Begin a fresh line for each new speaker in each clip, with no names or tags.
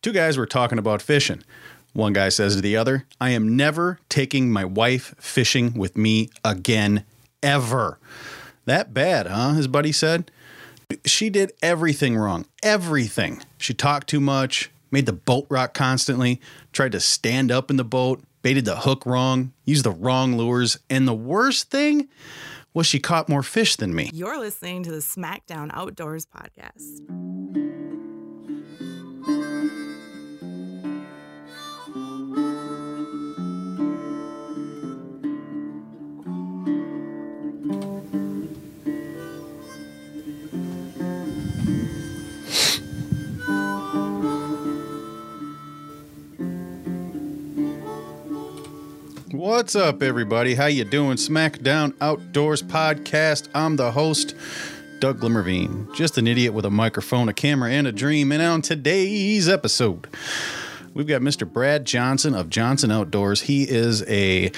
Two guys were talking about fishing. One guy says to the other, I am never taking my wife fishing with me again, ever. That bad, huh? His buddy said. She did everything wrong. Everything. She talked too much, made the boat rock constantly, tried to stand up in the boat, baited the hook wrong, used the wrong lures, and the worst thing was she caught more fish than me.
You're listening to the SmackDown Outdoors podcast.
What's up, everybody? How you doing? SmackDown Outdoors Podcast. I'm the host, Doug Glimmervine, just an idiot with a microphone, a camera, and a dream. And on today's episode, we've got Mr. Brad Johnson of Johnson Outdoors. He is a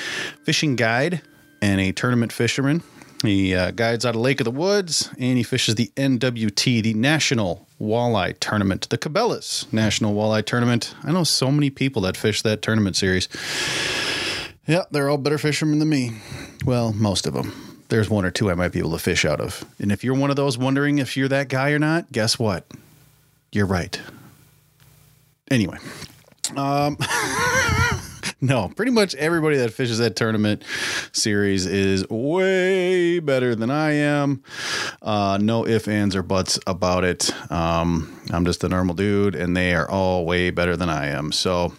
fishing guide and a tournament fisherman. He uh, guides out of Lake of the Woods and he fishes the NWT, the National Walleye Tournament, the Cabela's National Walleye Tournament. I know so many people that fish that tournament series. Yeah, they're all better fishermen than me. Well, most of them. There's one or two I might be able to fish out of. And if you're one of those wondering if you're that guy or not, guess what? You're right. Anyway, um, no, pretty much everybody that fishes that tournament series is way better than I am. Uh, no ifs, ands, or buts about it. Um, I'm just a normal dude, and they are all way better than I am. So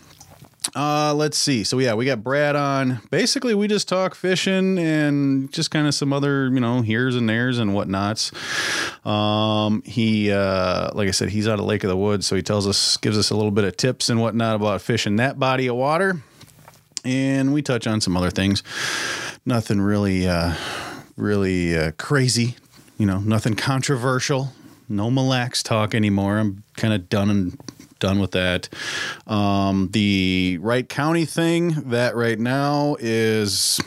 uh, let's see. So yeah, we got Brad on. Basically, we just talk fishing and just kind of some other, you know, here's and there's and whatnots. Um, he, uh, like I said, he's out of Lake of the Woods, so he tells us, gives us a little bit of tips and whatnot about fishing that body of water, and we touch on some other things. Nothing really, uh, really uh, crazy, you know. Nothing controversial. No Mille Lacs talk anymore. I'm kind of done and done with that. Um, the Wright County thing, that right now is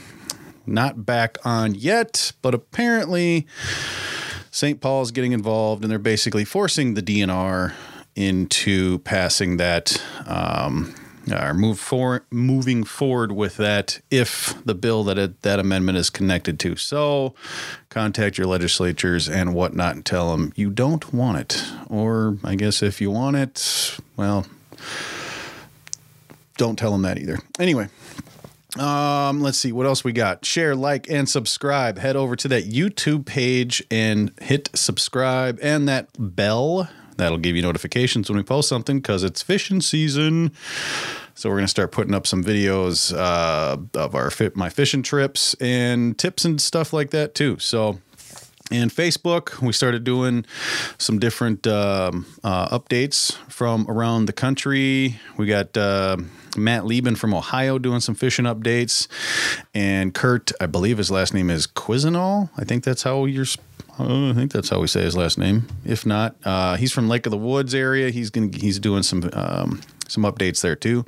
not back on yet, but apparently St. Paul's getting involved and they're basically forcing the DNR into passing that. Um, or move for moving forward with that if the bill that it, that amendment is connected to. So, contact your legislatures and whatnot and tell them you don't want it, or I guess if you want it, well, don't tell them that either. Anyway. Um, let's see what else we got. Share, like, and subscribe. Head over to that YouTube page and hit subscribe and that bell That'll give you notifications when we post something because it's fishing season. So we're gonna start putting up some videos uh, of our fit my fishing trips and tips and stuff like that too. So. And Facebook, we started doing some different um, uh, updates from around the country. We got uh, Matt Lieben from Ohio doing some fishing updates, and Kurt, I believe his last name is Quizinol. I think that's how you're sp- uh, I think that's how we say his last name. If not, uh, he's from Lake of the Woods area. He's gonna he's doing some um, some updates there too.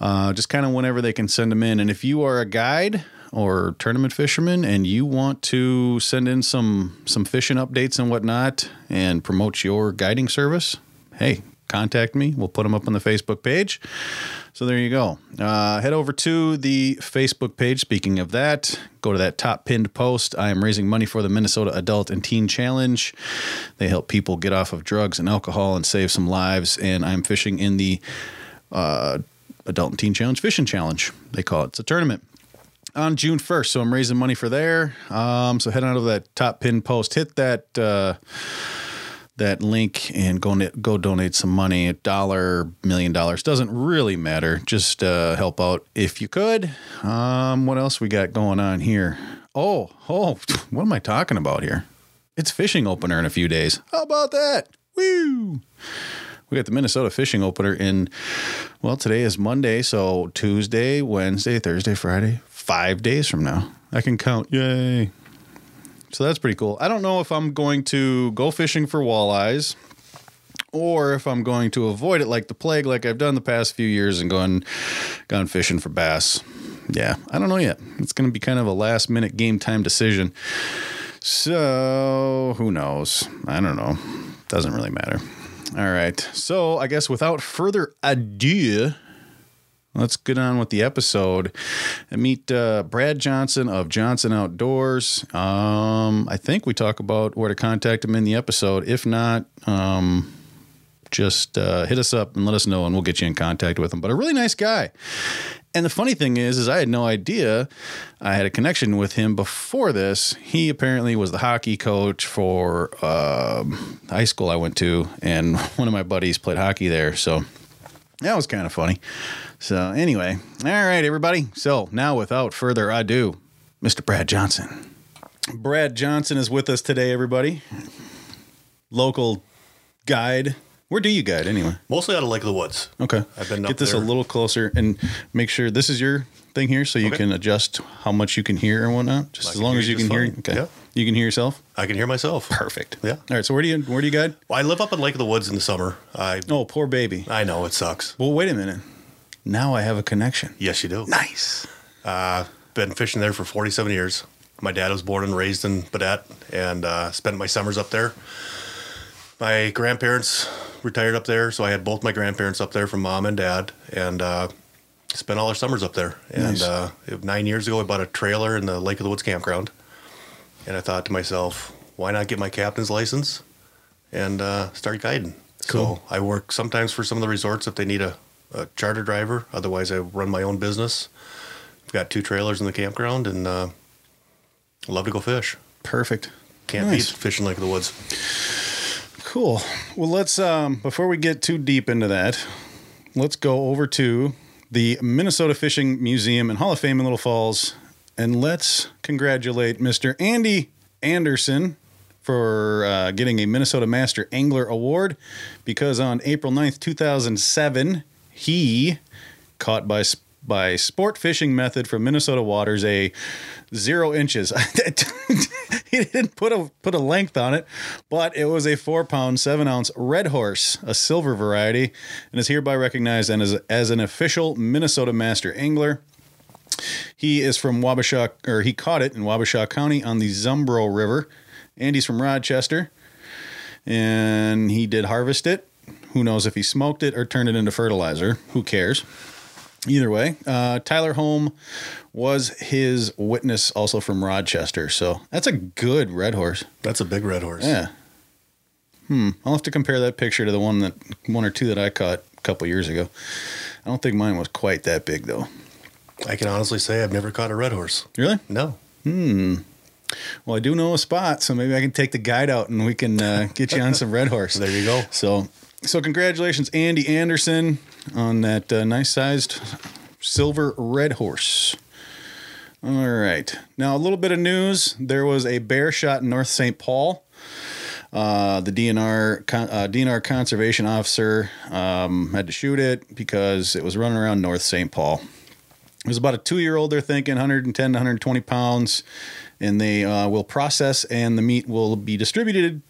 Uh, just kind of whenever they can send them in. And if you are a guide or tournament fisherman and you want to send in some some fishing updates and whatnot and promote your guiding service, hey, contact me. We'll put them up on the Facebook page. So there you go. Uh, head over to the Facebook page. Speaking of that, go to that top pinned post. I am raising money for the Minnesota Adult and Teen Challenge. They help people get off of drugs and alcohol and save some lives. And I'm fishing in the uh, Adult and Teen Challenge Fishing Challenge, they call it. It's a tournament on June 1st. So I'm raising money for there. Um, so head on over to that top pinned post. Hit that. Uh, that link and go go donate some money a dollar million dollars doesn't really matter just uh, help out if you could um, what else we got going on here oh oh what am i talking about here it's fishing opener in a few days how about that woo we got the Minnesota fishing opener in well today is Monday so Tuesday Wednesday Thursday Friday 5 days from now I can count yay so that's pretty cool. I don't know if I'm going to go fishing for walleyes or if I'm going to avoid it like the plague, like I've done the past few years and gone gone fishing for bass. Yeah, I don't know yet. It's going to be kind of a last minute game time decision. So who knows? I don't know. Doesn't really matter. All right. So I guess without further ado, let's get on with the episode and meet uh, Brad Johnson of Johnson Outdoors. Um, I think we talk about where to contact him in the episode. If not, um, just uh, hit us up and let us know, and we'll get you in contact with him. But a really nice guy. And the funny thing is, is I had no idea I had a connection with him before this. He apparently was the hockey coach for um the high school I went to, and one of my buddies played hockey there. So that was kind of funny. So anyway, all right, everybody. So now, without further ado, Mr. Brad Johnson. Brad Johnson is with us today, everybody. Local guide. Where do you guide anyway?
Mostly out of Lake of the Woods.
Okay.
I've been
Get
up
this a
there.
little closer and make sure this is your thing here so you
Okay.
can adjust how much you can hear and whatnot. Just
I
as
can
long
hear
as
you
you can
just
hear.
fine.
Okay.
Yeah.
You can hear yourself.
I can hear myself.
Perfect.
Yeah.
All right. So where do you where do you guide?
Well, I live up in Lake of the Woods in the summer. I
Oh, poor baby.
I know it sucks.
Well, wait a minute. Now I have a connection.
Yes, you do. Uh,
Nice.
Been fishing there for 47 years. My dad was born and raised in Badette and uh, spent my summers up there. My grandparents retired up there, so I had both my grandparents up there from mom and dad, and uh, spent all our summers up there. And
Nice.
uh, nine years ago, I bought a trailer in the Lake of the Woods campground, and I thought to myself, why not get my captain's license and uh, start guiding?
Cool.
So I work sometimes for some of the resorts if they need a, a charter driver. Otherwise, I run my own business. I've got two trailers in the campground, and uh, I love to go fish.
Perfect.
Can't
Nice.
beat fishing Lake of the Woods.
Cool. Well, let's um before we get too deep into that, let's go over to the Minnesota Fishing Museum and Hall of Fame in Little Falls and let's congratulate Mr. Andy Anderson for uh, getting a Minnesota Master Angler Award because on April 9th, 2007, he caught by s- by sport fishing method from Minnesota waters a zero inches. he didn't put a put a length on it, but it was a four pound seven ounce red horse, a silver variety, and is hereby recognized and as as an official Minnesota master angler. He is from Wabasha, or he caught it in Wabasha County on the Zumbro River. And he's from Rochester, and he did harvest it. Who knows if he smoked it or turned it into fertilizer? Who cares? Either way, uh, Tyler Holm was his witness, also from Rochester. So that's a good red horse.
That's a big red horse.
Yeah. Hmm. I'll have to compare that picture to the one that one or two that I caught a couple years ago. I don't think mine was quite that big though.
I can honestly say I've never caught a red horse.
Really?
No.
Well, I do know a spot, so maybe I can take the guide out and we can uh, get you on some red horse.
There you go.
So, so congratulations, Andy Anderson, on that uh, nice sized silver red horse. All right. Now, a little bit of news. There was a bear shot in North St. Paul. Uh, the DNR con- uh, DNR conservation officer um, had to shoot it because it was running around North St. Paul. It was about a two year old, they're thinking 110 to 120 pounds, and they uh, will process and the meat will be distributed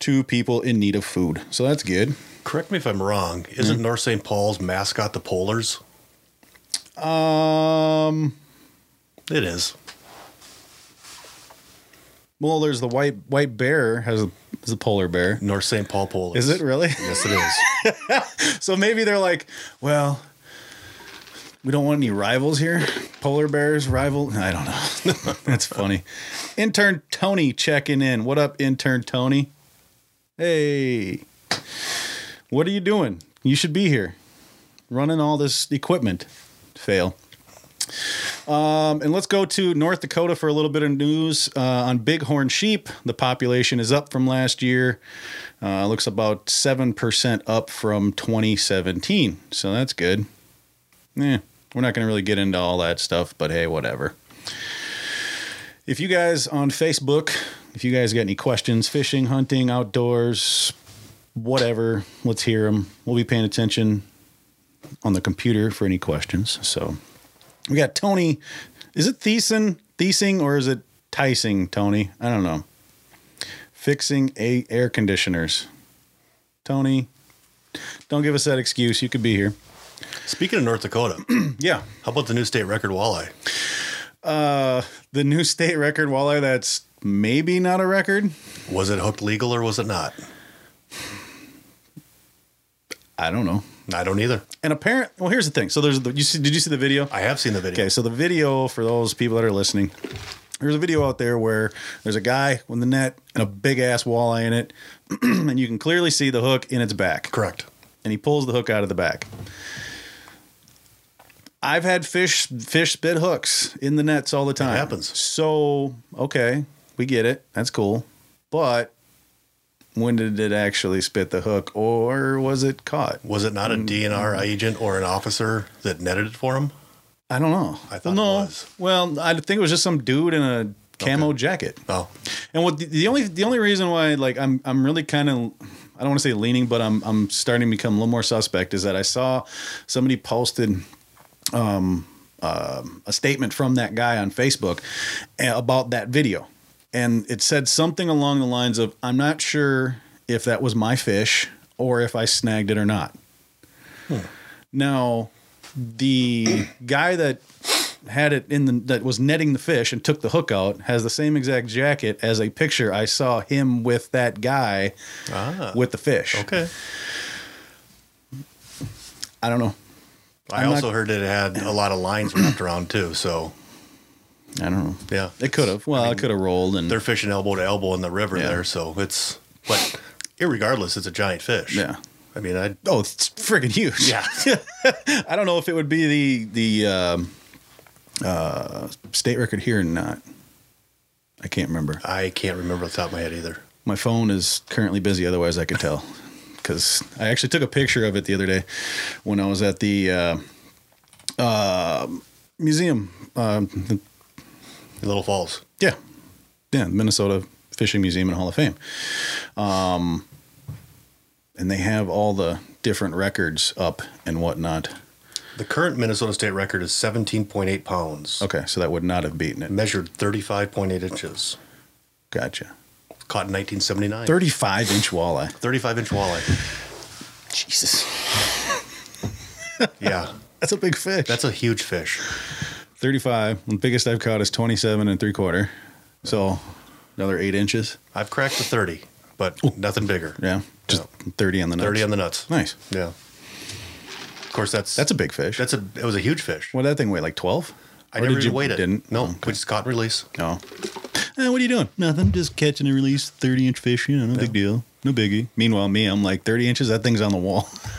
to people in need of food. So that's good.
Correct me if I'm wrong. Isn't
Hmm.
North St. Paul's mascot the Polars?
Um,
It is.
well, there's the white white bear has a, is a polar bear.
North St. Paul Polars.
Is it really?
Yes, it is.
so maybe they're like, well, we don't want any rivals here. Polar bears rival. I don't know. that's funny. Intern Tony checking in. What up, intern Tony? Hey, what are you doing? You should be here, running all this equipment. Fail. Um, and let's go to North Dakota for a little bit of news uh, on bighorn sheep. The population is up from last year. Uh, looks about 7% up from 2017. So that's good. Yeah, we're not going to really get into all that stuff, but hey, whatever. If you guys on Facebook, if you guys got any questions, fishing, hunting, outdoors, whatever, let's hear them. We'll be paying attention on the computer for any questions. So we got Tony. Is it Thiessen, Thiesing, or is it Ticing, Tony? I don't know. Fixing a air conditioners. Tony, don't give us that excuse. You could be here.
Speaking of North Dakota,
Yeah.
how about the new state record walleye?
The new state record walleye that's maybe not a record.
Was it hooked legal or was it not?
I don't know.
I don't either.
And apparent. Well, here's the thing. So there's the. You see, did you see the video?
I have seen the video.
Okay, so the video for those people that are listening, there's a video out there where there's a guy with the net and a big ass walleye in it, and you can clearly see the hook in its back.
Correct.
And he pulls the hook out of the back. I've had fish fish spit hooks in the nets all the time.
happens.
So okay, we get it. That's cool. But when did it actually spit the hook, or was it caught?
Was it not
Mm.
a DNR agent or an officer that netted it for him?
I don't know.
I thought
well,
it
no.
was.
Well, I think it was just some dude in a camo jacket.
Oh,
And what the, the only the only reason why like I'm I'm really kind of I don't want to say leaning, but I'm I'm starting to become a little more suspect is that I saw somebody posted um um, a statement from that guy on Facebook uh, about that video, and it said something along the lines of I'm not sure if that was my fish or if I snagged it or not. Now, the guy that had it in the that was netting the fish and took the hook out has the same exact jacket as a picture I saw him with that guy
ah,
with the fish.
okay.
I don't know.
I
I'm not-
also heard it had a lot of lines wrapped around too. So
I don't know.
yeah,
It could have. Well, it could have rolled and
they're fishing elbow to elbow in the river
Yeah.
there. So it's but irregardless, it's a giant fish.
Yeah.
I mean, I
oh, it's friggin' huge.
yeah.
I don't know if it would be the the um, uh, state record here or not. I can't remember.
I can't remember off the top of my head either.
My phone is currently busy, otherwise I could tell. Because I actually took a picture of it the other day when I was at the uh, uh, museum. Um, the-
Little Falls.
yeah, yeah, Minnesota Fishing Museum and Hall of Fame. Um, and they have all the different records up and whatnot.
The current Minnesota state record is 17.8 pounds,
Okay, so that would not have beaten it.
measured 35.8 inches,
Gotcha.
caught in 1979.
35 inch walleye.
35 inch walleye.
Jesus.
Yeah,
That's a big fish.
that's a huge fish.
35. The biggest I've caught is 27 and three quarter. So another eight inches.
I've cracked the 30, but nothing bigger.
Yeah. Just 30 on the nuts.
30 on the nuts.
Nice.
Yeah. Of course, that's
That's a big fish.
that's a it was a huge fish.
what did that thing weigh? Like 12?
I
Or
never
did
even weighed it.
Didn't? Oh,
No, we just caught and release.
No. Eh, what are you doing? Nothing. Just catching and release 30 inch fish. You know, no big deal. No biggie. Meanwhile, me, I'm like 30 inches. That thing's on the wall.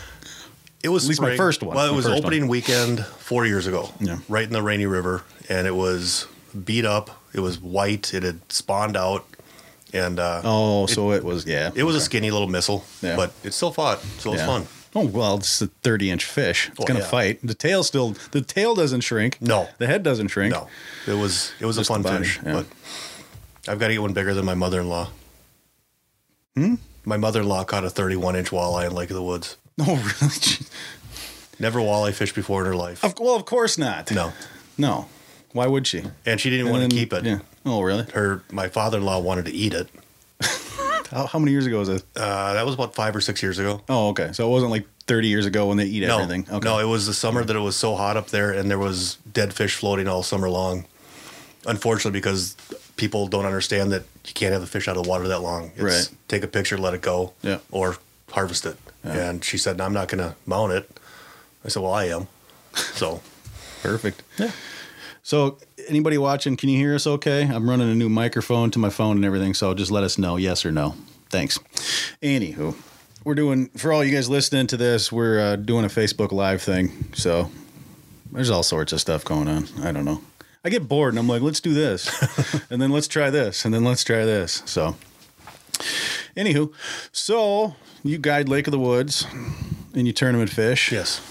It was
At least my
spring.
first one.
Well, it
My
was
first
opening weekend four years ago.
Yeah.
Right in the Rainy River, and it was beat up. It was white. It had spawned out, and uh,
Oh, so it was, yeah.
it was a
Okay.
skinny little missile.
Yeah.
But it still fought. So it was
Yeah.
fun.
Oh well, it's a thirty-inch fish. It's
Well,
gonna
Oh, yeah.
fight. The tail still. The tail doesn't shrink.
No.
The head doesn't shrink.
No, it was it was
Just
a
the
fun
body,
fish.
yeah.
But I've got to get one bigger than my mother-in-law. Hmm?
Hmm?
My mother-in-law caught a 31-inch walleye in Lake of the Woods.
No, Oh, really.
Never walleye fished before in her life.
Of, well, of course not.
No,
No. Why would she?
and she didn't want to keep it.
Yeah. Oh, really?
Her my father-in-law wanted to eat it.
How, how many years ago was it?
Uh, that was about five or six years ago.
Oh, okay. So it wasn't like 30 years ago when they eat
No,
everything. Okay.
no, it was the summer that it was so hot up there, and there was dead fish floating all summer long. Unfortunately, because people don't understand that you can't have the fish out of the water that long. It's
Right.
Take a picture, let it go,
Yeah.
or harvest it. And she said, "No, "I'm not going to mount it." I said, "Well, I am." So
Perfect. Yeah. So anybody watching, can you hear us okay? I'm running a new microphone to my phone and everything, so just let us know yes or no. Thanks. Anywho, we're doing for all you guys listening to this, we're uh, doing a Facebook Live thing. So there's all sorts of stuff going on. I don't know. I get bored and I'm like, let's do this, and then let's try this, and then let's try this. So, anywho, so you guide Lake of the Woods and you tournament fish.
yes,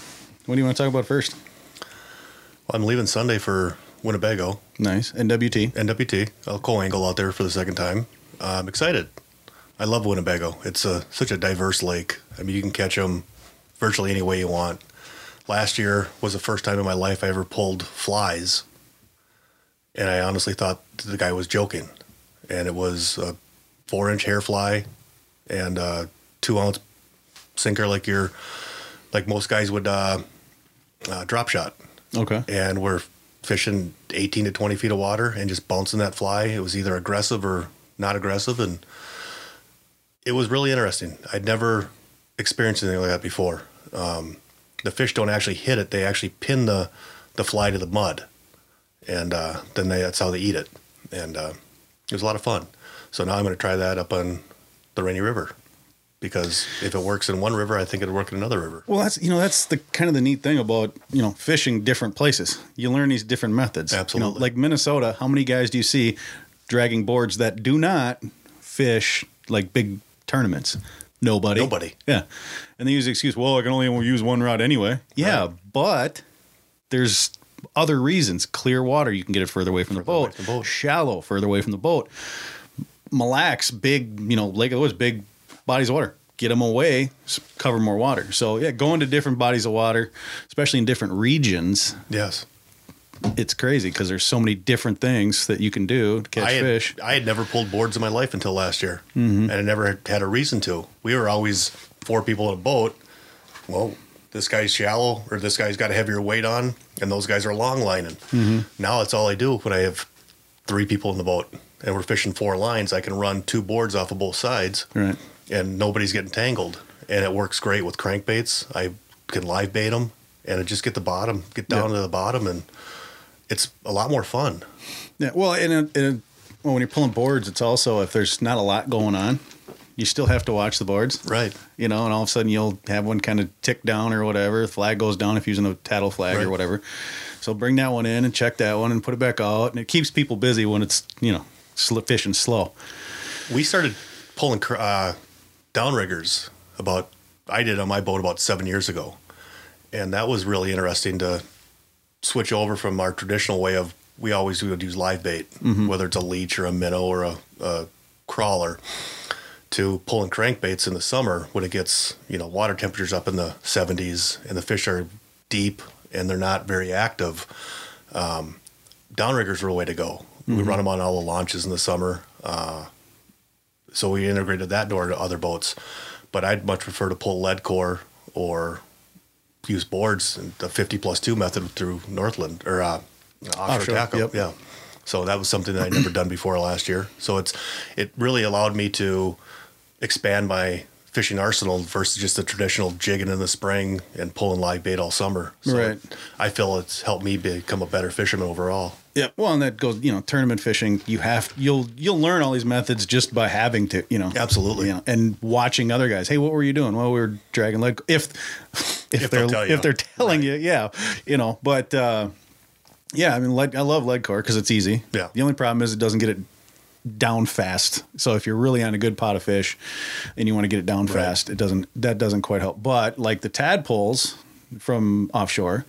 What do you want to talk about first?
well, I'm leaving Sunday for Winnebago
Nice. NWT.
NWT. I'll co-angle out there for the second time. Uh, I'm excited. I love Winnebago. It's a, such a diverse lake. I mean, you can catch them virtually any way you want. Last year was the first time in my life I ever pulled flies, and I honestly thought that the guy was joking. And it was a four-inch hair fly and a two-ounce sinker, like your like most guys would uh, uh, drop shot
Okay.
and we're fishing 18 to 20 feet of water and just bouncing that fly. It was either aggressive or not aggressive. And it was really interesting. I'd never experienced anything like that before. Um, the fish don't actually hit it; they actually pin the the fly to the mud, and uh, then they, that's how they eat it. And uh, it was a lot of fun. So now I'm going to try that up on the Rainy River because if it works in one river, I think it'll work in another river.
Well, that's you know that's the kind of the neat thing about you know fishing different places. You learn these different methods. You know,
Absolutely.
like Minnesota, how many guys do you see dragging boards that do not fish like big tournaments? Nobody.
Nobody.
Yeah, and they use the excuse, "Well, I can only use one rod anyway." Yeah,
Right.
but there's other reasons. Clear water, you can get it further away from
away
the
from
boat.
the boat.
Shallow, further away from the boat. Mille Lacs, big, you know, Lake of the Woods, big bodies of water. Get them away, s- cover more water. So yeah, going to different bodies of water, especially in different regions,
Yes.
it's crazy because there's so many different things that you can do to catch
I had,
fish. Mm-hmm.
I had never pulled boards in my life until last year, and I never had a reason to. We were always four people in a boat. Well, this guy's shallow, or this guy's got a heavier weight on, and those guys are long lining.
Mm-hmm.
Now that's all I do when I have three people in the boat and we're fishing four lines. I can run two boards off of both sides,
Right.
and nobody's getting tangled. And it works great with crankbaits. I can live bait them, and I just get the bottom, get down
Yeah.
to the bottom, and it's a lot more fun.
Yeah. Well, and, and, and well, when you're pulling boards, it's also if there's not a lot going on, you still have to watch the boards.
Right.
you know, and all of a sudden you'll have one kind of tick down or whatever. The flag goes down if you're using a tattle flag
Right.
or whatever. So bring that one in and check that one and put it back out, and it keeps people busy when it's you know sl- fishing slow.
We started pulling cr- uh, downriggers about I did on my boat about seven years ago, and that was really interesting to switch over from our traditional way of we always would use live bait, whether it's a leech or a minnow or a, a crawler, to pulling crankbaits in the summer when it gets you know water temperatures up in the 70s and the fish are deep and they're not very active. Um, downriggers were a way to go. We
Mm-hmm.
run them on all the launches in the summer uh, so we integrated that door to other boats. But I'd much prefer to pull lead core or use boards and the 50 plus two method through Northland or uh, offshore,
Offshore,
tackle.
yep.
Yeah. So that was something that I'd never done before last year. So it's it really allowed me to expand my fishing arsenal versus just the traditional jigging in the spring and pulling live bait all summer. So
Right.
I feel it's helped me become a better fisherman overall.
Yep. Well, and that goes, you know, tournament fishing. You have you'll you'll learn all these methods just by having to, you know,
Absolutely.
you know, and watching other guys. Hey, what were you doing? Well, we were dragging leg. If if,
If
they're
they'll tell you.
if they're telling you, yeah, you know. But uh, yeah, I mean, lead, I love lead core because it's easy.
Yeah.
The only problem is it doesn't get it down fast. So if you're really on a good pot of fish and you want to get it down fast, it doesn't that doesn't quite help. But like the tadpoles from offshore,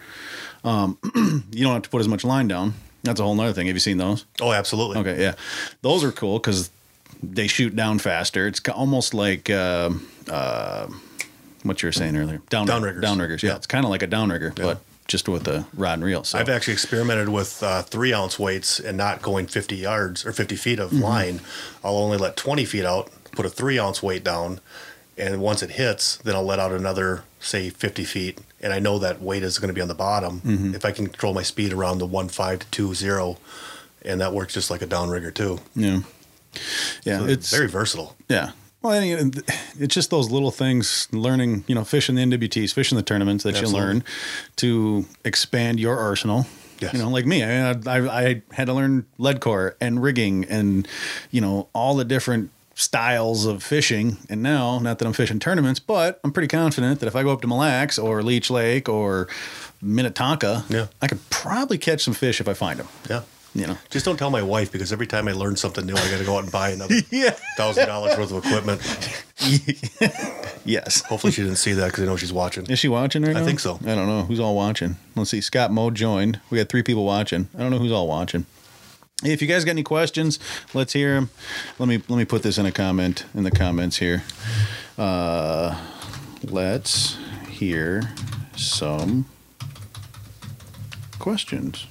um, you don't have to put as much line down. That's a whole nother thing. Have you seen those?
Oh, absolutely.
Okay, yeah, those are cool because they shoot down faster. It's ca- almost like um uh, what you were saying earlier. Down,
Downriggers.
downriggers. Yeah,
Yeah.
it's kind of like a downrigger, but just with a rod and reel. So
I've actually experimented with uh, three ounce weights and not going 50 yards or 50 feet
Mm-hmm.
of line. I'll only let 20 feet out, put a three ounce weight down, and once it hits, then I'll let out another, say, 50 feet. And I know that weight is going to be on the bottom.
Mm-hmm.
If I can control my speed around the one five to two zero, and that works just like a downrigger too.
yeah, yeah,
It's
it's
very versatile.
yeah. Well, any- it's just those little things. Learning, you know, fishing the NWTs, fishing the tournaments that you
Absolutely.
learn to expand your arsenal.
Yes.
You know, like me, I, I, I had to learn lead core and rigging and, you know, all the different styles of fishing. And now, not that I'm fishing tournaments, but I'm pretty confident that if I go up to Mille Lacs or Leech Lake or Minnetonka,
Yeah.
I could probably catch some fish if I find them.
Yeah.
You know.
Just don't tell my wife because every time I learn something new, I got to go out and buy another
Yeah.
thousand dollars worth of equipment.
Yes.
Hopefully, she didn't see that because I know she's watching.
Is she watching right now?
think so.
I don't know who's all watching. Let's see. Scott Moe joined. We got three people watching. I don't know who's all watching. Hey, if you guys got any questions, let's hear them. Let me let me put this in a comment in the comments here. Uh, let's hear some questions.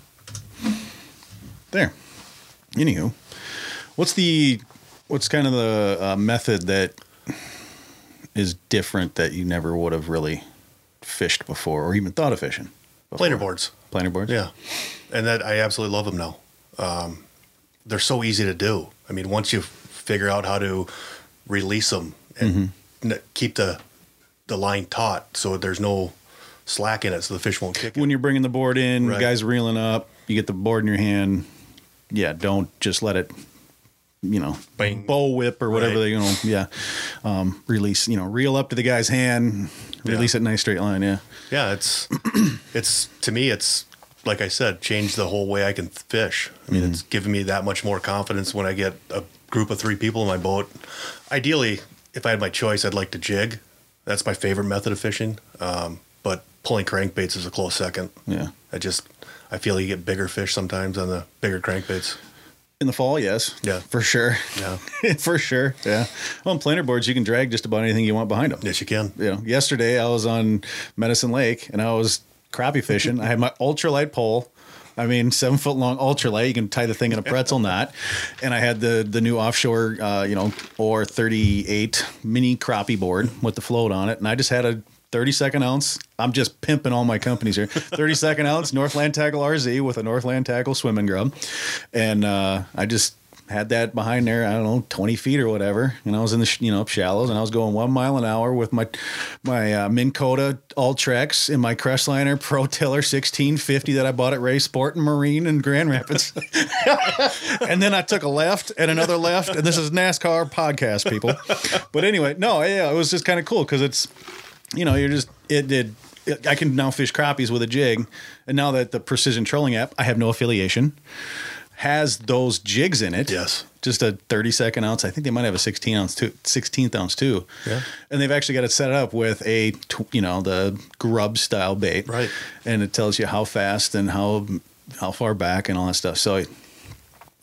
There. Anywho, what's the what's kind of the uh, method that is different that you never would have really fished before or even thought of fishing?
Planer boards.
Planer boards?
Yeah, and that I absolutely love them now. Um, they're so easy to do. I
Mm-hmm.
mean, once you figure out how to release them and n- keep the the line taut, so there's no slack in it, so the fish won't kick it.
When you're bringing the board in,
Right.
guys reeling up, you get the board in your hand. Yeah, don't just let it, you know,
Bang.
bow whip or whatever
Right.
they, you know, yeah. Um, release, you know, reel up to the guy's hand, release
Yeah.
it nice straight line. Yeah.
Yeah, it's it's to me it's like I said, changed the whole way I can fish. I mean, it's given me that much more confidence when I get a group of three people in my boat. Ideally, if I had my choice, I'd like to jig. That's my favorite method of fishing. Um, but pulling crankbaits is a close second.
Yeah.
I just I feel you get bigger fish sometimes on the bigger crankbaits.
In the fall, yes.
Yeah.
For sure.
Yeah,
for sure. Yeah. On planer boards, you can drag just about anything you want behind them.
yes, you can.
you know, yesterday I was on Medicine Lake and I was crappie fishing. I had my ultralight pole. I mean, seven foot long ultralight. You can tie the thing in a pretzel knot. And I had the the new offshore, uh, you know, or 38 mini crappie board with the float on it. And I just had a 30 second ounce. I'm just pimping all my companies here. 30 second ounce Northland Tackle RZ with a Northland Tackle swimming grub. And uh, I just had that behind there, I don't know, 20 feet or whatever. And I was in the, sh- you know, shallows and I was going one mile an hour with my, my uh, Minn Kota All Trex and my Crestliner Pro Tiller 1650 that I bought at Ray Sport and Marine in Grand Rapids. and then I took a left and another left. And this is NASCAR podcast, people. But anyway, no, yeah, it was just kind of cool because it's, you know, you're just, it did. it- I can now fish crappies with a jig. And now that the Precision Trolling app, I have no affiliation, has those jigs in it
Yes.
just a 30 second ounce. I think they might have a 16 ounce too, 16th ounce too.
Yeah.
And they've actually got it set up with a, tw- you know, the grub style bait.
Right.
And it tells you how fast and how, how far back and all that stuff. So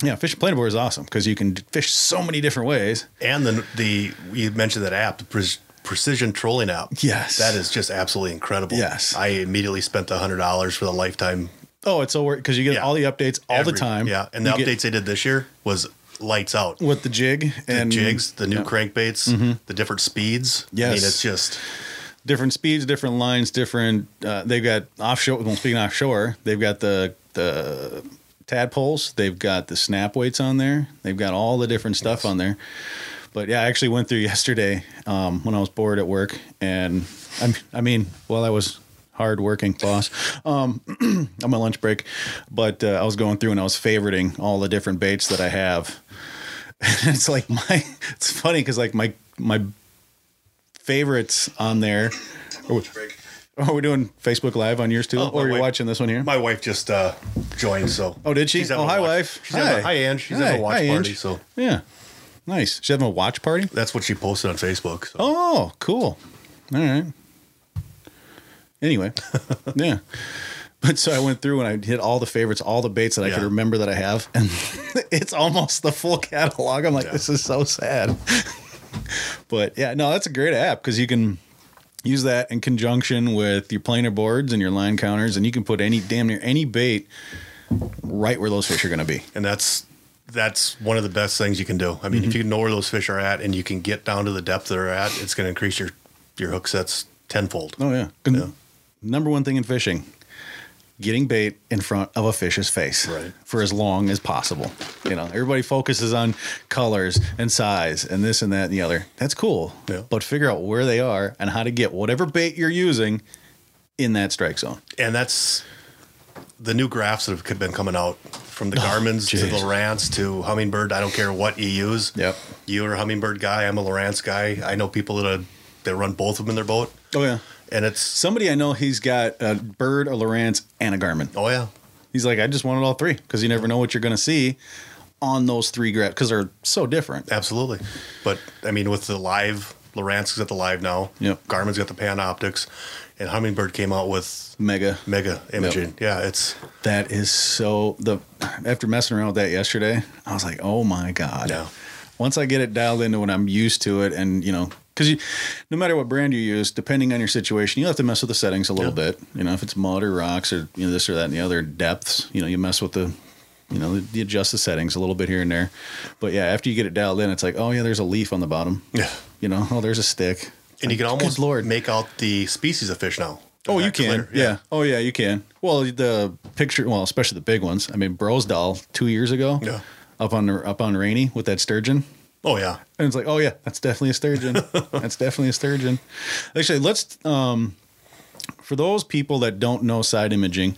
yeah, fishing planer board is awesome because you can fish so many different ways.
And the the you mentioned that app, the pre- precision trolling app.
Yes.
that is just absolutely incredible.
Yes.
I immediately spent the hundred dollars for the lifetime
Oh, it's so worth because you get
Yeah.
all the updates all
every-
the time.
Yeah, and the
You get
updates they did this year was lights out.
with the jig
the
and
jigs, the new
yeah. Mm-hmm.
crankbaits, the different speeds. I
Yes.
mean, it's just
different speeds, different lines, different. Uh, they've got offshore. Well, speaking of offshore, they've got the the tadpoles. They've got the snap weights on there. They've got all the different stuff on there. But yeah, I actually went through yesterday um, when I was bored at work, and I, I mean, well, I was hard working boss um, on my lunch break, but uh, I was going through and I was favoriting all the different baits that I have. it's like my, it's funny because like my my favorites on there. Are we, are we doing Facebook Live on yours too,
Oh, my
or you're
wife-
watching this one here?
my wife just uh, joined. So
Oh, did she?
She's having
Oh,
a
hi,
watch-
wife.
She's having a- hi, Ange. She's having a watch
Hi, Ange.
party. So
yeah, nice. She's having a watch party.
that's what she posted on Facebook. So.
Oh, cool. All right. Anyway, yeah. But so I went through and I hit all the favorites, all the baits that I could
Yeah.
remember that I have, and it's almost the full catalog. I'm like,
Yeah.
this is so sad. but yeah, no, that's a great app because you can use that in conjunction with your planer boards and your line counters, and you can put any damn near any bait right where those fish are going to be.
and that's that's one of the best things you can do. I
Mm-hmm.
mean, if you know where those fish are at and you can get down to the depth they're at, it's going to increase your your hook sets tenfold.
Oh yeah. Good. Number one thing in fishing, getting bait in front of a fish's face
Right.
for as long as possible. You know, everybody focuses on colors and size and this and that and the other. That's cool.
Yeah.
But figure out where they are and how to get whatever bait you're using in that strike zone.
and that's the new graphs that have been coming out from the Garmin's to the
Oh, jeez.
Lowrance to Hummingbird. I don't care what you use.
Yep.
You're a Hummingbird guy. I'm a Lowrance guy. I know people that uh that run both of them in their boat,
Oh yeah.
and it's
Somebody I know, he's got a bird, a Lowrance, and a Garmin.
oh yeah,
He's like, I just wanted all three because you never know what you're going to see on those three graphs because they're so different.
absolutely. But I mean, with the live Lowrance is at the live now.
Yep.
Garmin's got the Panoptics, and Hummingbird came out with
Mega.
Mega Imaging. Yeah, it's
That is so the after messing around with that yesterday, I was like, oh my god.
Yeah.
Once I get it dialed into when I'm used to it, and you know, because no matter what brand you use, depending on your situation, you have to mess with the settings a little bit. You know, if it's mud or rocks or you know this or that and the other depths, you know, you mess with the, you know, you adjust the settings a little bit here and there. But yeah, after you get it dialed in, it's like, oh yeah, there's a leaf on the bottom.
yeah.
You know, oh there's a stick.
And you can almost
Good lord.
make out the species of fish now.
Oh, you
Back to
can.
later.
Yeah. Oh, yeah, you can. Well, the picture, well, especially the big ones. I mean, Brosdal two years ago,
Yeah.
up on up on Rainy with that sturgeon.
Oh yeah.
And it's like, oh yeah, that's definitely a sturgeon. that's definitely a sturgeon. Actually, let's um for those people that don't know side imaging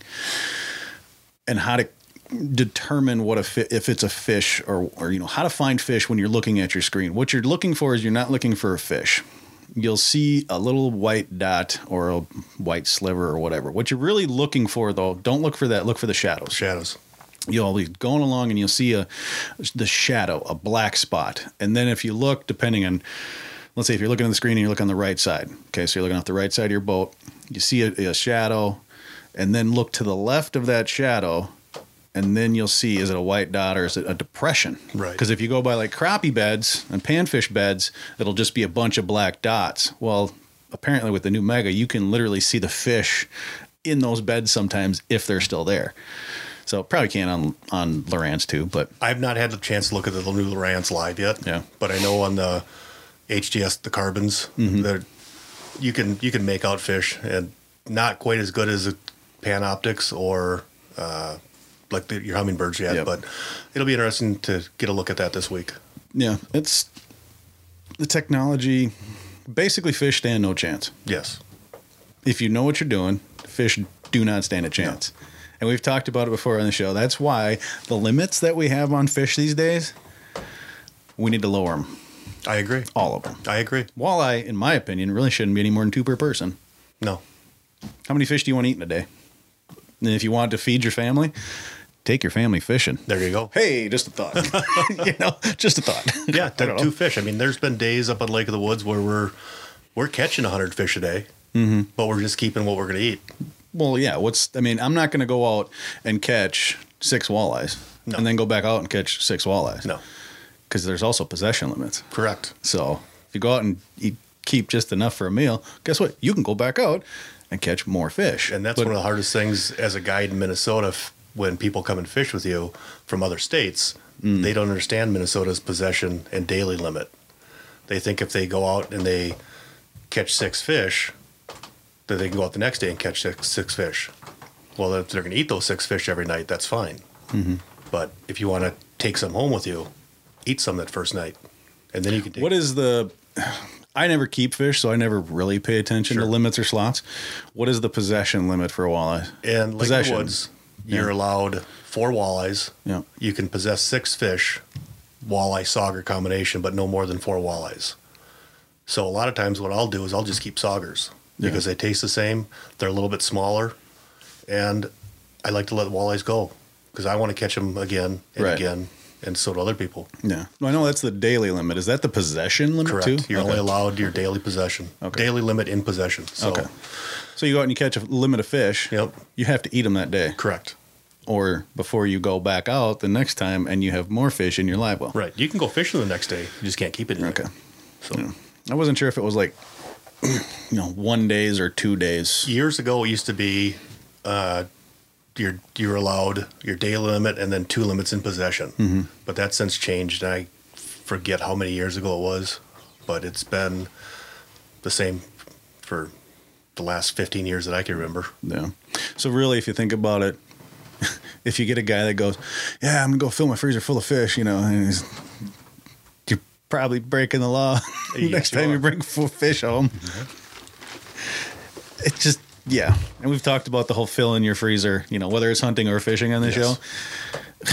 and how to determine what a fi- if it's a fish or or you know how to find fish when you're looking at your screen. What you're looking for is you're not looking for a fish. You'll see a little white dot or a white sliver or whatever. What you're really looking for though, don't look for that. Look for the shadows
Shadows.
you'll be going along and you'll see a the shadow, a black spot. And then if you look, depending on let's say if you're looking at the screen and you look on the right side. Okay, so you're looking off the right side of your boat, you see a, a shadow, and then look to the left of that shadow, and then you'll see is it a white dot or is it a depression?
Right.
Because if you go by like crappie beds and panfish beds, it'll just be a bunch of black dots. Well, apparently with the new mega, you can literally see the fish in those beds sometimes if they're still there. So probably can't on on Lorance too, but
I've not had the chance to look at the new Lorance live yet.
Yeah.
But I know on the HGS the carbons
Mm-hmm.
that you can you can make out fish and not quite as good as the panoptics or uh, like the, your hummingbirds yet,
Yep.
but it'll be interesting to get a look at that this week.
yeah, it's the technology. Basically, fish stand no chance.
Yes.
If you know what you're doing, fish do not stand a chance. And we've talked about it before on the show. That's why the limits that we have on fish these days, we need to lower them,
I agree.
all of them.
I agree.
Walleye, in my opinion, really shouldn't be any more than two per person.
No.
How many fish do you want to eat in a day? And if you want to feed your family, take your family fishing.
There you go.
Hey, just a thought. you know, just a thought.
Yeah,
I don't
two fish. I mean, there's been days up on Lake of the Woods where we're we're catching 100 fish a day, mm-hmm. but we're just keeping what we're going to eat.
Well, yeah. What's I mean, I'm not going to go out and catch six walleyes
No.
and then go back out and catch six walleyes.
No,
because there's also possession limits.
correct.
So if you go out and eat, keep just enough for a meal, guess what? You can go back out and catch more fish.
And that's
But-
one of the hardest things as a guide in Minnesota. F- when people come and fish with you from other states,
Mm.
they don't understand Minnesota's possession and daily limit. They think if they go out and they catch six fish, that they can go out the next day and catch six, six fish. Well, if they're going to eat those six fish every night, that's fine.
Mm-hmm.
But if you want to take some home with you, eat some that first night, and then you can take.
What is the? I never keep fish, so I never really pay attention to
Sure.
limits or slots. What is the possession limit for a walleye?
And Lake of the
Possession.
Woods, you're allowed four walleyes.
Yeah.
You can possess six fish, walleye sauger combination, but no more than four walleyes. So a lot of times, what I'll do is I'll just keep saugers
Yeah.
because they taste the same. They're a little bit smaller, and I like to let walleyes go because I want to catch them again and
Right.
again, and so do other people.
Yeah, no, I know that's the daily limit. Is that the possession limit
Correct.
too?
You're
Okay.
only allowed your daily possession,
Okay.
daily limit in possession. So,
Okay. So you go out and you catch a limit of fish.
Yep.
You have to eat them that day,
correct.
or before you go back out the next time, and you have more fish in your live well.
Right. You can go fishing the next day. You just can't keep it. In
Okay.
There. So.
I wasn't sure if it was like, you know, one days or two days.
years ago it used to be uh you're you're allowed your day limit and then two limits in possession but that's since changed and i forget how many years ago it was but it's been the same for the last 15 years that i can remember
Yeah. So really, if you think about it, if you get a guy that goes, "Yeah, I'm gonna go fill my freezer full of fish," you know, and he's, you're probably breaking the law
Yes,
next
you
time you
are.
bring full fish home.
Mm-hmm.
It's just yeah, and we've talked about the whole fill in your freezer. You know, whether it's hunting or fishing on the
Yes.
show.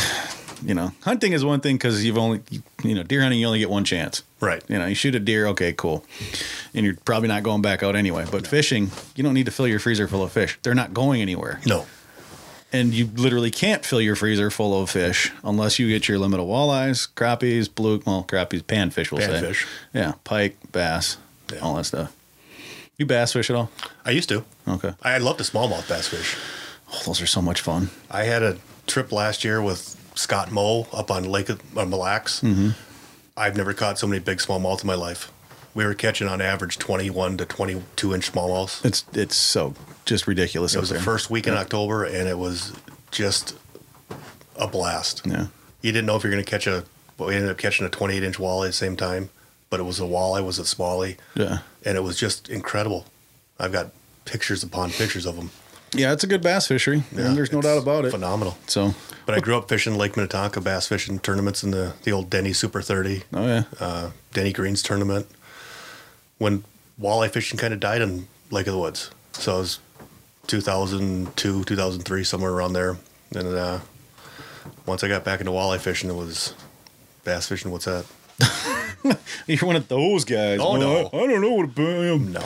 You know, hunting is one thing because you've only, you know, deer hunting, you only get one chance.
right
You know, you shoot a deer, okay, cool. And you're probably not going back out anyway. But fishing, you don't need to fill your freezer full of fish. They're not going anywhere.
no
And you literally can't fill your freezer full of fish unless you get your limit of walleyes, crappies, blue, well, crappies, panfish, we'll say.
Panfish.
Yeah, pike, bass,
Yeah.
all that stuff. You bass fish at all?
i used to
Okay.
i loved the smallmouth bass fish
Oh, those are so much fun.
I had a trip last year with Scott Moe up on Lake uh, Mille Lacs.
Mm-hmm.
I've never caught so many big smallmouth in my life. We were catching on average 21 to 22 inch smallmouth.
It's it's so just ridiculous.
It was the
there.
first week in October, and it was just a blast.
Yeah.
You didn't know if you're going to catch a. Well, we ended up catching a 28 inch walleye at the same time, but it was a walleye, was a smallie,
Yeah.
and it was just incredible. I've got pictures upon pictures of them.
Yeah, it's a good bass fishery. I mean,
Yeah,
there's no
it's
doubt about it.
Phenomenal.
So,
But I grew up fishing Lake Minnetonka bass fishing tournaments in the, the old Denny Super 30,
oh yeah,
uh, Denny Greens tournament when walleye fishing kind of died in Lake of the Woods. So it was 2002, 2003, somewhere around there. And uh, once I got back into walleye fishing, it was bass fishing. What's that?
you're one of those guys.
Oh,
Well,
no.
I, I don't know what a um,
No.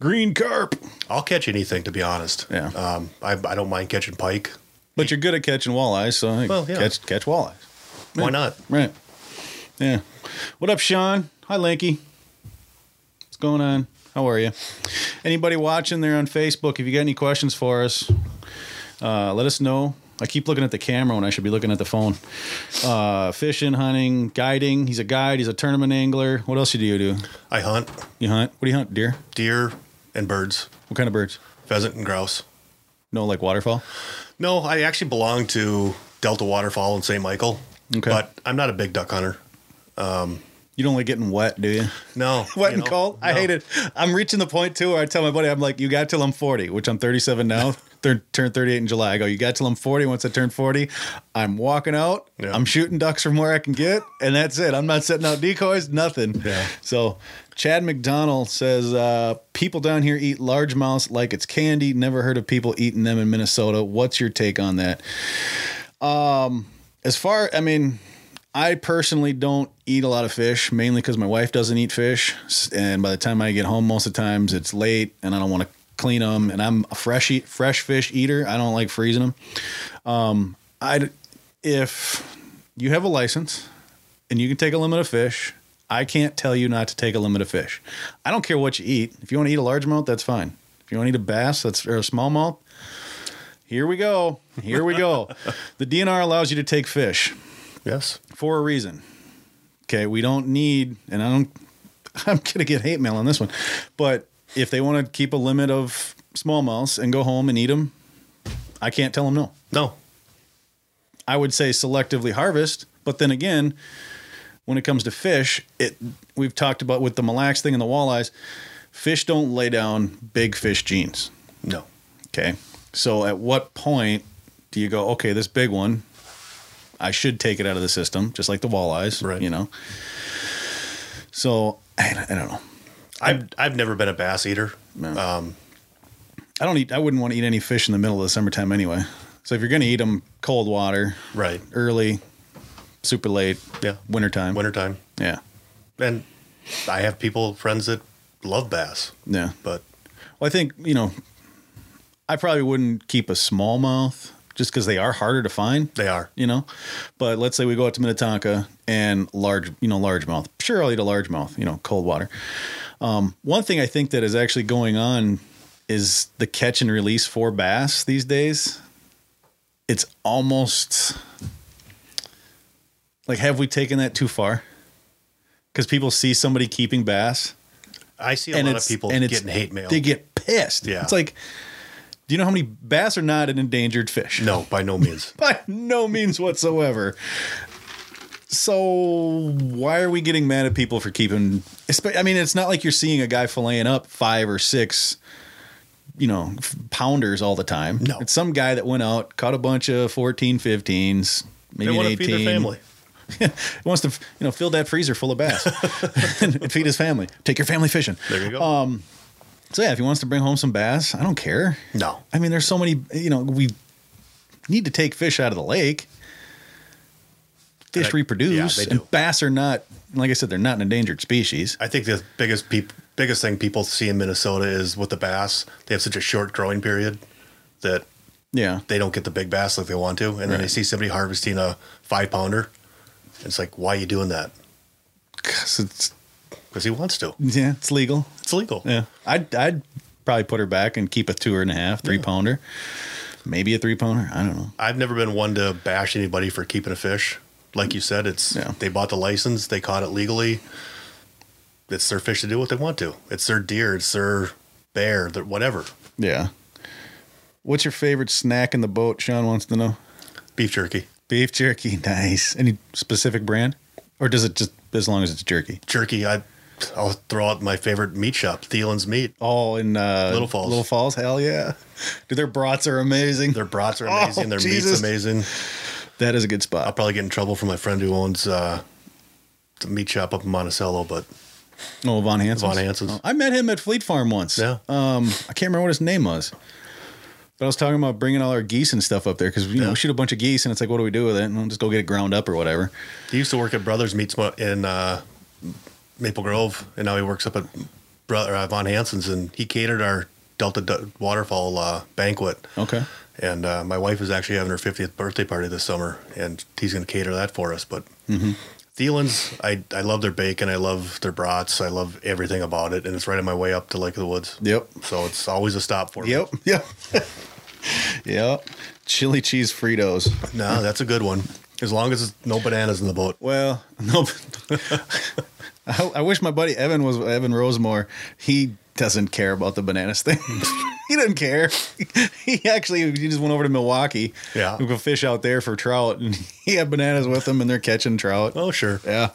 green carp.
I'll catch anything, to be honest.
Yeah.
Um, I, I don't mind catching pike.
But you're good at catching walleyes, so hey,
Well, yeah.
catch catch walleyes.
Why not?
Right. Yeah. What up, Sean? Hi, Lanky. What's going on? How are you? Anybody watching there on Facebook? If you got any questions for us, uh, let us know. I keep looking at the camera when I should be looking at the phone. Uh, fishing, hunting, guiding. He's a guide. He's a tournament angler. What else do you do?
I hunt
You hunt? What do you hunt? Deer?
deer and birds,
What kind of birds?
pheasant and grouse.
No, like waterfowl.
No, I actually belong to Delta Waterfall in St. Michael.
Okay.
But I'm not a big duck hunter.
You don't like getting wet, do you?
No.
wet
you
and
know,
cold. I
no.
hate it. I'm reaching the point too where I tell my buddy, I'm like, you got till I'm 40, which I'm 37 now. Thir- turn 38 in July. I go, you got till I'm 40. Once I turn 40, I'm walking out.
Yeah.
I'm shooting ducks from where I can get, and that's it. I'm not setting out decoys, nothing.
Yeah.
So, Chad McDonald says, uh, people down here eat largemouths like it's candy. Never heard of people eating them in Minnesota. What's your take on that? Um, as far i mean i personally don't eat a lot of fish mainly because my wife doesn't eat fish S- and by the time i get home most of the times it's late and i don't want to clean them and i'm a fresh eat, fresh fish eater i don't like freezing them um i if you have a license and you can take a limit of fish i can't tell you not to take a limit of fish i don't care what you eat if you want to eat a largemouth that's fine if you want to eat a bass that's or a smallmouth here we go here we go the dnr allows you to take fish
Yes.
for a reason. Okay, we don't need, and I don't. I'm gonna get hate mail on this one, but if they want to keep a limit of smallmouths and go home and eat them, I can't tell them no.
No.
I would say selectively harvest, but then again, when it comes to fish, it we've talked about with the Mille Lacs thing and the walleyes, fish don't lay down big fish genes.
No.
Okay. So at what point do you go, okay, this big one, I should take it out of the system, just like the walleyes,
Right.
you know? So I, I don't know.
I've I've never been a bass eater.
No.
Um,
I don't eat, I wouldn't want to eat any fish in the middle of the summertime anyway. So if you're going to eat them cold water,
right.
early, super late,
Yeah.
wintertime.
Wintertime.
Yeah.
And I have people, friends that love bass,
Yeah.
but
Well, I think you know, I probably wouldn't keep a smallmouth just because they are harder to find.
They are.
you know. But let's say we go out to Minnetonka and large, you know, largemouth. Sure, I'll eat a largemouth, you know, cold water. Um, one thing I think that is actually going on is the catch and release for bass these days. It's almost like have we taken that too far? Because people see somebody keeping bass
I see a lot of people
and it's-
getting hate mail.
They get pissed.
Yeah.
It's like, do you know how many bass are not an endangered fish?
no, by no means.
By no means whatsoever. So why are we getting mad at people for keeping? espe- I mean, it's not like you're seeing a guy filleting up five or six, you know, f- pounders all the time.
No.
it's some guy that went out, caught a bunch of 14, 15s,
They
maybe an
want to
18.
feed their family.
He wants to, you know, fill that freezer full of bass and feed his family. Take your family fishing.
There you go.
Um, So yeah, if he wants to bring home some bass, I don't care.
no.
I mean, there's so many. You know, we need to take fish out of the lake. Fish
Like,
reproduce,
yeah, they do.
and bass are not. Like I said, they're not an endangered species.
I think the biggest peop- biggest thing people see in Minnesota is with the bass, they have such a short growing period that
Yeah,
they don't get the big bass like they want to, and then they
Right.
see somebody harvesting a five pounder. It's like, why are you doing that?
'Cause it's
Because he wants to.
yeah, it's legal.
It's legal.
Yeah, I'd I'd probably put her back and keep a two and a half, three pounder, maybe a three pounder. I don't know.
I've never been one to bash anybody for keeping a fish. Like you said, it's
Yeah.
they bought the license, they caught it legally. It's their fish to do what they want to. It's their deer, it's their bear, their whatever.
Yeah. What's your favorite snack in the boat? Sean wants to know.
Beef jerky,
Beef jerky, nice. Any specific brand, or does it just as long as it's jerky?
jerky. I I'll throw out my favorite meat shop, Thielen's Meat.
Oh, in uh,
Little Falls.
Little Falls, hell yeah. Dude, their brats are amazing.
Their brats are amazing.
Oh,
their
Jesus.
meat's amazing.
That is a good
I'll
spot.
probably get in trouble from my friend who owns uh, the meat shop up in Monticello, but
Oh, Von Hansen.
Von Hansen's.
I met him at Fleet Farm once.
Yeah.
Um, I can't remember what his name was. But I was talking about bringing all our geese and stuff up there because you know
Yeah.
we shoot a bunch of geese and it's like what do we do with it? And we'll just go get it ground up or whatever.
he used to work at Brothers Meats Mo- in uh, Maple Grove, and now he works up at Brother uh, Von Hansen's, and he catered our Delta D- Waterfall uh, banquet.
Okay.
And uh, my wife is actually having her 50th birthday party this summer, and he's going to cater that for us. But Thielen's, I, I love their bacon. I love their brats. I love everything about it. And it's right on my way up to Lake of the Woods.
Yep.
So it's always a stop for me.
Yep. Yep. yep. Chili cheese Fritos.
No, that's a good one. As long as it's no bananas in the boat.
Well, nope. I, I wish my buddy Evan was Evan Rosemore. He doesn't care about the bananas thing. he doesn't care. He actually he just went over to Milwaukee.
Yeah.
we could fish out there for trout, and he had bananas with him, and they're catching trout.
Oh, sure.
Yeah.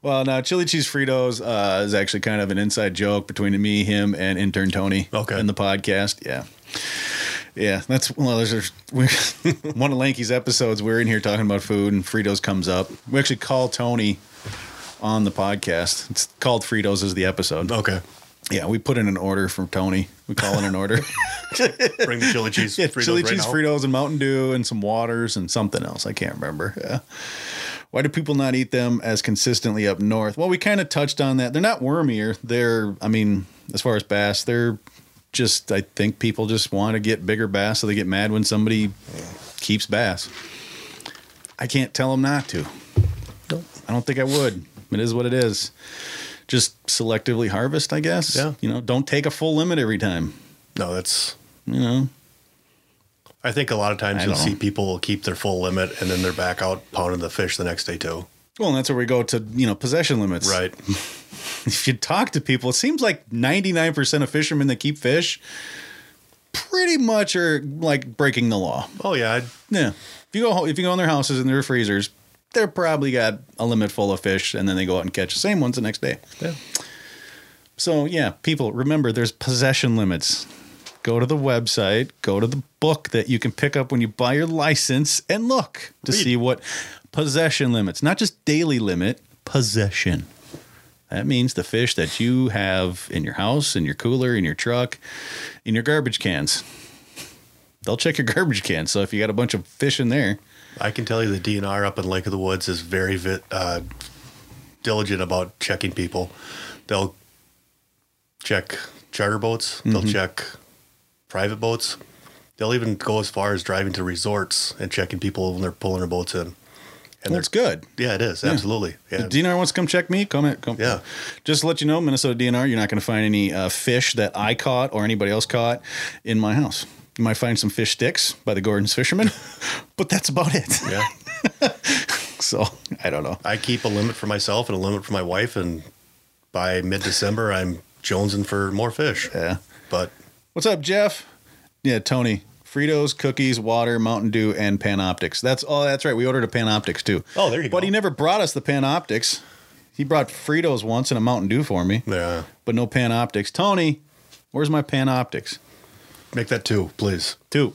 Well, now chili cheese Fritos uh, is actually kind of an inside joke between me, him, and intern Tony.
Okay.
In the podcast, yeah. Yeah, that's well. There's there's- we one of Lanky's episodes. We're in here talking about food, and Fritos comes up. We actually call Tony on the podcast. It's called Fritos is the episode.
Okay.
Yeah, we put in an order from Tony. We call in an order.
Bring the chili cheese
Yeah,
Fritos
chili
right
cheese
now.
Fritos and Mountain Dew and some waters and something else. I can't remember. Yeah. Why do people not eat them as consistently up north? Well, we kind of touched on that. They're not wormier. They're, I mean, as far as bass, they're just, I think people just want to get bigger bass, so they get mad when somebody keeps bass. I can't tell them not to. I don't think I would. It is what it is. Just selectively harvest, I guess.
Yeah.
You know, don't take a full limit every time.
No, that's.
You know,
I think a lot of times
I
you'll
don't
see
know.
people will keep their full limit and then they're back out pounding the fish the next day too.
Well, and that's where we go to, you know, possession limits.
Right.
If you talk to people, it seems like 99% of fishermen that keep fish pretty much are like breaking the law.
Oh yeah, I'd,
Yeah. If you go ho- if you go in their houses and their freezers, they're probably got a limit full of fish and then they go out and catch the same ones the next day.
yeah.
So, yeah, people, remember there's possession limits. Go to the website, go to the book that you can pick up when you buy your license and look to
Read.
see what possession limits, not just daily limit, possession. That means the fish that you have in your house, in your cooler, in your truck, in your garbage cans. They'll check your garbage cans. So if you got a bunch of fish in there,
I can tell you the DNR up in Lake of the Woods is very vi- uh, diligent about checking people. They'll check charter boats.
Mm-hmm.
They'll check private boats. They'll even go as far as driving to resorts and checking people when they're pulling their boats in. And
that's good.
they're yeah, it is absolutely yeah.
The DNR wants to come check me. Come in. Come.
Yeah.
Just to let you know, Minnesota DNR, you're not going to find any uh, fish that I caught or anybody else caught in my house. You might find some fish sticks by the Gordon's Fishermen, but that's about it.
yeah.
So I don't know.
I keep a limit for myself and a limit for my wife, and by mid-December, I'm jonesing for more fish.
Yeah.
But
What's up, Jeff? Yeah, Tony. Fritos, cookies, water, Mountain Dew, and Panoptics. That's all. that's right. We ordered a Panoptics too.
Oh, there you
But
go.
he never brought us the Panoptics. He brought Fritos once and a Mountain Dew for me,
yeah,
but no Panoptics. Tony, where's my Panoptics?
make that two, please.
Two.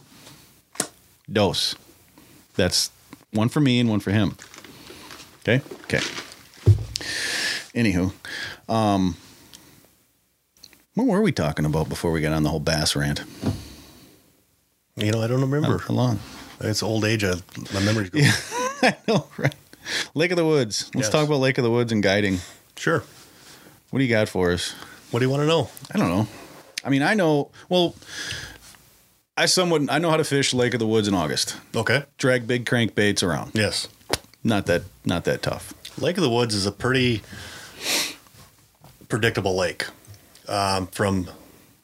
Dose. That's one for me and one for him. Okay? Okay. Anywho, um, what were we talking about before we got on the whole bass rant?
You know, I don't remember.
How long?
It's old age. I, my memory's going.
I know, right? Lake of the Woods. Let's
Yes.
talk about Lake of the Woods and guiding.
Sure.
What do you got for us?
What do you want to know?
I don't know. I mean, I know. Well, I somewhat I know how to fish Lake of the Woods in August.
Okay.
Drag big crankbaits around.
Yes.
Not that not that tough.
Lake of the Woods is a pretty predictable lake. Um, from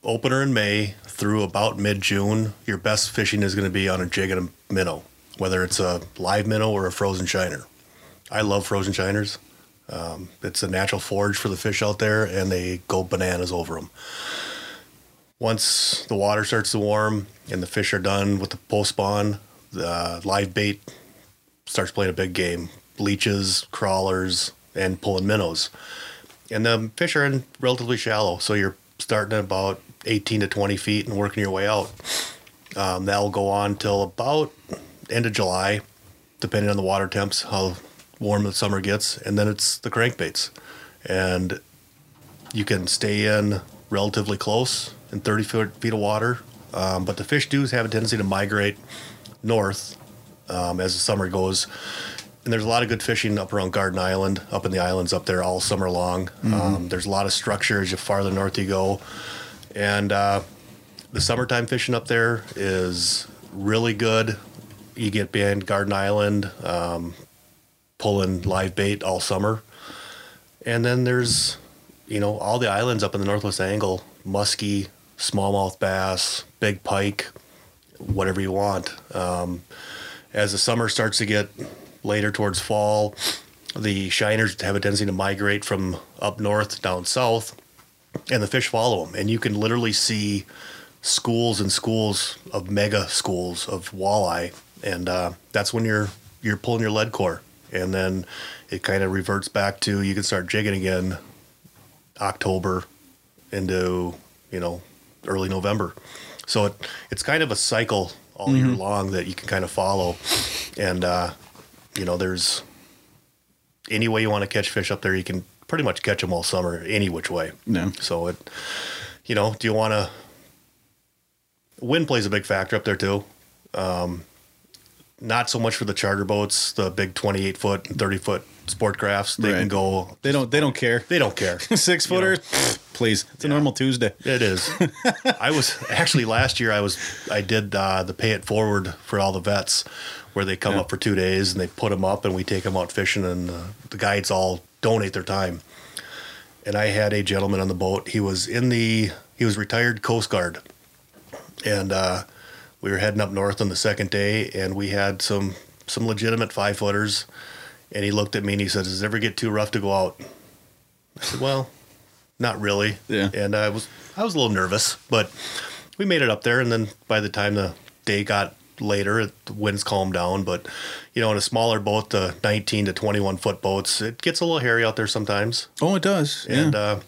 opener in May through about mid June, your best fishing is going to be on a jig and a minnow, whether it's a live minnow or a frozen shiner. I love frozen shiners. Um, it's a natural forage for the fish out there, and they go bananas over them. Once the water starts to warm and the fish are done with the post spawn, the uh, live bait starts playing a big game leeches, crawlers, and pulling minnows. And the fish are in relatively shallow, so you're starting at about 18 to 20 feet and working your way out. Um, that'll go on till about end of July, depending on the water temps, how warm the summer gets, and then it's the crankbaits, and you can stay in relatively close in 30 foot, feet of water. Um, but the fish do have a tendency to migrate north um, as the summer goes. And there's a lot of good fishing up around Garden Island, up in the islands up there all summer long. Um, there's a lot of structure as you farther north you go. And uh, the summertime fishing up there is really good. You get behind Garden Island, um, pulling live bait all summer. And then there's, you know, all the islands up in the northwest angle muskie, smallmouth bass, big pike, whatever you want. Um, as the summer starts to get later towards fall, the shiners have a tendency to migrate from up north down south, and the fish follow them. And you can literally see schools and schools of mega schools of walleye, and uh, that's when you're you're pulling your lead core, and then it kind of reverts back to you can start jigging again, October into you know early November. So it, it's kind of a cycle all year long that you can kind of follow, and uh, you know there's any way you want to catch fish up there, you can pretty much catch them all summer any which way.
No.
So it, you know, do you want to? Wind plays a big factor up there too. Um, not so much for the charter boats, the big twenty-eight foot and thirty foot sport crafts. They
Right.
can go.
They don't. They don't care.
They don't care.
Six footer, please. It's a normal Tuesday.
It is. I was actually last year. I was. I did uh, the pay it forward for all the vets, where they come up for two days and they put them up and we take them out fishing and uh, the guides all donate their time. And I had a gentleman on the boat. He was in the. He was retired Coast Guard, and uh, we were heading up north on the second day, and we had some some legitimate five footers. And he looked at me and he said, "Does it ever get too rough to go out?" I said, "Well." Not really.
Yeah.
And I was I was a little nervous, but we made it up there. And then by the time the day got later, it- the winds calmed down. But you know, in a smaller boat, the 19 to 21 foot boats, it gets a little hairy out there sometimes.
Oh, it does.
And uh,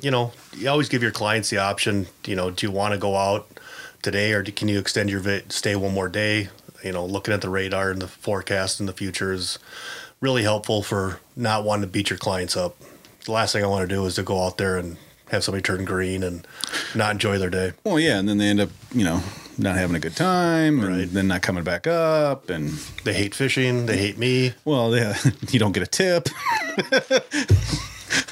you know, you always give your clients the option. You know, do you want to go out today, or do, can you extend your vi- stay one more day? You know, looking at the radar and the forecast in the future is really helpful for not wanting to beat your clients up. The last thing I want to do is to go out there and have somebody turn green and not enjoy their day.
well, yeah, and then they end up, you know, not having a good time, and
Right.
then not coming back up, and
They hate fishing. They hate me.
well, yeah, you don't get a tip.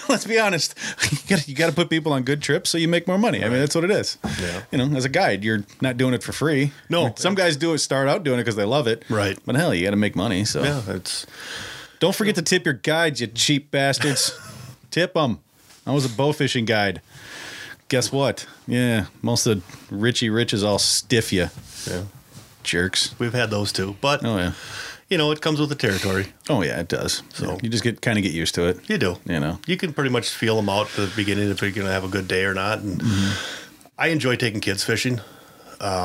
Let's be honest. You got you got to put people on good trips so you make more money. I mean, that's what it is.
Yeah.
You know, as a guide, you're not doing it for free.
No.
Some guys do it. Start out doing it because they love it.
Right.
But hell, you got to make money. So
Yeah, it's
Don't forget to tip your guides, you cheap bastards. tip them. I was a bow fishing guide. Guess what? Yeah, most of the Richie Riches all stiff you,
yeah.
jerks.
We've had those too, but
Oh yeah,
you know, it comes with the territory.
oh yeah, it does. So
So-
you just get kind of get used to it.
You do.
You know.
You can pretty much feel them out at the beginning if you're going to have a good day or not. And I enjoy taking kids fishing. Um,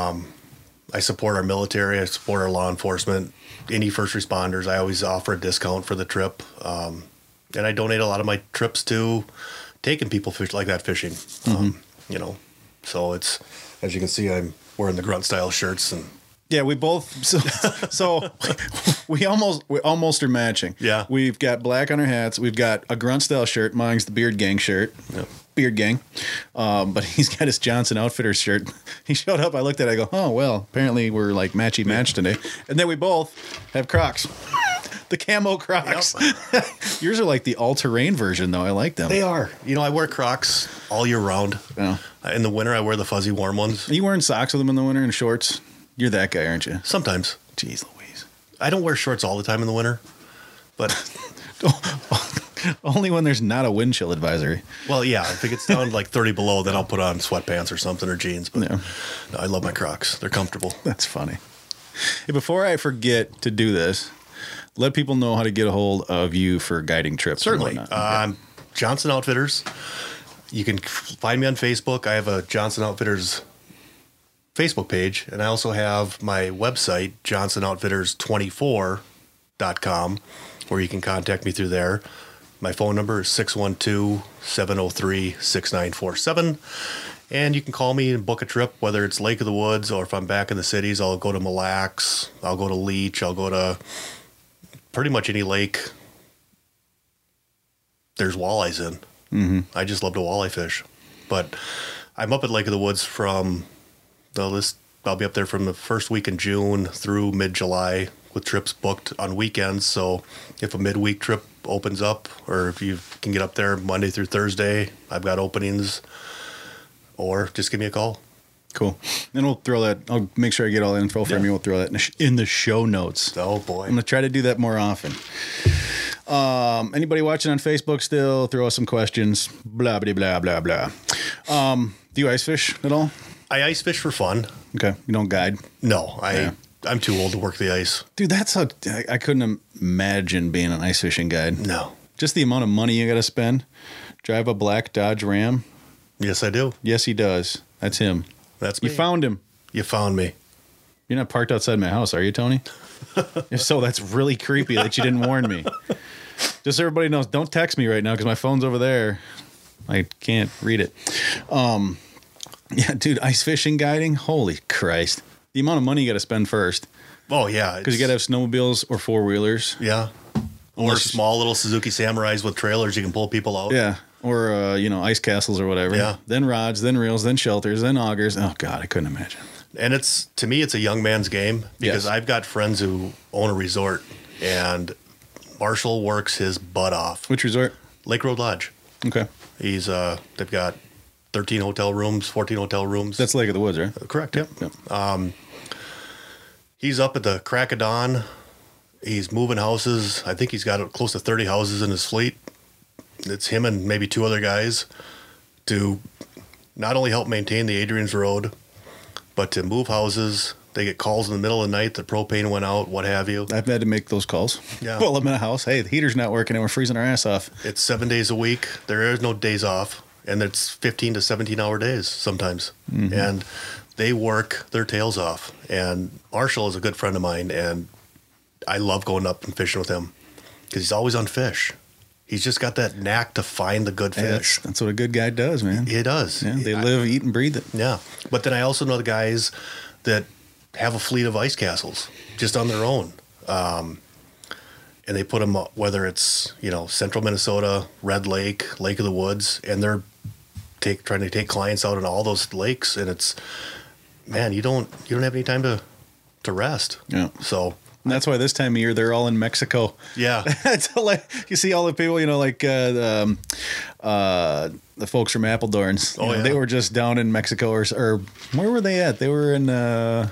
I support our military. I support our law enforcement. Any first responders. I always offer a discount for the trip. Um, and I donate a lot of my trips to taking people fish like that fishing. Um, you know, so it's as you can see, I'm wearing the grunt style shirts and
Yeah, we both so, so we almost we almost are matching.
Yeah.
we've got black on our hats. We've got a grunt style shirt. Mine's the beard gang shirt.
Yep.
Beard gang, um, but he's got his Johnson Outfitters shirt. He showed up. I looked at. it. I go, oh well. Apparently we're like matchy match today. And then we both have Crocs, the camo Crocs. Yours are like the all terrain version though. I like them.
they are. You know, I wear Crocs all year round.
Yeah.
In the winter, I wear the fuzzy warm ones.
Are you wearing socks with them in the winter and shorts? You're that guy, aren't you?
Sometimes.
Jeez Louise.
I don't wear shorts all the time in the winter, but
Only when there's not a wind chill advisory.
well, yeah, if it gets down to like 30 below, then I'll put on sweatpants or something or jeans. But
Yeah.
no, I love my Crocs. They're comfortable.
That's funny. Hey, Before I forget to do this, let people know how to get a hold of you for guiding trips. and
Certainly.
whatnot.
Um, Johnson Outfitters. You can find me on Facebook. I have a Johnson Outfitters Facebook page, and I also have my website, johnsonoutfitters24.com, where you can contact me through there. My phone number is 612 703 6947. And you can call me and book a trip, whether it's Lake of the Woods or if I'm back in the cities, I'll go to Mille Lacs, I'll go to Leech, I'll go to pretty much any lake there's walleyes in. Mm-hmm. I just love to walleye fish. But I'm up at Lake of the Woods from the list. I'll be up there from the first week in June through mid July with trips booked on weekends. So if a midweek trip opens up, or if you can get up there Monday through Thursday, I've got openings, or just give me a call.
Cool. And we'll throw that. I'll make sure I get all the info from
Yeah.
you. We'll throw that in the, sh- in the show notes.
Oh
I'm
boy.
gonna try to do that more often. Um, anybody watching on Facebook still? Throw us some questions. Blah blah blah blah blah. Um, do you ice fish at all?
I ice fish for fun.
Okay, you don't guide,
No, I.
Yeah.
I'm too old to work the ice.
dude. That's how I, I couldn't imagine being an ice fishing guide.
No.
Just the amount of money you got to spend. Drive a black Dodge Ram.
Yes, I do.
Yes, he does. That's him.
That's
You
me.
found him.
you found me.
You're not parked outside my house, are you, Tony? if so, that's really creepy that you didn't warn me. Just so everybody knows, don't text me right now because my phone's over there. I can't read it. Um, yeah, dude, ice fishing guiding. Holy Christ. The amount of money you got to spend first
Oh yeah.
because you got to
it's-
have snowmobiles or four wheelers.
Yeah. Or
Unless you-
small little Suzuki Samurais with trailers, you can pull people out.
Yeah. Or, uh, you know, ice castles or whatever.
Yeah.
Then rods, then reels, then shelters, then augers. Oh, God, I couldn't imagine.
And it's to me, it's a young man's game because
Yes.
I've got friends who own a resort, and Marshall works his butt off.
Which resort?
Lake Road Lodge.
Okay.
He's uh, they've got thirteen hotel rooms, fourteen hotel rooms.
That's Lake of the Woods, right?
correct. Yep. Um,
Yep.
He's up at the crack of dawn. He's moving houses. I think he's got close to 30 houses in his fleet. It's him and maybe two other guys to not only help maintain the Adrian's Road, but to move houses. They get calls in the middle of the night that propane went out, what have you.
I've had to make those calls.
Yeah.
Well, I'm in a house. Hey, the heater's not working and we're freezing our ass off.
It's seven days a week. There is no days off, and it's 15 to 17 hour days sometimes.
Mm-hmm.
And they work their tails off. And Marshall is a good friend of mine, and I love going up and fishing with him because he's always on fish. He's just got that knack to find the good
Hey, that's,
fish.
that's what a good guy does, man.
He does.
Yeah, they
I-
live, eat, and breathe it.
yeah. But then I also know the guys that have a fleet of ice castles just on their own. Um, and they put them, whether it's, you know, central Minnesota, Red Lake, Lake of the Woods, and they're take, trying to take clients out in all those lakes. And it's, man, you don't, you don't have any time to, to rest.
Yeah.
So,
And that's why this time of year they're all in Mexico.
yeah.
That's like you see all the people, you know, like uh, the, um, uh, the folks from Appledorn's. You
Oh,
know,
yeah.
They were just down in Mexico or, or where were they at? They were in, uh,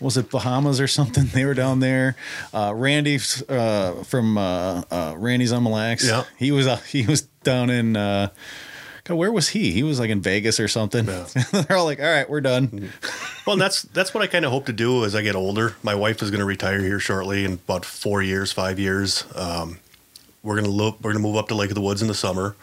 was it Bahamas or something? They were down there. Uh, Randy uh, from uh, uh, Randy's on Mille Lacs.
Yeah.
He was, uh, he was down in, uh, God, where was he? He was like in Vegas or something.
Yeah.
They're all like, all right, we're done.
Well, and that's that's what I kind of hope to do as I get older. My wife is going to retire here shortly in about four years, five years. Um, we're gonna look, we're gonna move up to Lake of the Woods in the summer,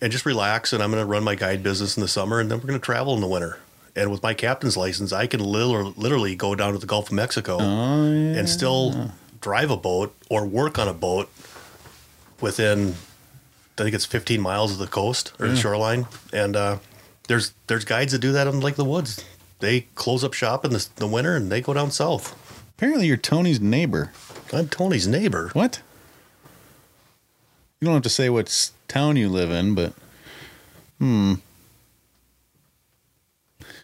and just relax. And I'm gonna run my guide business in the summer, and then we're gonna travel in the winter. And with my captain's license, I can literally, literally go down to the Gulf of Mexico
Uh,
and still drive a boat or work on a boat within I think it's 15 miles of the coast or the shoreline, and uh, there's there's guides that do that on Lake of the Woods. They close up shop in the, the winter and they go down south.
Apparently, you're Tony's neighbor.
I'm Tony's neighbor.
What? You don't have to say what s- town you live in, but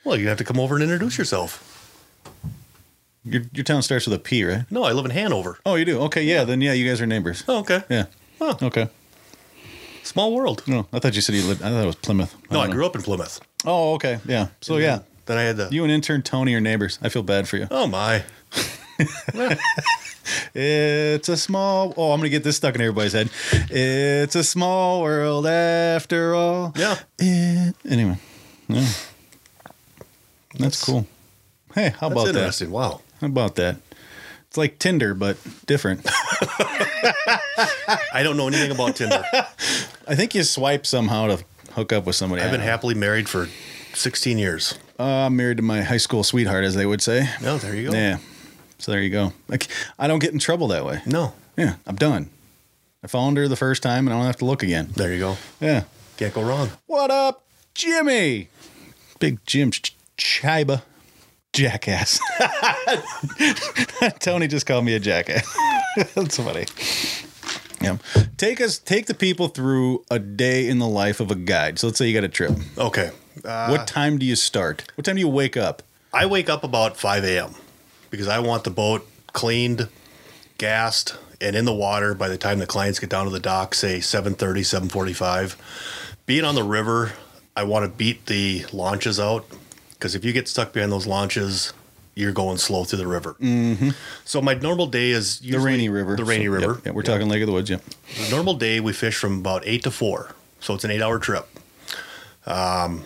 Well, you have to come over and introduce yourself.
your your town starts with a P, right?
No, I live in Hanover.
Oh, you do. Okay, yeah. Then yeah, you guys are neighbors.
Oh, okay.
Yeah.
Huh.
Okay.
Small world.
No, I thought you said you lived. I thought it was Plymouth.
No, I grew up in Plymouth.
Oh, okay. Yeah. So yeah,
Then I had the.
you and intern Tony are neighbors. I feel bad for you.
oh my.
It's a small. Oh, I'm gonna get this stuck in everybody's head. It's a small world after all.
Yeah.
Eh, anyway, yeah. That's, cool. Hey, how
That's
about that?
interesting. Wow.
How about that? It's like Tinder, but different.
I don't know anything about Tinder.
I think you swipe somehow to hook up with somebody.
I've been
I don't know.
happily married for 16 years.
Uh, I'm married to my high school sweetheart, as they would say.
No, there you go.
Yeah. So there you go. Like I don't get in trouble that way.
No.
Yeah, I'm done. I found her the first time, and I don't have to look again.
There you go.
Yeah.
Can't go wrong.
What up, Jimmy? Big Jim Ch- Chiba. Jackass. Tony just called me a jackass. That's funny. Yeah. Take us take the people through a day in the life of a guide. So let's say you got a trip.
Okay. Uh,
what time do you start? What time do you wake up?
I wake up about 5 a.m. because I want the boat cleaned, gassed, and in the water by the time the clients get down to the dock, say 7.30, 7.45. Being on the river, I want to beat the launches out because if you get stuck behind those launches, you're going slow through the river. Mm-hmm. So my normal day is
The
usually
rainy river.
The rainy
So, yep,
river.
yeah, we're talking Lake of the Woods. Yeah.
The normal day we fish from about eight to four, so it's an eight-hour trip. Um,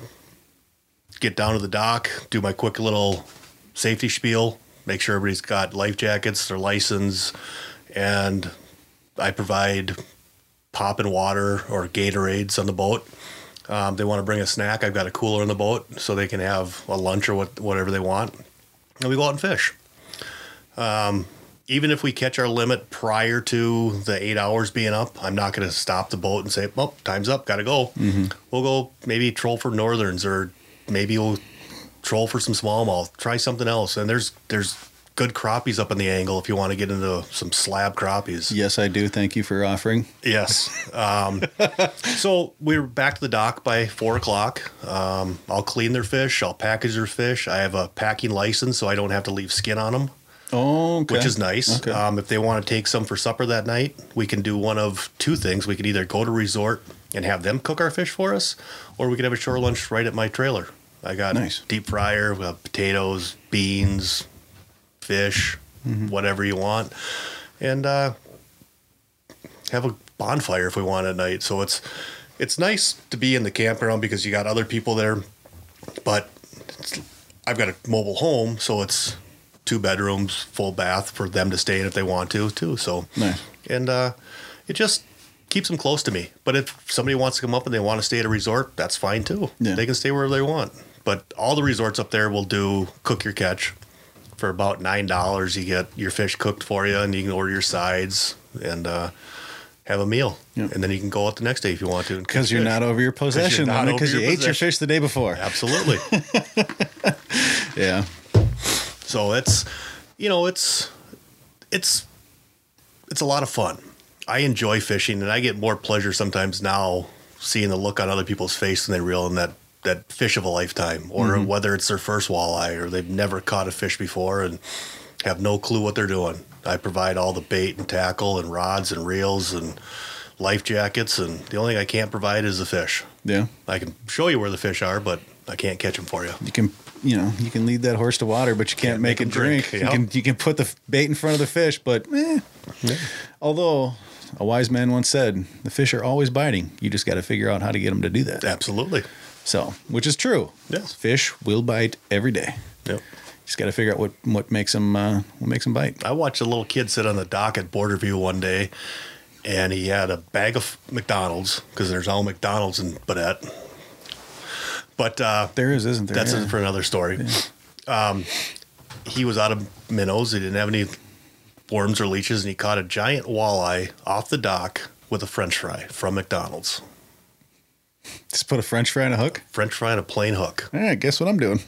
get down to the dock, do my quick little safety spiel, make sure everybody's got life jackets, their license, and I provide pop and water or Gatorades on the boat. Um, they want to bring a snack. I've got a cooler on the boat, so they can have a lunch or what, whatever they want, and we go out and fish Um, even if we catch our limit prior to the eight hours being up, I'm not going to stop the boat and say, well, time's up, got to go. We'll go maybe troll for northerns or maybe we'll troll for some smallmouth, try something else. And there's there's good crappies up in the angle if you want to get into some slab crappies.
Yes, I do. Thank you for offering.
Yes. Um, so we're back to the dock by four o'clock. Um, I'll clean their fish, I'll package their fish. I have a packing license, so I don't have to leave skin on them
Oh, okay.
which is nice.
Okay.
Um, if they want to take some for supper that night, we can do one of two things. We could either go to resort and have them cook our fish for us, or we could have a shore lunch right at my trailer. I got
Nice.
deep fryer, we have potatoes, beans, fish,
Mm-hmm.
whatever you want, and uh, have a bonfire if we want at night. So it's it's nice to be in the campground because you got other people there, but I've got a mobile home, so it's two bedrooms, full bath for them to stay in if they want to, too. So,
Nice.
and uh, it just keeps them close to me. But if somebody wants to come up and they want to stay at a resort, that's fine too.
Yeah.
They can stay wherever they want. But all the resorts up there will do cook your catch for about nine dollars. You get your fish cooked for you, and you can order your sides and uh, have a meal,
Yeah.
and then you can go out the next day if you want to. and cook
because you're
fish.
not over your possession
not
limit
over
because you
your
ate your
possession.
fish the day before.
absolutely.
Yeah.
So it's, you know, it's, it's, it's a lot of fun. I enjoy fishing, and I get more pleasure sometimes now seeing the look on other people's face when they reel in that that fish of a lifetime, or whether it's their first walleye or they've never caught a fish before and have no clue what they're doing. I provide all the bait and tackle and rods and reels and life jackets, and the only thing I can't provide is the fish.
Yeah.
I can show you where the fish are, but I can't catch them for you.
You can, you know, you can lead that horse to water, but you can't, make, it
'em
drink.
drink. Yep.
You can, you can put the f- bait in front of the fish, but eh. although a wise man once said, the fish are always biting. You just got to figure out how to get them to do that.
Absolutely.
So, which is true.
Yes.
Fish will bite every day.
Yep.
Just got to figure out what what makes them uh, what makes them bite.
I watched a little kid sit on the dock at Border View one day, and he had a bag of McDonald's because there's all McDonald's in Badette. But uh,
There is, isn't there?
that's
Yeah.
for another story. Um, he was out of minnows. He didn't have any worms or leeches, and he caught a giant walleye off the dock with a French fry from McDonald's.
just put a French fry on a hook.
French fry and a plain hook.
All right, guess what I'm doing?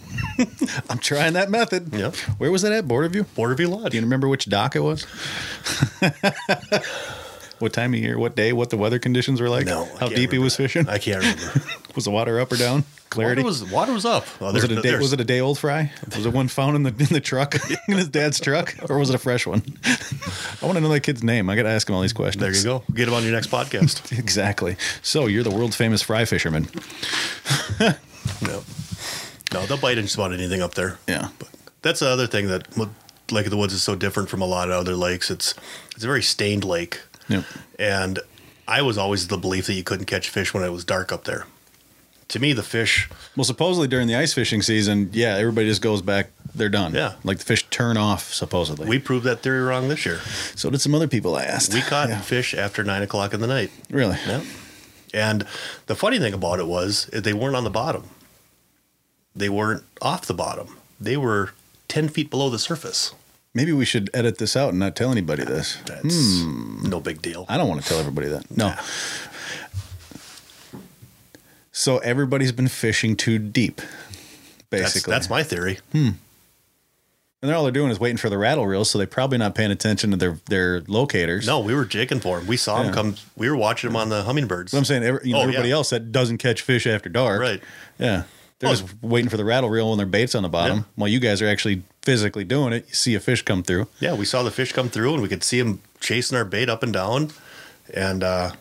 I'm trying that method.
Yep.
Where was that at? Border View.
Border View Lodge.
Do you remember which dock it was? what time of year, what day, what the weather conditions were like?
No, I
How
can't
deep he
remember
was
that.
fishing?
I can't remember.
Was the water up or down? Clarity?
water was water was up. Oh,
Was
there's-
it a day,
there's-
was it a day old fry? Was it one found in the in the truck in his dad's truck, or was it a fresh one? I want to know that kid's name. I got to ask him all these questions.
there you go. Get him on your next podcast.
Exactly. So you're the world famous fry fisherman.
No, no, they'll bite just about anything up there.
Yeah.
That's the other thing that what Lake of the Woods is so different from a lot of other lakes. It's it's a very stained lake,
Yep.
and I was always the belief that you couldn't catch fish when it was dark up there. To me, the fish,
Well, supposedly during the ice fishing season, yeah, everybody just goes back. They're done.
Yeah.
Like the fish turn off, supposedly.
we proved that theory wrong this year.
so did some other people I asked.
We caught
Yeah.
fish after nine o'clock in the night.
Really?
Yeah. And the funny thing about it was is they weren't on the bottom. They weren't off the bottom. They were ten feet below the surface.
Maybe we should edit this out and not tell anybody this.
That's
Hmm.
no big deal.
I don't want to tell everybody that. No. So everybody's been fishing too deep,
That's,
basically.
that's my theory.
and they're all they're doing is waiting for the rattle reels, so they're probably not paying attention to their their locators.
No, we were jigging for him. We saw
Yeah.
him come. We were watching him on the hummingbirds.
But I'm saying every, you know,
Oh,
everybody
yeah.
else that doesn't catch fish after dark.
Right.
Yeah. They're
Oh.
just waiting for the rattle reel when their bait's on the bottom.
Yeah.
While you guys are actually physically doing it, you see a fish come through.
Yeah, we saw the fish come through, and we could see him chasing our bait up and down. And uh,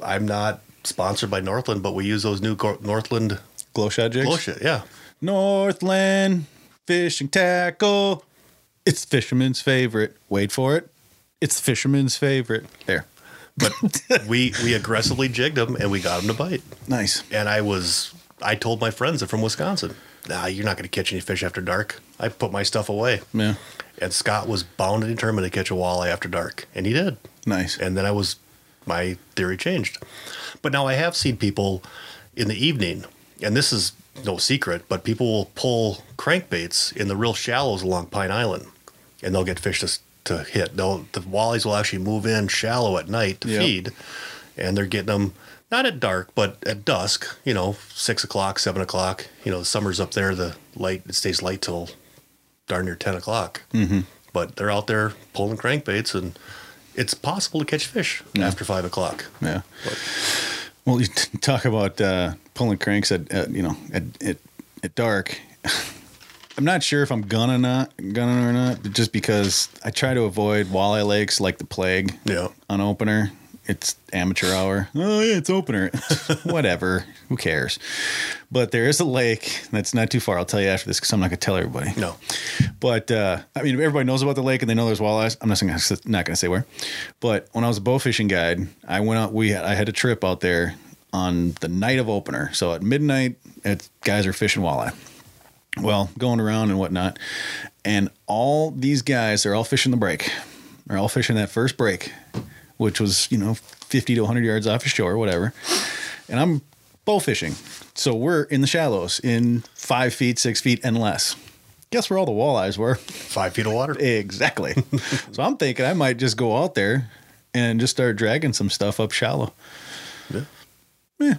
I'm not sponsored by Northland, but we use those new Gor- Northland
Glow shot jigs.
bullshit. Yeah,
Northland fishing tackle. It's fisherman's favorite. Wait for it. It's fisherman's favorite. There.
but we we aggressively jigged him, and we got him to bite.
Nice.
And I was I told my friends they're from Wisconsin. Nah, you're not going to catch any fish after dark. I put my stuff away.
Yeah.
And Scott was bound and determined to catch a walleye after dark, and he did.
Nice.
and then I was my theory changed. But now I have seen people in the evening, and this is no secret, but people will pull crankbaits in the real shallows along Pine Island, and they'll get fish to, s- to hit. They'll the walleyes will actually move in shallow at night to
Yep.
feed, and they're getting them not at dark, but at dusk. You know, six o'clock, seven o'clock. You know, the summer's up there. The light it stays light till darn near ten o'clock. Mm-hmm. But they're out there pulling crankbaits, and it's possible to catch fish after five o'clock.
Yeah.
But-
Well, you t- talk about uh, pulling cranks at, at you know at at, at dark. I'm not sure if I'm gonna not gonna or not, but just because I try to avoid walleye lakes like the plague.
Yeah.
On opener, it's amateur hour. Oh yeah, it's opener. Whatever. Who cares? But there is a lake that's not too far. I'll tell you after this because I'm not gonna tell everybody.
No.
But uh, I mean, everybody knows about the lake and they know there's walleyes. I'm just gonna, not going to say where. But when I was a bow fishing guide, I went out. We had, I had a trip out there on the night of opener. So at midnight, it's, guys are fishing walleye. Well, going around and whatnot, and all these guys are all fishing the break. They're all fishing that first break, which was you know 50 to 100 yards off the shore, whatever. And I'm bow fishing, so we're in the shallows, in five feet, six feet, and less. Guess where all the walleyes were?
Five feet of water.
Exactly. so I'm thinking I might just go out there and just start dragging some stuff up shallow.
Yeah.
Yeah.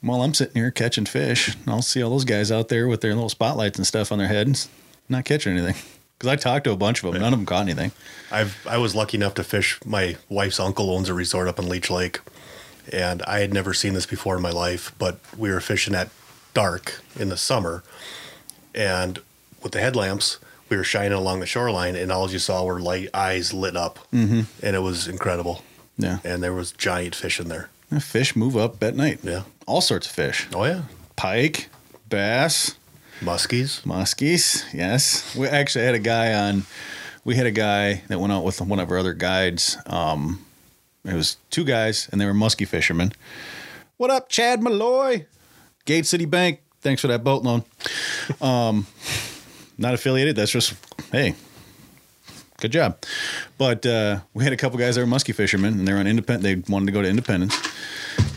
While I'm sitting here catching fish, and I'll see all those guys out there with their little spotlights and stuff on their heads, not catching anything. Because I talked to a bunch of them, none of them caught anything.
I've I was lucky enough to fish. My wife's uncle owns a resort up in Leech Lake, and I had never seen this before in my life. But we were fishing at dark in the summer, and with the headlamps, we were shining along the shoreline, and all you saw were light eyes lit up, mm-hmm. and it was incredible.
Yeah.
And there was giant fish in there.
Fish move up at night.
Yeah.
All sorts of fish
Oh yeah,
pike, bass,
muskies.
Muskies, yes. We actually had a guy on. We had a guy that went out with one of our other guides. Um, it was two guys, and they were muskie fishermen. What up, Chad Malloy? Gate City Bank. Thanks for that boat loan. Um, not affiliated. That's just hey, good job. But uh, we had a couple guys that were muskie fishermen, and they were on independent. They wanted to go to Independence,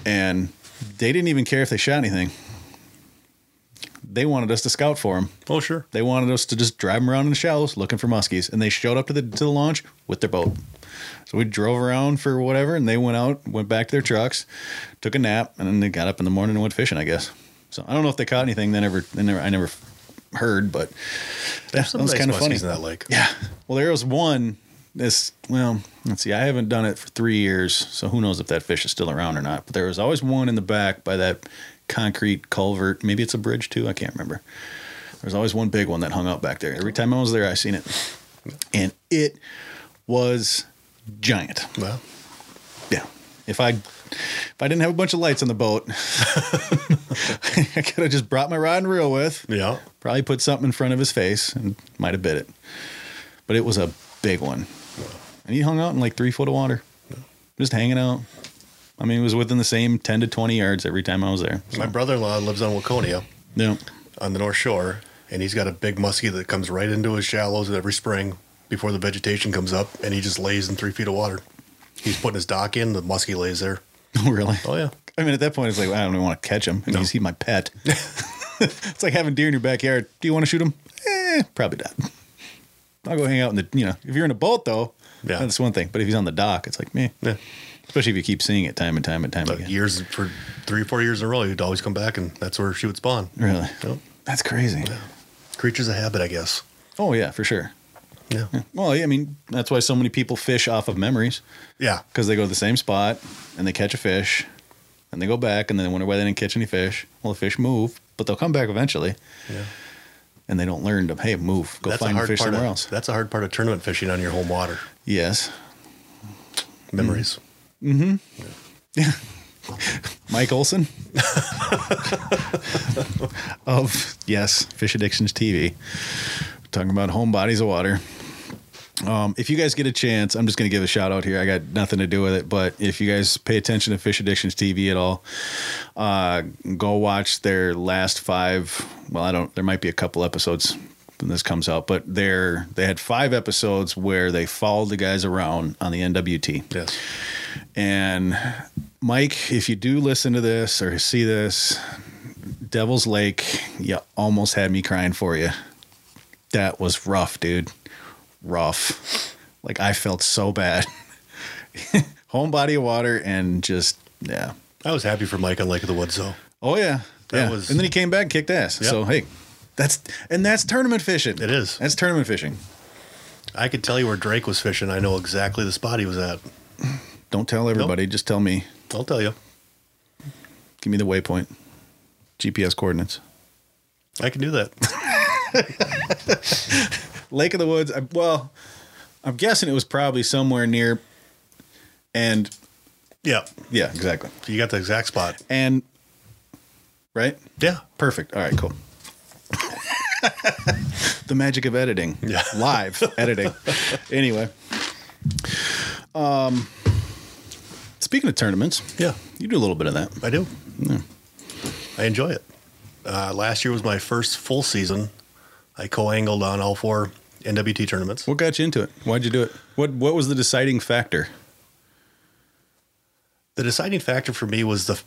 and they didn't even care if they shot anything. They wanted us to scout for them.
Oh sure.
They wanted us to just drive them around in the shallows looking for muskies, and they showed up to the to the launch with their boat. So we drove around for whatever, and they went out, went back to their trucks, took a nap, and then they got up in the morning and went fishing. I guess. So I don't know if they caught anything. They never, they never, I never heard, but
There's some
that was
nice
kinda
muskies
funny.
in that lake.
yeah. Well, there was one. This well, let's see. I haven't done it for three years, so who knows if that fish is still around or not. But there was always one in the back by that concrete culvert. Maybe it's a bridge too. I can't remember. There was always one big one that hung out back there. Every time I was there, I seen it, and it was giant.
Well,
Yeah. If I if I didn't have a bunch of lights on the boat, I could have just brought my rod and reel with.
yeah.
Probably put something in front of his face and might have bit it. But it was a big one. And he hung out in like three foot of water, just hanging out. I mean, it was within the same 10 to 20 yards every time I was there.
My brother-in-law lives on Waconia.
Yeah.
on the North Shore, and he's got a big muskie that comes right into his shallows every spring before the vegetation comes up, and he just lays in three feet of water. He's putting his dock in, the muskie lays there.
really?
Oh yeah,
I mean, at that point, it's like, I don't even want to catch him. I mean, He's, he's my pet. it's like having deer in your backyard. Do you want to shoot him? Eh, probably not. I'll go hang out in the you know if you're in a boat though,
Yeah.
that's one thing. But if he's on the dock, it's like meh.
Yeah.
Especially if you keep seeing it time and time and time
But
again.
years for three or four years in a row, you'd always come back, and that's where she would spawn.
Really,
Yep.
that's crazy.
Creatures of habit, I guess.
Oh yeah, for sure.
Yeah. Yeah.
Well, yeah, I mean that's why so many people fish off of memories because they go to the same spot and they catch a fish, and they go back and then they wonder why they didn't catch any fish. Well, the fish move, but they'll come back eventually,
Yeah.
and they don't learn to hey move, go find fish
part
somewhere
of,
else.
That's a hard part of tournament fishing on your home water.
Yes,
Memories.
Mike Olson of yes, Fish Addictions TV. We're talking about home bodies of water. Um, if you guys get a chance, I'm just going to give a shout out here. I got nothing to do with it, but if you guys pay attention to Fish Addictions TV at all, uh, go watch their last five. Well, I don't. There might be a couple episodes when this comes out, but they're they had five episodes where they followed the guys around on the NWT.
Yes.
And Mike, if you do listen to this or see this, Devil's Lake, you almost had me crying for you. That was rough, dude. Rough. Like I felt so bad. Home body of water and just yeah.
I was happy for Mike on Lake of the Woods, though.
Oh yeah.
That
yeah.
was-
and then he came back and kicked ass.
Yep.
So hey, that's and that's tournament fishing.
It is.
That's tournament fishing.
I could tell you where Drake was fishing. I know exactly the spot he was at.
Don't tell everybody, just tell me.
I'll tell you.
Give me the waypoint. GPS coordinates.
I can do that.
Lake of the Woods. I, well, I'm guessing it was probably somewhere near. And
yeah.
yeah, exactly.
You got the exact spot.
And right,
Yeah.
perfect. All right, cool. the magic of editing.
Yeah.
live editing. Anyway, um, speaking of tournaments,
Yeah.
you do a little bit of that.
I do. I enjoy it. Uh, last year was my first full season. I co-angled on all four NWT tournaments.
What got you into it? Why'd you do it? What What was the deciding factor?
The deciding factor for me was the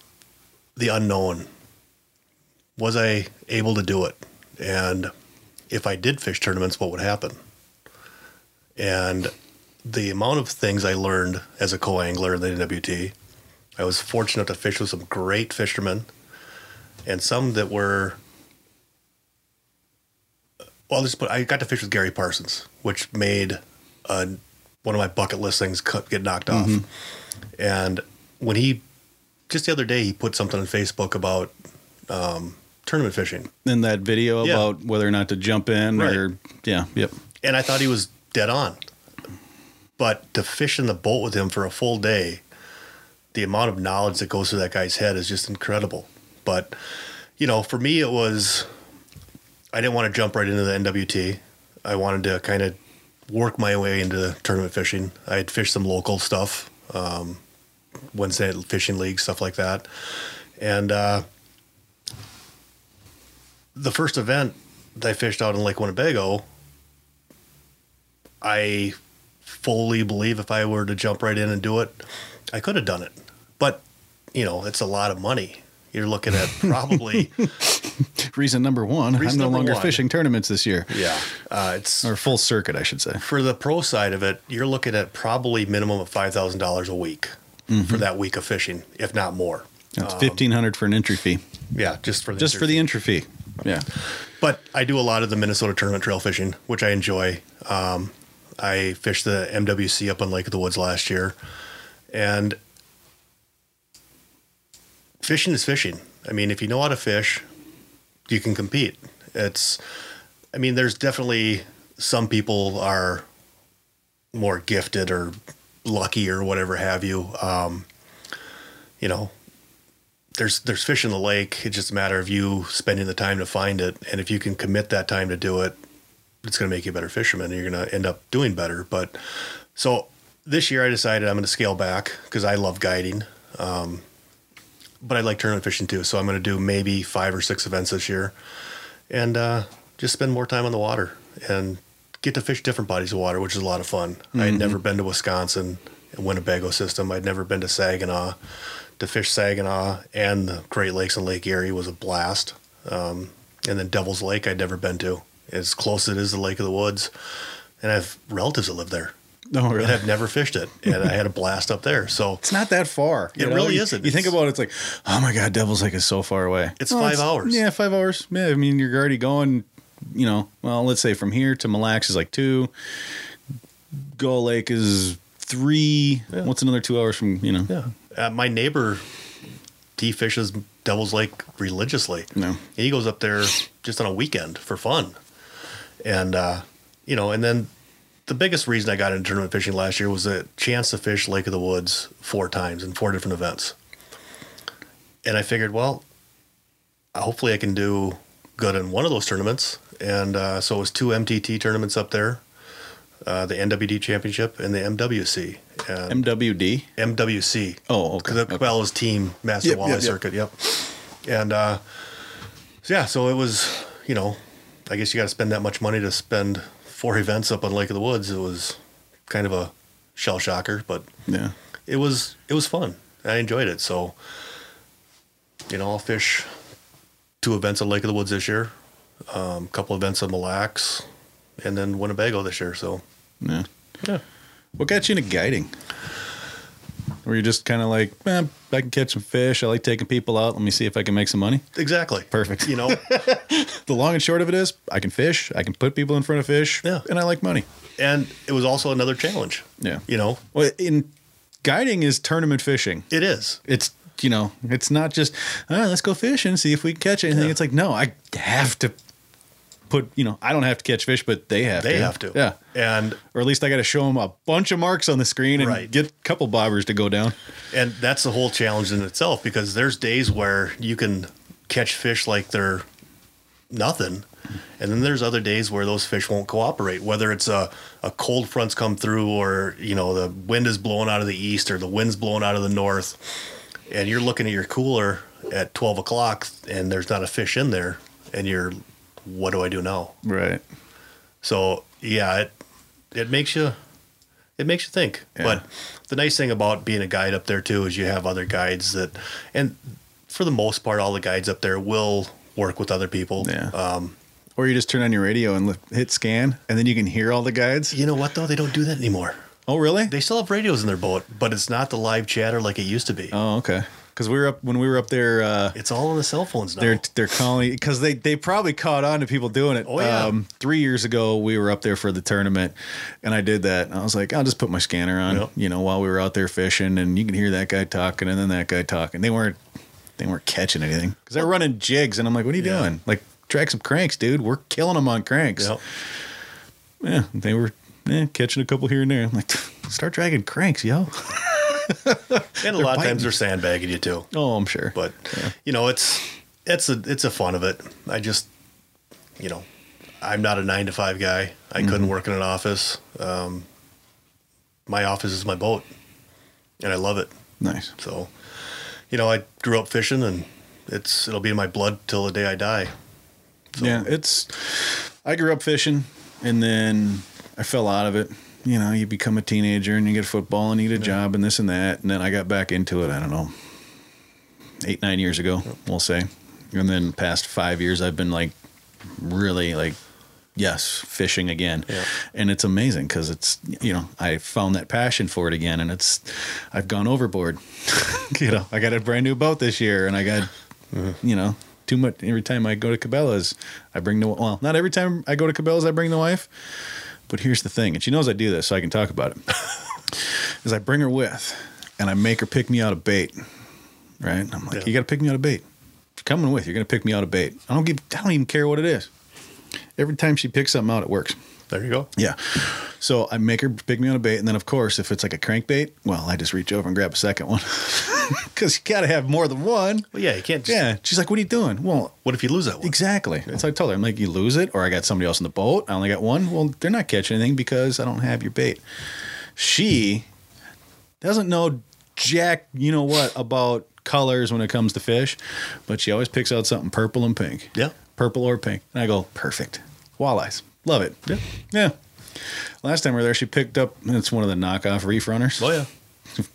the unknown. Was I able to do it? And if I did fish tournaments, what would happen? And the amount of things I learned as a co-angler in the NWT, I was fortunate to fish with some great fishermen and some that were well, I'll just put I got to fish with Gary Parsons, which made uh, one of my bucket list things cut, get knocked off. And when he just the other day, he put something on Facebook about um, tournament fishing,
In that video
Yeah.
about whether or not to jump in or yeah, yep.
and I thought he was dead on. But to fish in the boat with him for a full day, the amount of knowledge that goes through that guy's head is just incredible. But you know, for me, it was I didn't want to jump right into the NWT. I wanted to kind of work my way into tournament fishing. I had fished some local stuff, um, Wednesday night fishing league stuff like that, and uh, the first event that I fished out in Lake Winnebago, I fully believe if I were to jump right in and do it, I could have done it. But you know, it's a lot of money. You're looking at probably.
Reason number one: I'm
Reason
no
number
longer
one.
fishing tournaments this year.
Yeah. Uh, it's
or full circuit, I should say.
for the pro side of it, you're looking at probably minimum of five thousand dollars a week for that week of fishing, if not more.
It's
Um,
fifteen hundred for an entry fee,
Yeah, just for the
just for the entry fee. Yeah,
But I do a lot of the Minnesota tournament trail fishing, which I enjoy. Um, I fished the MWC up on Lake of the Woods last year, and fishing is fishing. I mean, if you know how to fish, you can compete. It's, I mean, there's definitely some people are more gifted or lucky or whatever have you. Um, you know, there's there's fish in the lake. It's just a matter of you spending the time to find it, and if you can commit that time to do it, it's going to make you a better fisherman. and You're going to end up doing better. But so this year, I decided I'm going to scale back because I love guiding, um, but I like tournament fishing too. So I'm going to do maybe five or six events this year, and uh, just spend more time on the water and get to fish different bodies of water, which is a lot of fun. I had never been to Wisconsin Winnebago system. I'd never been to Saginaw to fish Saginaw and the Great Lakes and Lake Erie was a blast. Um, and then Devil's Lake, I'd never been to. As close as it is to Lake of the Woods, and I have relatives that live there.
No, really.
And I've never fished it, and I had a blast up there. So
It's not that far.
It really
You-
isn't.
You think
It's-
about it, it's like, oh my God, Devil's Lake is so far away.
It's five hours.
Yeah, five hours. Yeah, I mean, you're already going, you know, well, let's say from here to Mille Lacs is like two. Gull Lake is three.
Yeah.
What's another two hours from, you know?
yeah, uh, my neighbor, he fishes Devil's Lake religiously.
No.
And he goes up there just on a weekend for fun. And, uh, you know, and then the biggest reason I got into tournament fishing last year was a chance to fish Lake of the Woods four times in four different events. And I figured, well, hopefully I can do good in one of those tournaments. And uh, so it was two MTT tournaments up there uh, the NWD Championship and the MWC. And
MWD.
MWC.
Oh, okay.
Because the
okay.
Cabela's team master
Yep,
walleye
yep, yep.
circuit. Yep. And uh, so, yeah, so it was, you know, I guess you got to spend that much money to spend four events up on Lake of the Woods. It was kind of a shell shocker, but
Yeah.
it was it was fun. I enjoyed it. So, you know, I'll fish two events at Lake of the Woods this year, a um, couple events at Mille Lacs, and then Winnebago this year. So,
Yeah.
yeah.
What got you into guiding? Were you just kind of like, eh, I can catch some fish. I like taking people out. Let me see if I can make some money.
Exactly.
Perfect.
You know,
The long and short of it is, I can fish. I can put people in front of fish.
Yeah.
And I like money.
and it was also another challenge.
Yeah.
You know,
Well, in guiding is tournament fishing.
it is.
It's you know, it's not just oh, let's go fishing, see if we can catch anything.
Yeah.
It's like no, I have to put you know, I don't have to catch fish, but they have
They
to.
have to.
yeah.
And
Or at least I got to show them a bunch of marks on the screen and
Right.
get a couple bobbers to go down.
and that's the whole challenge in itself because there's days where you can catch fish like they're nothing. And then there's other days where those fish won't cooperate, whether it's a, a cold front's come through or, you know, the wind is blowing out of the east or the wind's blowing out of the north. And you're looking at your cooler at 12 o'clock and there's not a fish in there. And you're, what do I do now?
Right.
So yeah, it it makes you it makes you think.
Yeah.
But the nice thing about being a guide up there too is you have other guides that, and for the most part, all the guides up there will work with other people.
Yeah.
Um,
Or you just turn on your radio and li- hit scan, and then you can hear all the guides.
you know what though? They don't do that anymore.
Oh, really?
They still have radios in their boat, but it's not the live chatter like it used to be.
oh, okay. Because we were up when we were up there. Uh,
It's all on the cell phones now.
they're they're calling because they they probably caught on to people doing it. Um,
Oh, yeah.
three years ago, we were up there for the tournament, and I did that. And I was like, I'll just put my scanner on,
Yep.
you know, while we were out there fishing, and you can hear that guy talking, and then that guy talking. They weren't they weren't catching anything because they're running jigs, and I'm like, what are you
Yeah.
doing? Like, drag some cranks, dude. We're killing them on cranks.
Yep.
Yeah, they were. eh, catching a couple here and there. I'm like, start dragging cranks, yo.
and a lot of
biting.
times they're sandbagging you too.
Oh, I'm sure.
but you know it's it's a it's a fun of it i just you know i'm not a nine to five guy i couldn't work in an office um, my office is my boat and i love it
nice.
so you know i grew up fishing and it's it'll be in my blood till the day i die
Yeah, it's. I grew up fishing, and then I fell out of it. You know, you become a teenager and you get football and you get a job and this and that, and then I got back into it. I don't know, eight nine years ago, we'll say, and then past five years I've been like, really like, yes, fishing again,
Yeah.
and it's amazing because it's you know I found that passion for it again, and it's I've gone overboard. you know, I got a brand new boat this year, and I got you know, too much. Every time I go to Cabela's, I bring the well, not every time I go to Cabela's, I bring the wife. But here's the thing, and she knows I do this, so I can talk about it. is I bring her with, and I make her pick me out a bait. Right? I'm like,
Yeah.
you got to pick me out a bait. If you're coming with, you're gonna pick me out a bait. I don't give. I don't even care what it is. Every time she picks something out, it works.
there you go
Yeah. So I make her pick me on a bait. And then, of course, if it's like a crankbait, well, I just reach over and grab a second one because you got to have more than one.
well yeah you can't just
Yeah. She's like, what are you doing? Well,
what if you lose that one
exactly. That's how I told her. I'm like, you lose it, or I got somebody else in the boat. I only got one. Well, they're not catching anything because I don't have your bait. She doesn't know jack, you know what, about colors when it comes to fish, but she always picks out something purple and pink.
Yeah.
Purple or pink. And I go, perfect. Walleyes. Love it.
Yeah.
Yeah. Last time we were there, she picked up, it's one of the knockoff reef runners.
oh yeah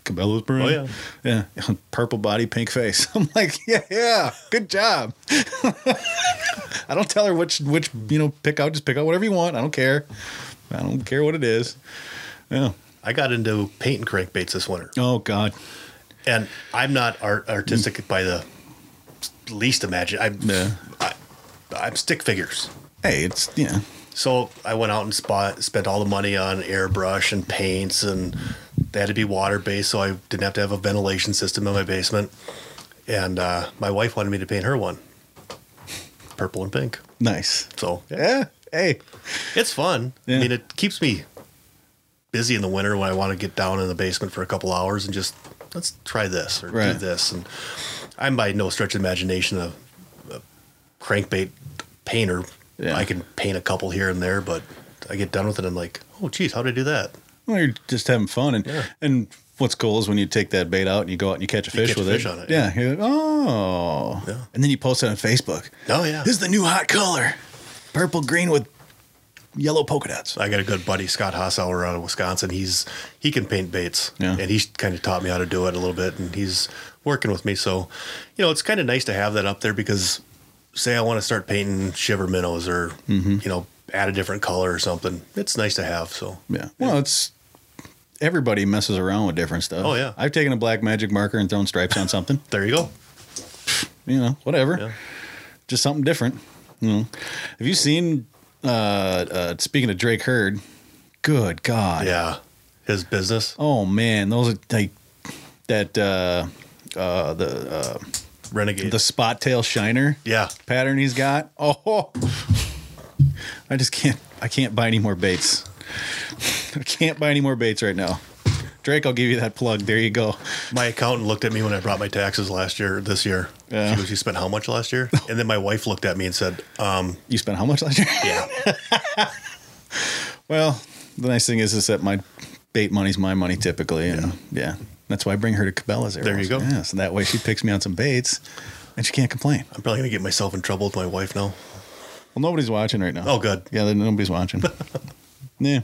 Cabela's brand.
Oh,
yeah, yeah. Purple body, pink face. I'm like, yeah, yeah, good job. I don't tell her which which you know pick out. Just pick out whatever you want. I don't care. I don't care what it is. Yeah.
I got into painting crankbaits this winter,
Oh God.
and I'm not art- artistic by the least imagine. I'm,
Yeah.
I, I'm stick figures.
Hey, it's yeah.
So I went out and spot, spent all the money on airbrush and paints, and they had to be water based, so I didn't have to have a ventilation system in my basement. And uh, my wife wanted me to paint her one, purple and pink.
Nice.
So
Yeah. Hey.
it's fun.
Yeah.
I mean, it keeps me busy in the winter when I want to get down in the basement for a couple hours and just let's try this or do
Right.
this. And I'm by no stretch of imagination a, a crankbait painter.
Yeah.
I can paint a couple here and there, but I get done with it. I'm like, oh, geez, how did I do that?
Well, you're just having fun, and
Yeah.
and what's cool is when you take that bait out and you go out and you catch a fish
catch
with
a
it.
fish on it,
Yeah. You're like, oh.
Yeah.
And then you post it on Facebook.
Oh yeah.
This is the new hot color, purple green with yellow polka dots.
I got a good buddy, Scott Hossauer out of Wisconsin. He's he can paint baits,
Yeah.
and he's kind of taught me how to do it a little bit, and he's working with me. So, you know, it's kind of nice to have that up there because, say, I want to start painting shiver minnows or
Mm-hmm.
you know add a different color or something. It's nice to have. So
Yeah. Well, it's everybody messes around with different stuff.
Oh, yeah.
I've taken a black magic marker and thrown stripes on something.
there you go.
You know, whatever.
Yeah.
Just something different. You know. Have you seen? Uh, uh, speaking of Drake Hurd, good God.
Yeah, his business
Oh man, those are like that. Uh, uh, the uh,
renegade.
the spot tail shiner
yeah,
pattern he's got. Oh, I just can't. I can't buy any more baits. I can't buy any more baits right now. Drake, I'll give you that plug. There you go.
my accountant looked at me when I brought my taxes last year. This year,
Yeah.
she goes, "You spent how much last year?" And then my wife looked at me and said, um,
You spent how much last year?
"Yeah."
Well, the nice thing is, is that my bait money's my money typically, and yeah, that's why I bring her to Cabela's. every
There you
once in a-
go.
Yeah, so that way she picks me on some baits, and she can't complain.
I'm probably gonna get myself in trouble with my wife now.
Well, nobody's watching right now.
Oh, good.
Yeah, then nobody's watching. yeah,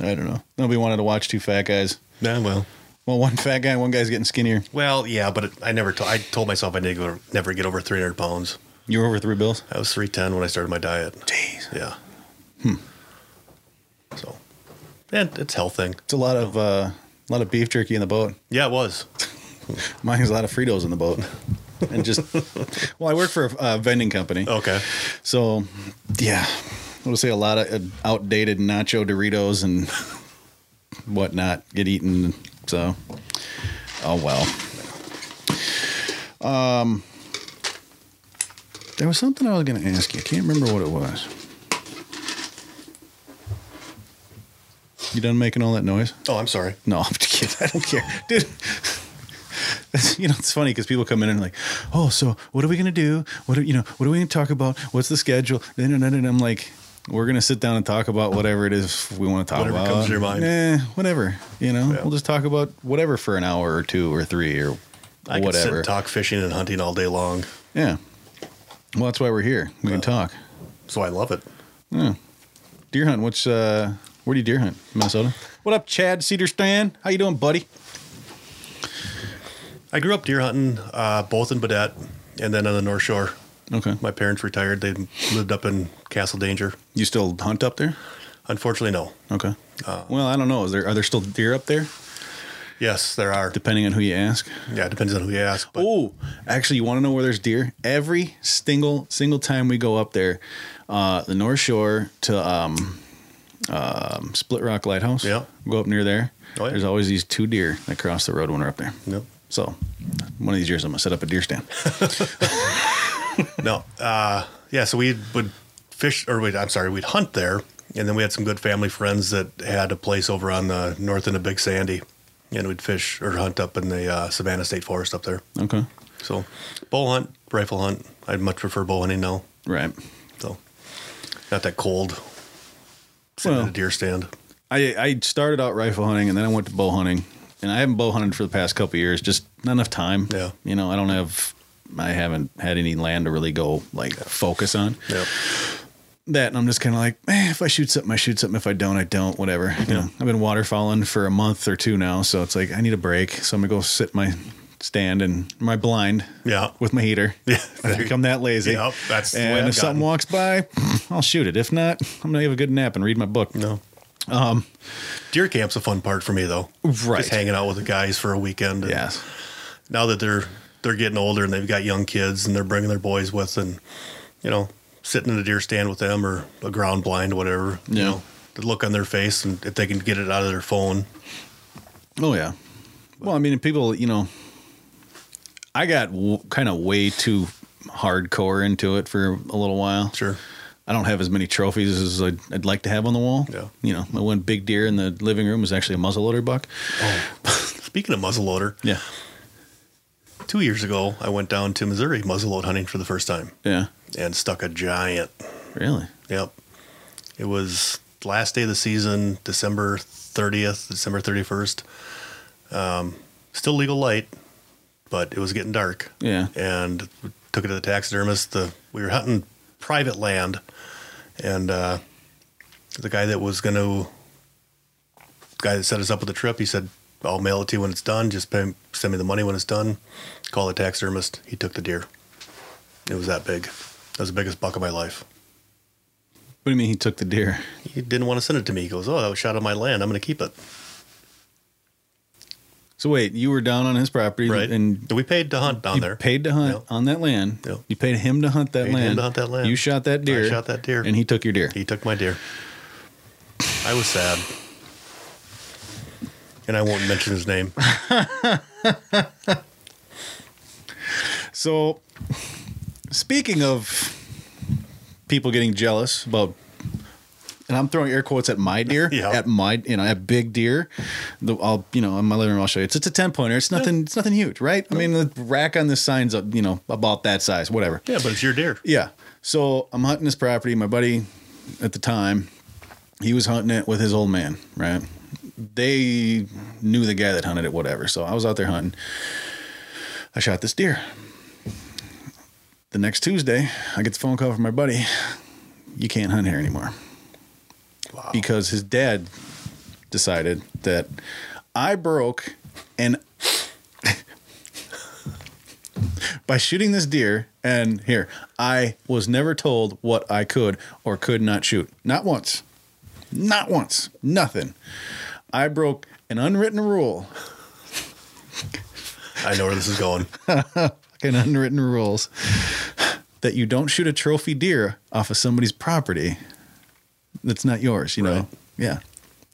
I don't know. Nobody wanted to watch two fat guys.
Yeah, well.
Well, one fat guy, one guy's getting skinnier.
Well, yeah, but it, I never. To, I told myself I would never, never get over 300 pounds.
You were over three bills.
I was 310 when I started my diet.
Jeez,
Yeah. Hmm. So, and it's health thing.
it's a lot of uh, a lot of beef jerky in the boat.
Yeah, it was.
Mine is a lot of Fritos in the boat, and just well, I work for a uh, vending company.
Okay.
So, yeah, I would say a lot of uh, outdated nacho Doritos and whatnot get eaten. So, oh well. Um, there was something I was going to ask you. I can't remember what it was. You done making all that noise?
Oh, I'm sorry.
No, I'm just kidding. I don't care, dude. That's- You know, it's funny because people come in and like, oh, so what are we gonna do? What are you know? What are we gonna talk about? What's the schedule? And I'm like, we're gonna sit down and talk about whatever it is we want to talk
Whatever
about.
comes to your mind.
Eh, whatever. You know,
Yeah.
we'll just talk about whatever for an hour or two or three or
I could sit
whatever.
and talk fishing and hunting all day long,
Yeah. Well, that's why we're here. We can talk.
so I love it.
Deer hunt. What's uh? Where do you deer hunt? Minnesota. What up, Chad Cedar Stan? How you doing, buddy?
I grew up deer hunting, uh, both in Badette and then on the North Shore.
Okay.
My parents retired. They lived up in Castle Danger.
You still hunt up there?
Unfortunately, no.
Okay.
Uh.
well, I don't know. Is there are there still deer up there?
Yes, there are.
Depending on who you ask.
Yeah, it depends on who you ask. But
Oh, actually, you want to know where there's deer? Every single single time we go up there, uh, the North Shore to um, um, Split Rock Lighthouse.
Yeah.
Go up near there.
Oh, yeah.
There's always these two deer that cross the road when we're up there.
no.
So, one of these years I'm gonna set up a deer stand.
No. Uh, yeah, so we would fish, or wait, I'm sorry, we'd hunt there. And then we had some good family friends that had a place over on the north end of Big Sandy. And we'd fish or hunt up in the uh, Savannah State Forest up there.
Okay.
So bow hunt, rifle hunt. I'd much prefer bow hunting now.
Right.
So not that cold sitting
Well.
at a deer stand.
I I started out rifle hunting and then I went to bow hunting. And I haven't bow hunted for the past couple of years, just not enough time.
Yeah.
You know, I don't have I haven't had any land to really go like focus on.
Yeah.
That and I'm just kinda like, eh, if I shoot something, I shoot something. If I don't, I don't, whatever. You know, I've been waterfowling for a month or two now, so it's like I need a break. So I'm gonna go sit in my stand and my blind
Yeah.
with my heater.
Yeah.
I think I'm that lazy.
Yep, that's the way
and
I've
if something
gotten.
walks by, I'll shoot it. If not, I'm gonna have a good nap and read my book.
No. Deer camp's a fun part for me though.
Um, Right.
Just hanging out with the guys for a weekend. and
Yes.
Now that they're they're getting older and they've got young kids and they're bringing their boys with and you know sitting in a deer stand with them or a ground blind whatever. You
Yeah.
know the look on their face and if they can get it out of their phone.
Oh yeah. Well, I mean, people, you know, I got w- kind of way too hardcore into it for a little while.
Sure.
I don't have as many trophies as I'd, I'd like to have on the wall.
Yeah.
You know, my one big deer in the living room was actually a muzzleloader buck.
Speaking of muzzleloader,
Yeah.
two years ago I went down to Missouri muzzleload hunting for the first time
Yeah.
and stuck a giant.
Really?
Yep. It was the last day of the season, December 30th, December 31st. Um, still legal light, but it was getting dark.
Yeah.
And we took it to the taxidermist. The, we were hunting private land, and uh, the guy that was going to, the guy that set us up with the trip, he said, I'll mail it to you when it's done. Just pay, send me the money when it's done. Call the taxidermist. He took the deer. It was that big. That was the biggest buck of my life
What do you mean he took the deer?
he didn't want to send it to me. He goes, "Oh, that was shot on my land. I'm going to keep it."
So wait, you were down on his property,
Right.
And
we paid to hunt down
you
there.
paid to hunt
Yep.
on that land.
Yep.
You paid him to hunt that
Paid him
land.
to hunt that land.
You shot that deer.
I shot that deer.
And he took your deer.
He took my deer. I was sad, and I won't mention his name.
So, speaking of people getting jealous about, and I'm throwing air quotes at my deer,
Yeah.
at my you know at big deer, the I'll you know in my living room I'll show you. It's it's a ten pointer. It's nothing. It's nothing huge, right? I mean the rack on this sign's up, you know about that size, whatever.
Yeah, but it's your deer.
Yeah. So I'm hunting this property. My buddy at the time, he was hunting it with his old man, right? They knew the guy that hunted it, whatever. So I was out there hunting. I shot this deer. The next Tuesday, I get the phone call from my buddy. You can't hunt here anymore.
Wow.
Because his dad decided that I broke and by shooting this deer and here i was never told what i could or could not shoot not once not once nothing i broke an unwritten rule
I know where this is going.
fucking unwritten rules that you don't shoot a trophy deer off of somebody's property that's not yours you know
Right.
yeah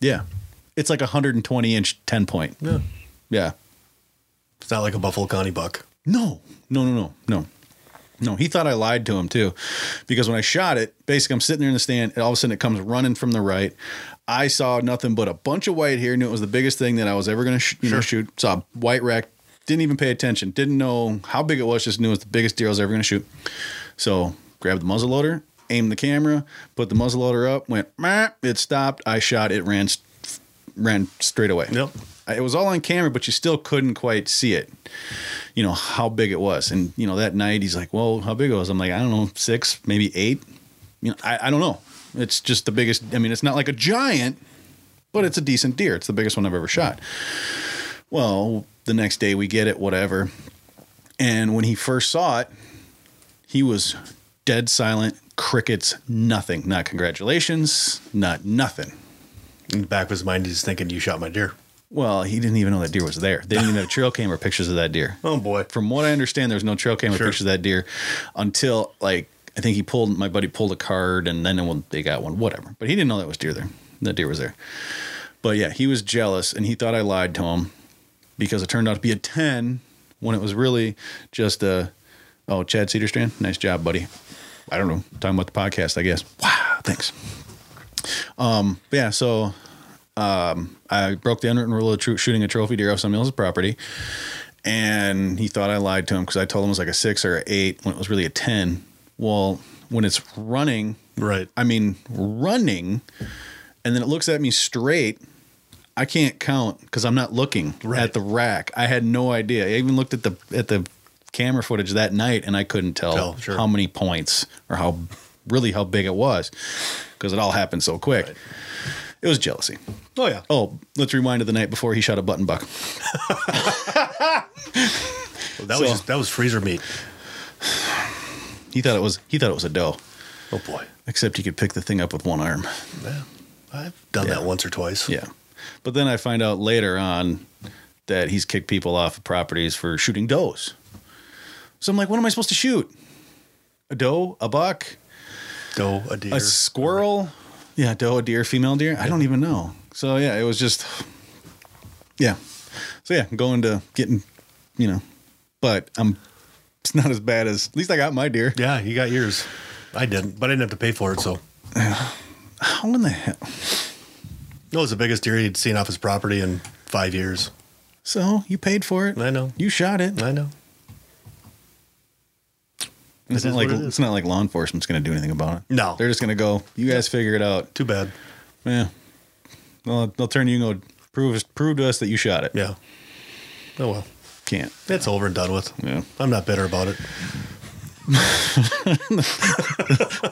yeah it's like a 120 inch 10 point
Yeah.
yeah
It's not like a Buffalo County buck.
No, no, no, no, no. No, he thought I lied to him too, because when I shot it, basically I'm sitting there in the stand, and all of a sudden it comes running from the right. I saw nothing but a bunch of white here. Knew it was the biggest thing that I was ever going to sh- you know,
Sure.
shoot. Saw a white rack. Didn't even pay attention. Didn't know how big it was. Just knew it was the biggest deer I was ever going to shoot. So grabbed the muzzle loader, aimed the camera, put the muzzle loader up, went. "Meh." It stopped. I shot. It ran, st- ran straight away.
Yep.
It was all on camera, but you still couldn't quite see it you know how big it was and you know that night he's like well how big it was i'm like i don't know six maybe eight you know i, I don't know it's just the biggest i mean it's not like a giant but it's a decent deer it's the biggest one i've ever shot well the next day we get it whatever and when he first saw it he was dead silent crickets nothing not congratulations not nothing
In the back of his mind, he's thinking, "You shot my deer."
well he didn't even know that deer was there they didn't even have trail camera pictures of that deer
Oh boy.
from what I understand, there was no trail camera
Sure.
pictures of that deer until like I think he pulled my buddy pulled a card and then when they got one, whatever. But he didn't know that was deer there. That deer was there. But yeah, he was jealous and he thought I lied to him because it turned out to be a ten when it was really just a oh Chad Cedarstrand, nice job, buddy. I don't know, talking about the podcast, I guess. Wow, thanks. Um, but yeah, so um, I broke the unwritten rule of tro- shooting a trophy deer off somebody else's property and he thought I lied to him because I told him it was like a six or an eight when it was really a ten. Well, when it's running,
Right.
I mean running, and then it looks at me straight. I can't count because I'm not looking
Right.
at the rack. I had no idea. I even looked at the at the camera footage that night, and I couldn't tell,
Tell, sure.
how many points or how really how big it was because it all happened so quick.
Right.
It was jealousy.
Oh yeah.
Oh, let's rewind to the night before he shot a button buck.
that
so-
was just, that was freezer meat.
He thought it was he thought it was a doe.
Oh boy.
Except you could pick the thing up with one arm.
Yeah. I've done that once or twice.
Yeah. But then I find out later on that he's kicked people off of properties for shooting does. So I'm like, what am I supposed to shoot? A doe, a buck,
Doe, a deer.
a squirrel? Yeah, doe, a deer, female deer. I don't even know. So yeah, it was just yeah. So yeah, going to getting, you know, but I'm it's not as bad as at least I got my deer.
yeah, you got yours. I didn't, but I didn't have to pay for it. So
How in the hell?
that was the biggest deer he'd seen off his property in five years.
So you paid for it.
I know.
You shot it.
I know.
It's
It
not
is
like
what it is.
it's not like law enforcement's going to do anything about it.
No.
they're just going to go. You guys figure it out.
Too bad.
Yeah, well, they'll turn to you and go prove prove to us that you shot it.
Yeah. Oh well,
can't.
it's over and done with.
Yeah,
I'm not bitter about it.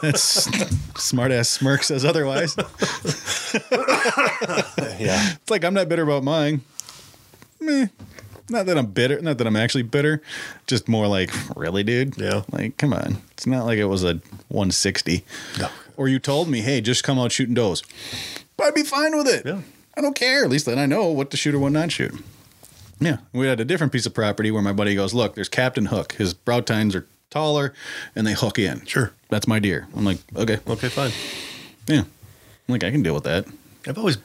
that's smart ass smirk says otherwise.
Yeah.
It's like I'm not bitter about mine. Meh. Not that I'm bitter. Not that I'm actually bitter. Just more like, really, dude.
Yeah.
Like, come on. It's not like it was a 160.
No.
Or you told me, hey, just come out shooting does. But I'd be fine with it.
Yeah.
I don't care. At least then I know what to shoot or what not shoot. Yeah. We had a different piece of property where my buddy goes, look, there's Captain Hook. His brow tines are taller and they hook in.
Sure.
That's my deer. I'm like, okay.
Okay. Fine.
Yeah. I'm like, I can deal with that.
I've always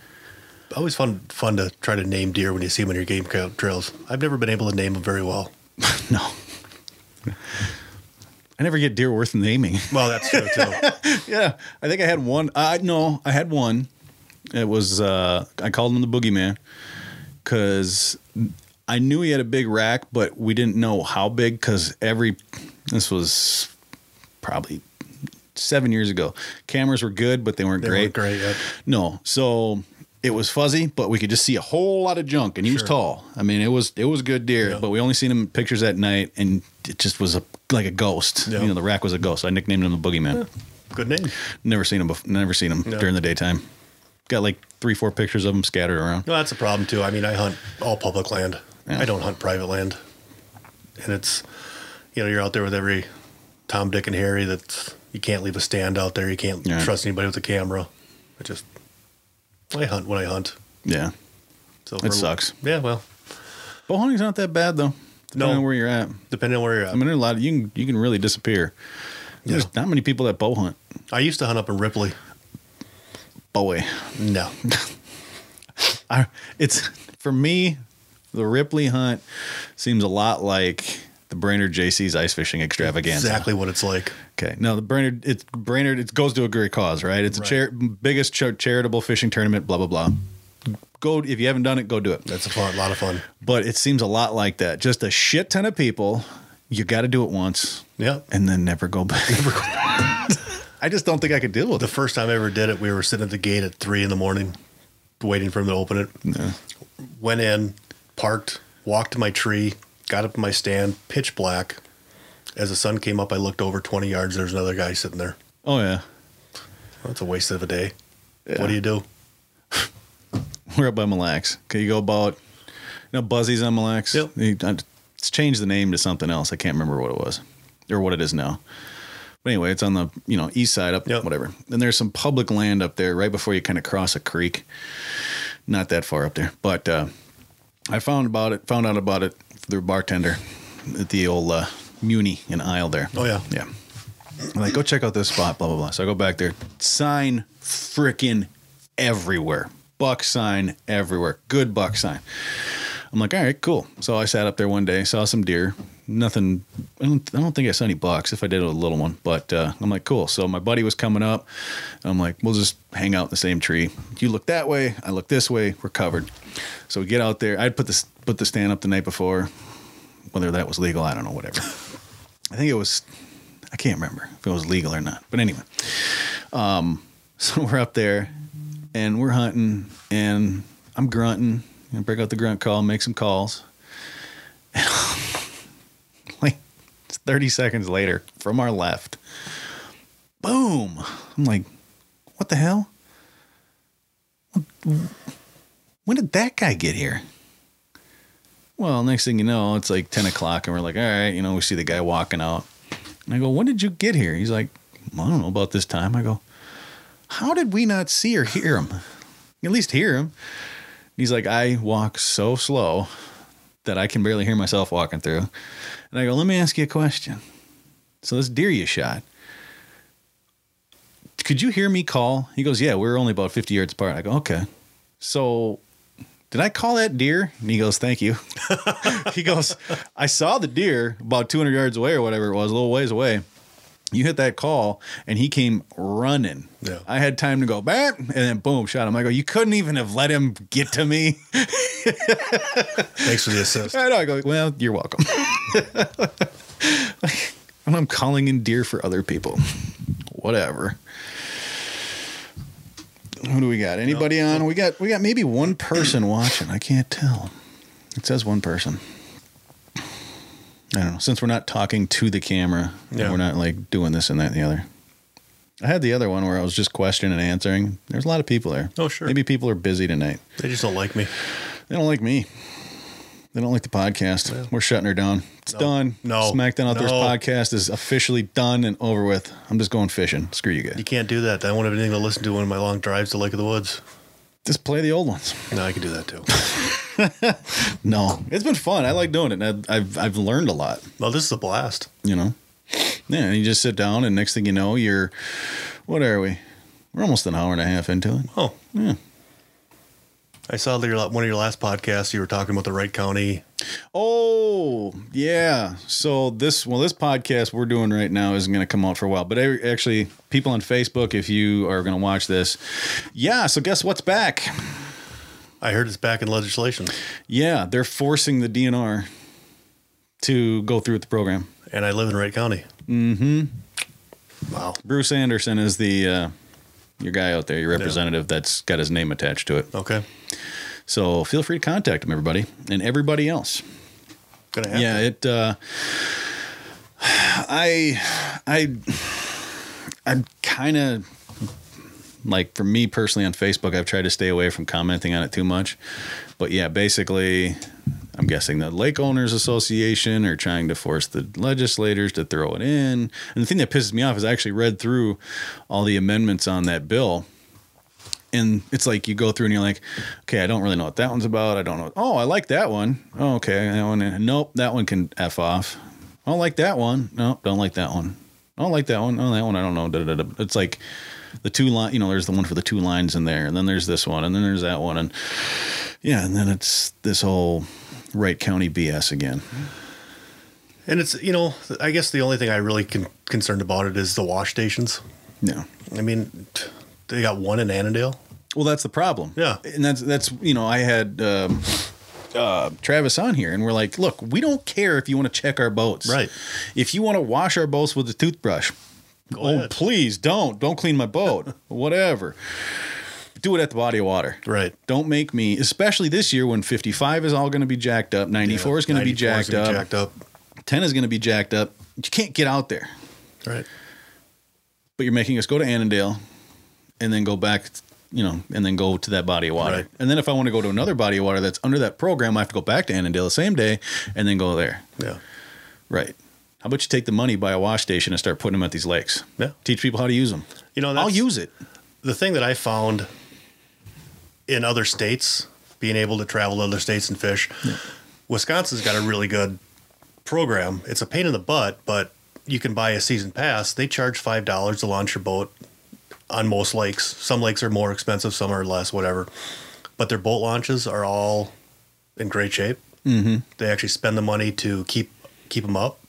always fun fun to try to name deer when you see them on your game tra- trails. I've never been able to name them very well.
No. I never get deer worth naming.
Well, that's true too.
yeah. I think I had one. I no, I had one. It was uh I called him the boogeyman because I knew he had a big rack, but we didn't know how big because every this was probably seven years ago. Cameras were good, but they weren't
They
great.
weren't great. Yep.
No. So it was fuzzy, but we could just see a whole lot of junk and he was
Sure.
tall. I mean, it was it was good deer,
Yeah.
but we only seen him in pictures at night and it just was a like a ghost.
Yeah.
You know, the rack was a ghost. I nicknamed him the boogeyman.
Good name.
Never seen him before. Never seen him
No.
during the daytime. Got like three, four pictures of him scattered around.
No, that's a problem too. I mean, I hunt all public land.
Yeah.
I don't hunt private land, and it's you know you're out there with every Tom, Dick, and Harry. That you can't leave a stand out there. You can't
Yeah.
trust anybody with a camera. I just I hunt when I hunt.
Yeah.
So
It sucks.
Yeah, well,
Bow hunting's not that bad though.
No.
Depending on where you're at.
depending on where you're at.
I mean, there's a lot of, you can you can really disappear. There's
Yeah.
not many people that bow hunt.
I used to hunt up in Ripley.
Boy,
No,
I, it's for me. The Ripley hunt seems a lot like the Brainerd JC's ice fishing extravaganza.
exactly what it's like.
Okay. No, the Brainerd. It's Brainerd. It goes to a great cause, right? It's
Right.
a char- biggest char- charitable fishing tournament. Blah blah blah. Go if you haven't done it, go do it.
That's a fun, lot of fun.
but it seems a lot like that. Just a shit ton of people. You got to do it once
Yeah.
and then never go back. I just don't think I could deal with
The
it.
first time I ever did it, we were sitting at the gate at three in the morning, waiting for him to open it. Went in, parked, walked to my tree, got up to my stand, pitch black. As the sun came up, I looked over 20 yards. There's another guy sitting there.
Oh yeah,
That's a waste of a day. What do you do?
we're up by Mille Lacs. Okay, you go about you know Buzzies on Mille Lacs.
Yep.
You- I- It's changed the name to something else. I can't remember what it was or what it is now. But anyway, it's on the you know east side up
Yep.
whatever. And there's some public land up there right before you kind of cross a creek. Not that far up there, but uh, I found about it. Found out about it through a bartender at the old uh, Muni in Isle there.
Oh, yeah.
yeah. I'm like, go check out this spot, blah blah blah. So I go back there. Sign freaking everywhere. Buck sign everywhere. Good buck sign. I'm like, all right, cool. So I sat up there one day, saw some deer. Nothing. I don't, I don't think I saw any bucks. If I did, a little one. But uh, I'm like, cool. So my buddy was coming up. I'm like, we'll just hang out in the same tree. You look that way. I look this way. We're covered. So we get out there. I'd put this put the stand up the night before. Whether that was legal, I don't know. Whatever. I think it was. I can't remember if it was legal or not. But anyway, um, so we're up there and we're hunting, and I'm grunting. I break out the grunt call, make some calls. And like it's 30 seconds later, from our left, boom! I'm like, what the hell? When did that guy get here? Well, next thing you know, it's like 10 o'clock, and we're like, all right, you know, we see the guy walking out. And I go, when did you get here? He's like, well, I don't know about this time. I go, How did we not see or hear him? At least hear him. He's like, I walk so slow that I can barely hear myself walking through. And I go, let me ask you a question. So this deer you shot, could you hear me call? He goes, yeah, we were only about 50 yards apart. I go, okay. So did I call that deer? And he goes, thank you. he goes, I saw the deer about 200 yards away or whatever it was, a little ways away. You hit that call and he came running.
Yeah.
I had time to go back and then boom, shot him. I go, you couldn't even have let him get to me.
Thanks for the assist.
I know. I go, well, you're welcome. and I'm calling in deer for other people. Whatever. Who do we got? Anybody on? We got we got maybe one person watching. I can't tell. It says one person. I don't know. Since we're not talking to the camera,
Yeah.
we're not like doing this and that and the other. I had the other one where I was just questioning and answering. There's a lot of people there.
Oh, sure.
Maybe people are busy tonight.
They just don't like me.
They don't like me. They don't like the podcast. We're shutting her down. It's done.
No.
Smackdown Outdoors
No.
podcast is officially done and over with. I'm just going fishing. Screw you guys.
You can't do that. I won't have anything to listen to on my long drives to Lake of the Woods.
Just play the old ones.
No, I can do that too.
No, it's been fun. I like doing it. and I- I've I've learned a lot.
well, this is a blast.
You know. Yeah, and you just sit down, and next thing you know, you're. What are we? We're almost an hour and a half into it.
Oh.
Yeah.
I saw that your one of your last podcasts you were talking about the Wright County.
Oh, yeah. So this well, this podcast we're doing right now isn't going to come out for a while. But I- actually, people on Facebook, if you are going to watch this, yeah. So guess what's back?
I heard it's back in legislation.
Yeah, they're forcing the DNR to go through with the program.
And I live in Wright County. Mm-hmm. Wow.
Bruce Anderson is the uh, your guy out there, your representative that's got his name attached to it.
Okay.
So feel free to contact him, everybody, and everybody else.
Gonna happen.
yeah it uh i i i'm kind of like for me personally on facebook i've tried to stay away from commenting on it too much but yeah basically i'm guessing the lake owners association are trying to force the legislators to throw it in and the thing that pisses me off is i actually read through all the amendments on that bill and it's like you go through and you're like, okay, I don't really know what that one's about. I don't know. Oh, I like that one. Oh, okay, that one. Nope, that one can f off. I don't like that one. Nope, don't like that one. I don't like that one. Oh, that one I don't know. Da, da, da, da. It's like the two line. You know, there's the one for the two lines in there, and then there's this one, and then there's that one, and yeah, and then it's this whole Wright County BS again.
And it's, you know, I guess the only thing I really con- concerned about it is the wash stations.
No.
I mean, t- they got one in Annandale.
Well, that's the problem.
Yeah.
and that's that's you know I had um, uh, Travis on here, and we're like, look, we don't care if you want to check our boats,
Right.
If you want to wash our boats with a toothbrush, oh
ahead.
please don't, don't clean my boat, whatever. Do it at the body of water.
Right.
Don't make me, especially this year when 55 is all going to be jacked up, 94 is going to be
94 is
jacked
gonna
up,
be Jacked up.
10 is going to be jacked up. You can't get out there,
Right.
but you're making us go to Annandale and then go back, you know, and then go to that body of water.
Right.
And then if I want to go to another body of water that's under that program, I have to go back to Annandale the same day and then go there.
Yeah.
Right. How about you take the money, buy a wash station, and start putting them at these lakes?
Yeah.
Teach people how to use them.
You know,
I'll
that's-
use it.
the thing that I found in other states, being able to travel to other states and fish, Wisconsin's got a really good program. It's a pain in the butt, but you can buy a season pass. They charge five dollars to launch your boat on most lakes. Some lakes are more expensive, some are less, whatever. But their boat launches are all in great shape. Mm-hmm. They actually spend the money to keep keep them up,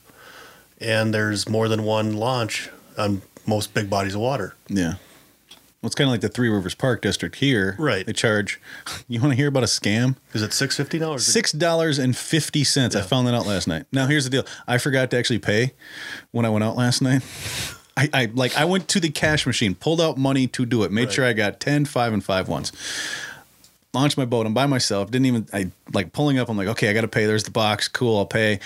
and there's more than one launch on most big bodies of water.
Yeah. Well, it's kind of like the Three Rivers Park District here.
Right.
They charge, you want to hear about a scam?
Is it six fifty now? Or is it-
Six dollars and fifty cents. I found that out last night. Now here's the deal. I forgot to actually pay when I went out last night. I, I like I went to the cash machine, pulled out money to do it, made
Right.
sure I got 10, 5, and five ones. Launched my boat. I'm by myself. Didn't even I like pulling up. I'm like, okay, I gotta pay. There's the box. Cool, I'll pay.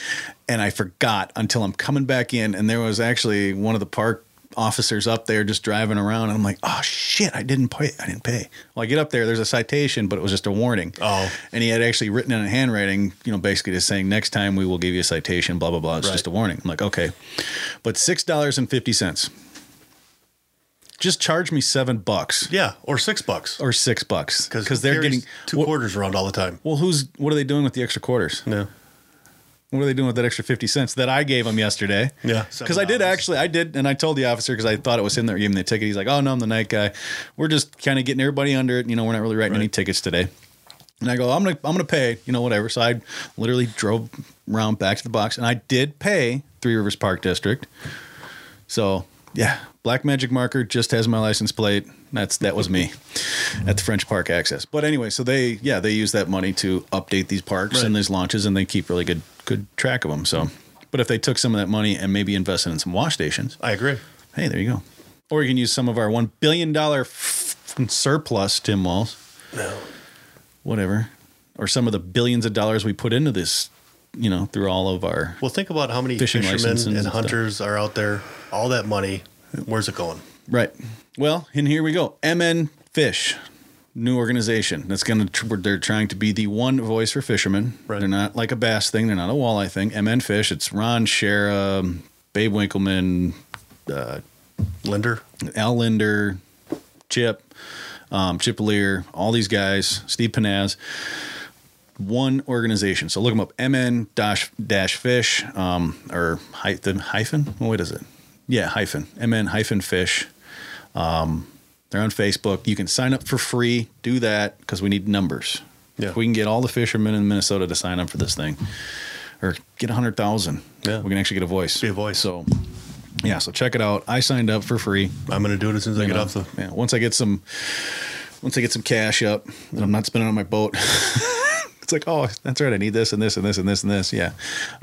And I forgot until I'm coming back in, and there was actually one of the park officers up there just driving around. And I'm like, oh shit, I didn't pay. I didn't pay. Well, I get up there. There's a citation, but it was just a warning.
Oh.
And he had actually written in handwriting, you know, basically just saying, next time we will give you a citation, blah, blah, blah. It's
Right.
just a warning. I'm like, okay. But $6.50. Just charge me seven bucks
Yeah, or six bucks
or six bucks because they're
Gary's
getting
two
well,
quarters around all the time.
well, who's what are they doing with the extra quarters?
Yeah,
What are they doing with that extra 50 cents that I gave him yesterday?
Yeah,
Because I did
$7.
actually, I did, and I told the officer because I thought it was him that gave him the ticket. He's like, oh, no, I'm the night guy. We're just kind of getting everybody under it. You know, we're not really writing any tickets today. And I go, I'm going to I'm gonna pay, you know, whatever. So I literally drove around back to the box and I did pay Three Rivers Park District. So yeah, Black Magic Marker just has my license plate. That's that was me at the French Park Access. But anyway, so they yeah they use that money to update these parks and
Right.
these launches, and they keep really good good track of them. So, but if they took some of that money and maybe invested in some wash stations,
I agree.
hey, there you go. Or you can use some of our one billion dollar surplus, Tim Walls,
No,
whatever, or some of the billions of dollars we put into this, you know, through all of our
well, think about how many
Fishing licenses
fishermen
and
and
stuff.
hunters are out there. All that money, where's it going?
Right. Well, and here we go. MN Fish, new organization that's going to tr- they're trying to be the one voice for fishermen.
Right.
They're not like a bass thing. They're not a walleye thing. MN Fish. It's Ron Shera, Babe Winkleman,
Linder,
Al Linder, Chip, um, Chip Lear, all these guys, Steve Panaz, one organization. So look them up, MN dash dash fish, um, or hyphen hyphen. What is it? Yeah, hyphen MN hyphen fish. Um, they're on Facebook. You can sign up for free. Do that because we need numbers.
Yeah.
If we can get all the fishermen in Minnesota to sign up for this thing, or get hundred thousand,
Yeah.
we can actually get a voice.
Be a voice.
So, yeah. So check it out. I signed up for free
I'm going to do it as soon as I
you
get
know,
off the.
yeah, once I get some, once I get some cash up that I'm not spending on my boat, it's like, oh, that's right. I need this and this and this and this and this. Yeah,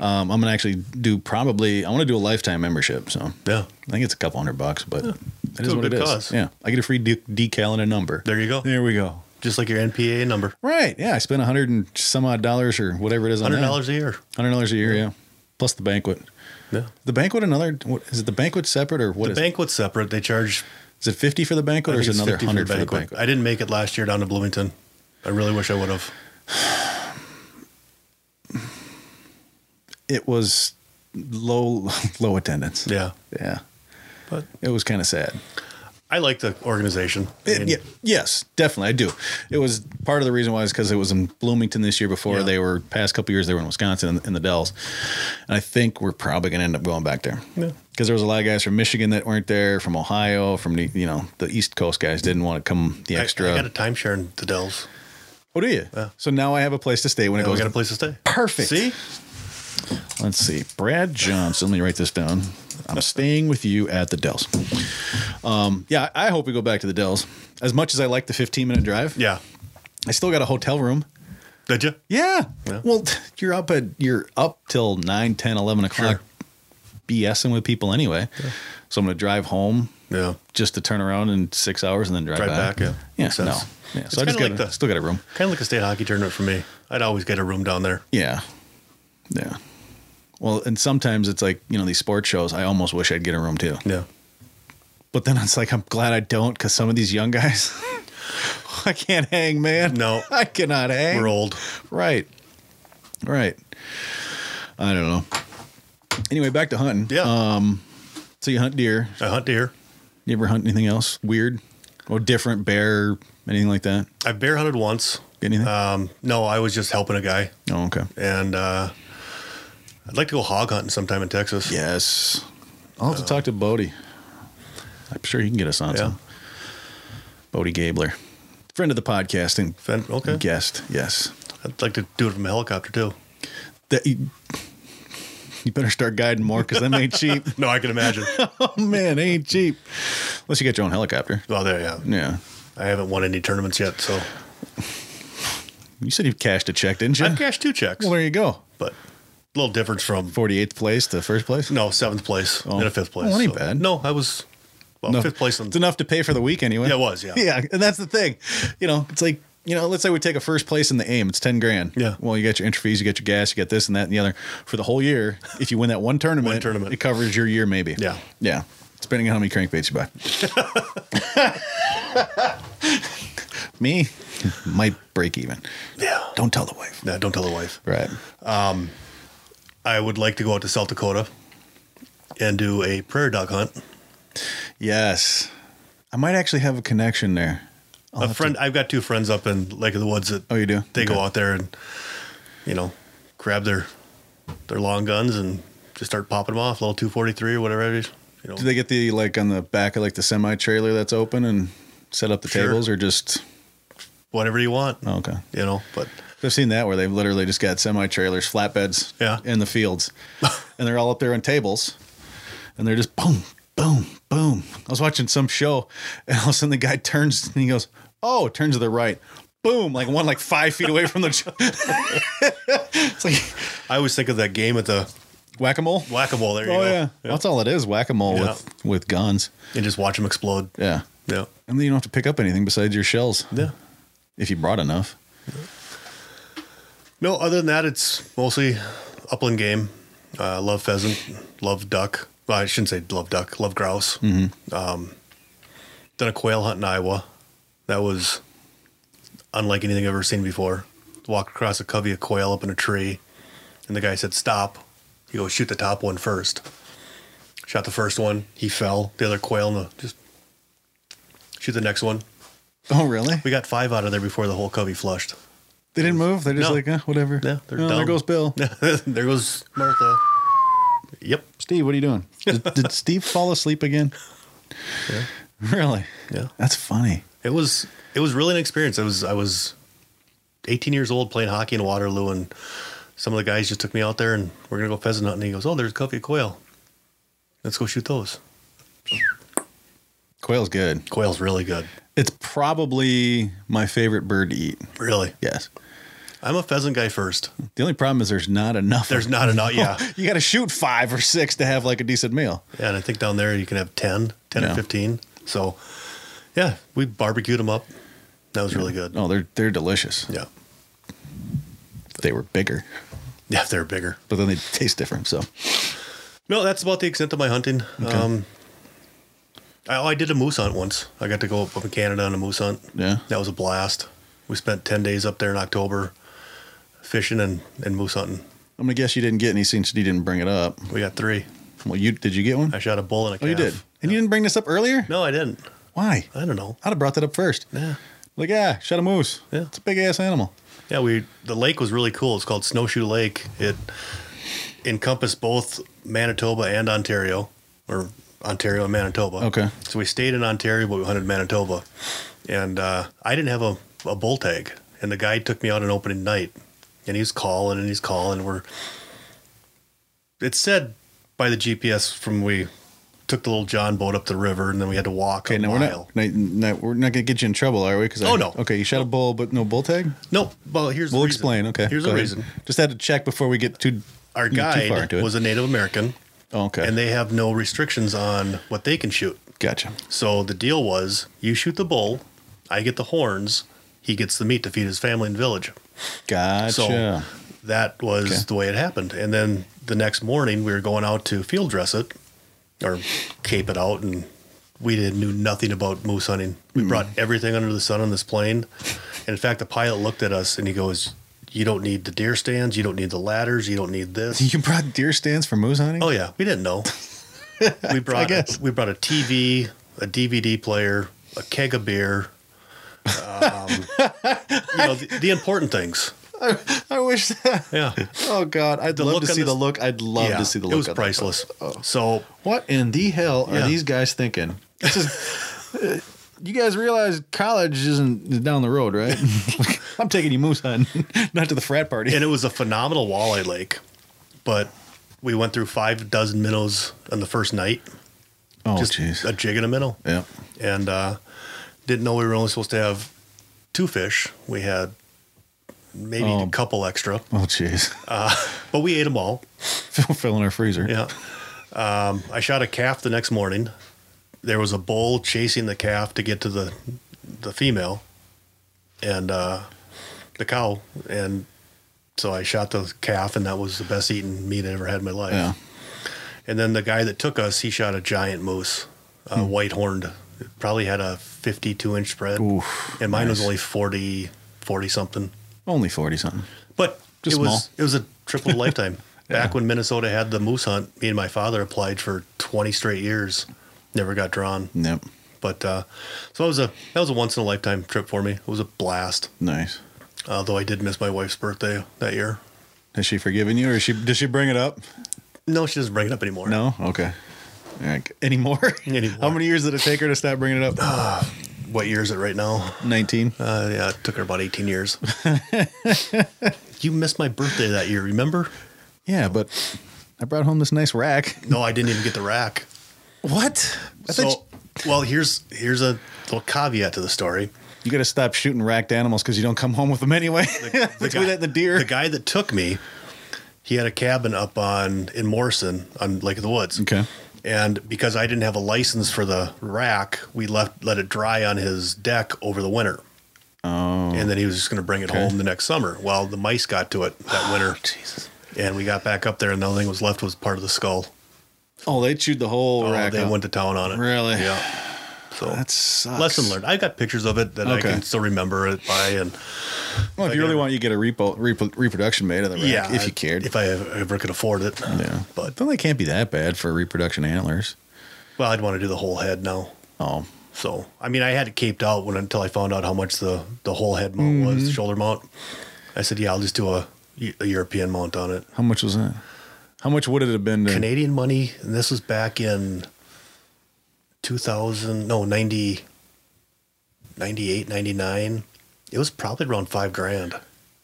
um, I'm gonna actually do probably. I want to do a lifetime membership. So
Yeah.
I think it's a couple hundred bucks, but that
Still
is
a
what it
good
is.
cause.
Yeah, I get a free de- decal and a number.
There you go.
There we go.
Just like your NPA number,
Right. Yeah, I spent a hundred and some odd dollars or whatever it is. on
hundred
that.
dollars a year.
Hundred dollars a year. Yeah, plus the banquet.
Yeah.
The banquet another what is it the banquet separate or what
The
is
banquet's separate. They charge.
it? Is it fifty for the banquet
I
or is
think
it
it's
another
50
hundred for the banquet?
I didn't make it last year down to Bloomington. I really wish I would have.
it was low low attendance.
Yeah,
Yeah.
but
It was kind of sad.
I like the organization. I mean,
yeah, yes, definitely. I do. It was part of the reason why is because it was in Bloomington this year before
Yeah.
they were past couple years they were in Wisconsin in, in the Dells. And I think we're probably gonna end up going back there.
Yeah.
Because there was a lot of guys from Michigan that weren't there, from Ohio, from the you know, the East Coast guys didn't want to come the
I-
extra.
I, got a timeshare in the Dells.
oh, do you? So now I have a place to stay when it
Yeah, we
goes.
got a place to stay.
Perfect.
See,
Let's see. Brad Johnson. Let me write this down. I'm staying with you at the Dells. Um, yeah, I hope we go back to the Dells. As much as I like the 15 minute drive,
yeah.
I still got a hotel room.
Did you?
Yeah.
Yeah.
Well, you're up at you're up till 9, 10, 11 o'clock
Sure.
BSing with people anyway. So I'm going to drive home
Yeah.
just to turn around in six hours and then drive,
Drive back, yeah.
Yeah.
Makes
No.
sense.
Yeah.
It's
So I just
kinda
got
like
a-
the-
still got a room.
Kind of like a state hockey tournament for me. I'd always get a room down there.
Yeah. Yeah. Well, and sometimes it's like, you know, these sports shows, I almost wish I'd get a room too.
Yeah.
But then it's like, I'm glad I don't because some of these young guys, I can't hang, man.
No.
I cannot hang.
We're old.
Right. Right. I don't know. Anyway, back to hunting. Uh,
Yeah.
So you hunt deer.
I hunt deer.
You ever hunt anything else weird or different, bear, anything like that?
I bear hunted once.
Get anything?
Um, no, I was just helping a guy,
oh, okay.
and uh, I'd like to go hog hunting sometime in Texas.
Yes. I'll have to talk to Bodie. I'm sure he can get us on
uh, Yeah.
some. Bodie Gabler, friend of the podcasting
Fen- okay.
guest. Yes.
I'd like to do it from a helicopter too.
That you, you better start guiding more because them ain't cheap.
No, I can imagine.
oh, man, they ain't cheap. Unless you get your own helicopter.
well, there, yeah.
Yeah.
I haven't won any tournaments yet, so
You said you've cashed a check, didn't you?
I've cashed two checks,
Well, there you go.
but a little difference from
48th place to first place?
no seventh place
Oh.
and a fifth place.
Well, that ain't bad.
No, I was well, fifth place on
It's enough to pay for the week anyway.
Yeah, it was, yeah.
Yeah. And that's the thing. You know, it's like, you know, let's say we take a first place in the aim, it's 10 grand.
Yeah.
Well, you got your entry fees, you got your gas, you got this and that and the other. For the whole year, if you win that one tournament,
One tournament.
it covers your year maybe.
Yeah.
Yeah. Depending on how many crankbaits you buy. Me might break even.
Yeah.
Don't tell the wife.
No, don't tell the wife.
Right.
I would like to go out to South Dakota and do a prairie dog hunt.
Yes. I might actually have a connection there. I'll
a
have to-
friend, I've got two friends up in Lake of the Woods that
oh, you do?
they go
Okay.
out there and you know grab their their long guns and just start popping them off, little two forty three or whatever it is. You know,
Do they get the like on the back of like the semi trailer that's open and set up the
Sure.
tables or just
whatever you want.
oh, okay?
You know, but
I've seen that where they've literally just got semi trailers, flatbeds,
Yeah.
in the fields, and they're all up there on tables, and they're just boom, boom, boom. I was watching some show, and all of a sudden the guy turns and he goes, "Oh," turns to the right, boom, like one like five feet away from the. it's like
I always think of that game at the
whack a mole.
whack a mole. There you
Oh
go.
yeah, that's all it is, whack a mole
Yeah.
with with guns.
and just watch them explode.
Yeah,
Yeah,
and then you don't have to pick up anything besides your shells
yeah.
if you brought enough.
No, other than that, it's mostly upland game. Uh, love pheasant, love duck. Well, I shouldn't say love duck, love grouse. Um, done a quail hunt in Iowa. That was unlike anything I've ever seen before. Walked across a covey of quail up in a tree, and the guy said, Stop. He goes, Shoot the top one first. Shot the first one. He fell. The other quail, no, just shoot the next one.
Oh really?
We got five out of there before the whole covey flushed.
They didn't move. They're just
No.
like eh, whatever.
Yeah, they're
oh, there
dumb.
goes Bill.
there goes Martha. Yep.
Steve, what are you doing? Did, did Steve fall asleep again? Really?
Yeah.
That's funny.
It was it was really an experience. I was I was 18 years old playing hockey in Waterloo, and some of the guys just took me out there, and we're gonna go pheasant hunting. And he goes, "Oh, there's a covey of quail. Let's go shoot those."
Quail's good.
Quail's really good.
It's probably my favorite bird to eat.
Really,
Yes.
I'm a pheasant guy first.
The only problem is there's not enough.
There's not enough. Yeah,
you got to shoot five or six to have like a decent meal.
yeah, and I think down there you can have 10, 10
Yeah.
or 15. So, yeah, we barbecued them up. That was really good.
Oh, they're they're delicious.
Yeah,
If They were bigger,
yeah, they're bigger.
but then they taste different. So
No, that's about the extent of my hunting. Um, I, oh, I did a moose hunt once. I got to go up in Canada on a moose hunt.
Yeah.
That was a blast. We spent 10 days up there in October fishing and, and moose hunting.
I'm gonna guess you didn't get any since you didn't bring it up.
We got three.
Well, you did you get one?
I shot a bull and a calf.
oh, you did. And you didn't bring this up earlier.
No, Uh, I didn't.
Why?
I don't know.
I'd have brought that up first.
Yeah.
Like yeah, shot a moose.
Yeah.
It's a big ass animal.
Yeah, we the lake was really cool. It's called Snowshoe Lake. It encompassed both Manitoba and Ontario, or Ontario and Manitoba.
Okay.
So we stayed in Ontario, but we hunted Manitoba, and uh, I didn't have a, a bull tag, and the guy took me out on opening night, and he's calling and he's calling. We're it said by the GPS from we took the little John boat up the river, and then we had to walk
Okay,
a
now we're
mile.
not, not, not- we're not gonna get you in trouble, are we? Because
Oh, no.
Okay, you shot a bull, but no bull tag.
no, well here's the
We'll
reason.
explain. Okay,
here's
go
the
ahead.
reason.
Just had to check before we get too
Our
you know,
guide
too far into it.
was a Native American.
oh, okay,
and they have no restrictions on what they can shoot.
gotcha.
So the deal was you shoot the bull, I get the horns, he gets the meat to feed his family and village.
Gotcha.
So that was
Okay.
the way it happened. And then the next morning we were going out to field dress it or cape it out and we didn't knew nothing about moose hunting. We brought everything under the sun on this plane. And in fact the pilot looked at us and he goes, You don't need the deer stands, you don't need the ladders, you don't need this.
you brought deer stands for moose hunting?
Oh yeah, we didn't know. we brought
guess.
we brought a TV, a DVD player, a keg of beer. Um, you know the, the important things.
I wish that.
Yeah,
Oh God, I'd love
look
to
on
see the
this-
look. I'd love
yeah.
to see the look.
It was
on that. Oh.
priceless. So
What in the hell are
Yeah.
these guys thinking? This is. You guys realize college isn't is down the road, right? I'm taking you moose hunting, not to the frat party.
and it was a phenomenal walleye lake, but we went through five dozen minnows on the first night.
oh,
just a jig and a minnow,
yeah.
and uh, didn't know we were only supposed to have two fish. We had maybe
Oh.
a couple extra,
Oh, jeez.
but we ate them all.
Filling our freezer.
Yeah. Um, I shot a calf the next morning. There was a bull chasing the calf to get to the the female and uh, the cow, and so I shot the calf, and that was the best eating meat I ever had in my life.
Yeah.
And then the guy that took us, he shot a giant moose, uh,
Hmm.
white horned. It probably had a 52 inch spread,
Oof,
and mine was
nice.
only 40, 40 something.
Only 40 something.
But
Just
it was
small.
it was a triple lifetime. Back when Minnesota had the moose hunt, me and my father applied for 20 straight years, never got drawn.
Yep.
But uh, so that was a that was a once in a lifetime trip for me. It was a blast.
Nice.
Although I did miss my wife's birthday that year.
Has she forgiven you, or is she? Does she bring it up?
No, she doesn't bring it up anymore.
No. Okay. Like, anymore?
Anymore.
How many years did it take her to stop bringing it up?
What year is it right now?
Nineteen.
Uh, yeah, it took her about 18 years. you missed my birthday that year, remember?
Yeah, but I brought home this nice rack.
No, I didn't even get the rack.
What? I thought
So, well, here's here's a little caveat to the story.
you, you got to stop shooting racked animals because you don't come home with them anyway. That's
guy-
why that the deer.
The guy that took me, he had a cabin up on in Morrison on Lake of the Woods.
Okay.
And because I didn't have a license for the rack, we left let it dry on his deck over the winter. Oh. And then he was just going to bring it home the next summer. Well, the mice got to it that winter. Jesus. And we got back up there, and the only thing that was left was part of the skull.
Oh, they chewed the whole
Oh,
rack.
they
up.
went to town on it.
Really?
Yeah. So
that sucks.
lesson learned. I got pictures of it that
Okay.
I can still remember it by, and
Well, if you really want, you get a repo, repo, reproduction made of the rack
yeah,
if
I-
you cared.
if I ever could afford it.
yeah,
But
but then they can't be that bad for reproduction antlers.
Well, I'd want to do the whole head now.
Oh,
So, I mean, I had it caped out when until I found out how much the the whole head mount
Mm-hmm.
was, the shoulder mount. I said, yeah, I'll just do a, e, a European mount on it.
how much was that? How much would it have been? To,
Canadian money, and this was back in 2000, no, 90, 98, 99. It was probably around five grand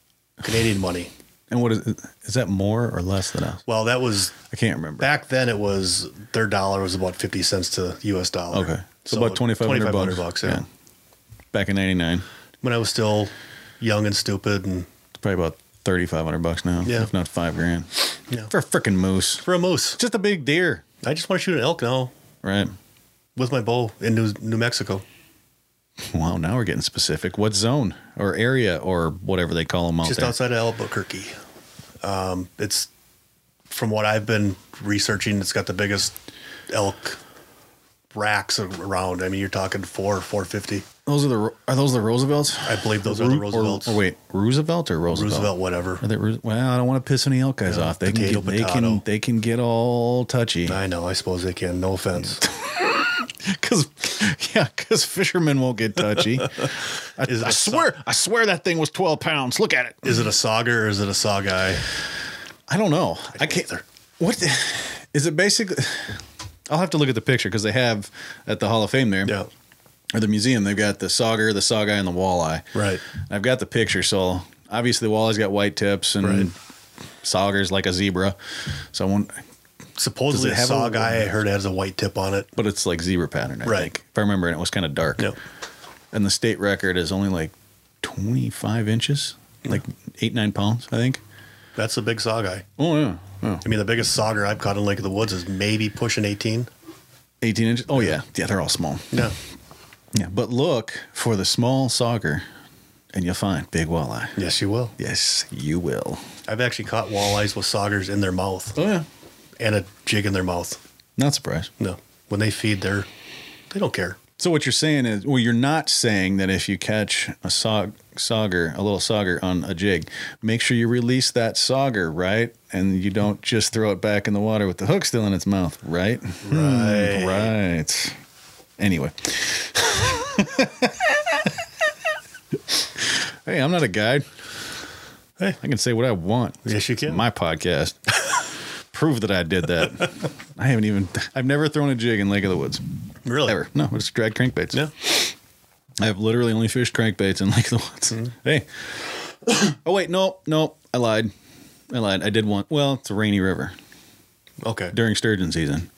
Canadian money.
and what is is that more or less than us?
Well, that was
I can't remember.
back then. It was their dollar was about 50 cents to US dollar.
okay, so, about twenty five hundred bucks.
2500 bucks, yeah.
Back in '99,
When I was still young and stupid and
it's probably about thirty five hundred bucks now.
Yeah.
if not five grand.
Yeah.
for a freaking moose.
for a moose.
Just a big deer,
I just want to shoot an elk now
right?
with my bow in New, New Mexico.
Wow, now we're getting specific. What zone or area or whatever they call them out
just
there?
outside of Albuquerque. Um, it's from what I've been researching, it's got the biggest elk racks around. I mean, you're talking four, four fifty.
Those are the Ro- are those the Roosevelts?
I believe those are the
Ru- or-
Roosevelts.
Or, wait, Roosevelt or Roosevelt?
Roosevelt, whatever.
Are they Roose- well, I don't want to piss any elk guys off. They
potato,
can get, they
potato.
can they can get all touchy.
I know. I suppose they can. No offense.
Cause yeah, cause fishermen won't get touchy. I,
Is it
I
a
swear, I swear that thing was twelve pounds. Look at it.
is it a sauger or is it a saw guy?
I don't know. I, can't.
either.
What the- is it? Basically, I'll have to look at the picture because they have at the Hall of Fame there
Yeah.
or the museum. They've got the sauger, the saw guy, and the walleye.
Right.
I've got the picture, so obviously the walleye's got white tips and
Right.
sauger's like a zebra. So I won't,
Supposedly
Does it
a
have a
saw
little-
guy. I heard has a white tip on it.
but it's like zebra pattern, I
Right.
think. If I remember, and it was kind of dark.
Yep.
And the state record is only like 25 inches, like eight, nine pounds, I think.
That's a big saw guy.
Oh, yeah. Oh.
I mean, the biggest sauger I've caught in Lake of the Woods is maybe pushing eighteen.
18 inches. Oh, yeah. Yeah, they're all small.
Yeah.
Yeah. But look for the small sauger and you'll find big walleye.
Yes, you will.
Yes, you will.
I've actually caught walleyes with saugers in their mouth
Oh, yeah.
and a jig in their mouth.
Not surprised.
No, when they feed, they're they don't care.
So what you're saying is, well, you're not saying that if you catch a sog, sauger, a little sauger on a jig, make sure you release that sauger, right? And you don't just throw it back in the water with the hook still in its mouth, right?
Right.
Right. Anyway. hey, I'm not a guide.
Hey.
I can say what I want.
Yes, you can.
My podcast. Prove that I did that. I haven't even, I've never thrown a jig in Lake of the Woods.
really?
Ever. No, it's drag crankbaits.
Yeah.
I've literally only fished crankbaits in Lake of the Woods.
Mm-hmm.
Hey. oh, wait. Nope. Nope. I lied. I lied. I did one. Well, it's a rainy river
Okay.
during sturgeon season.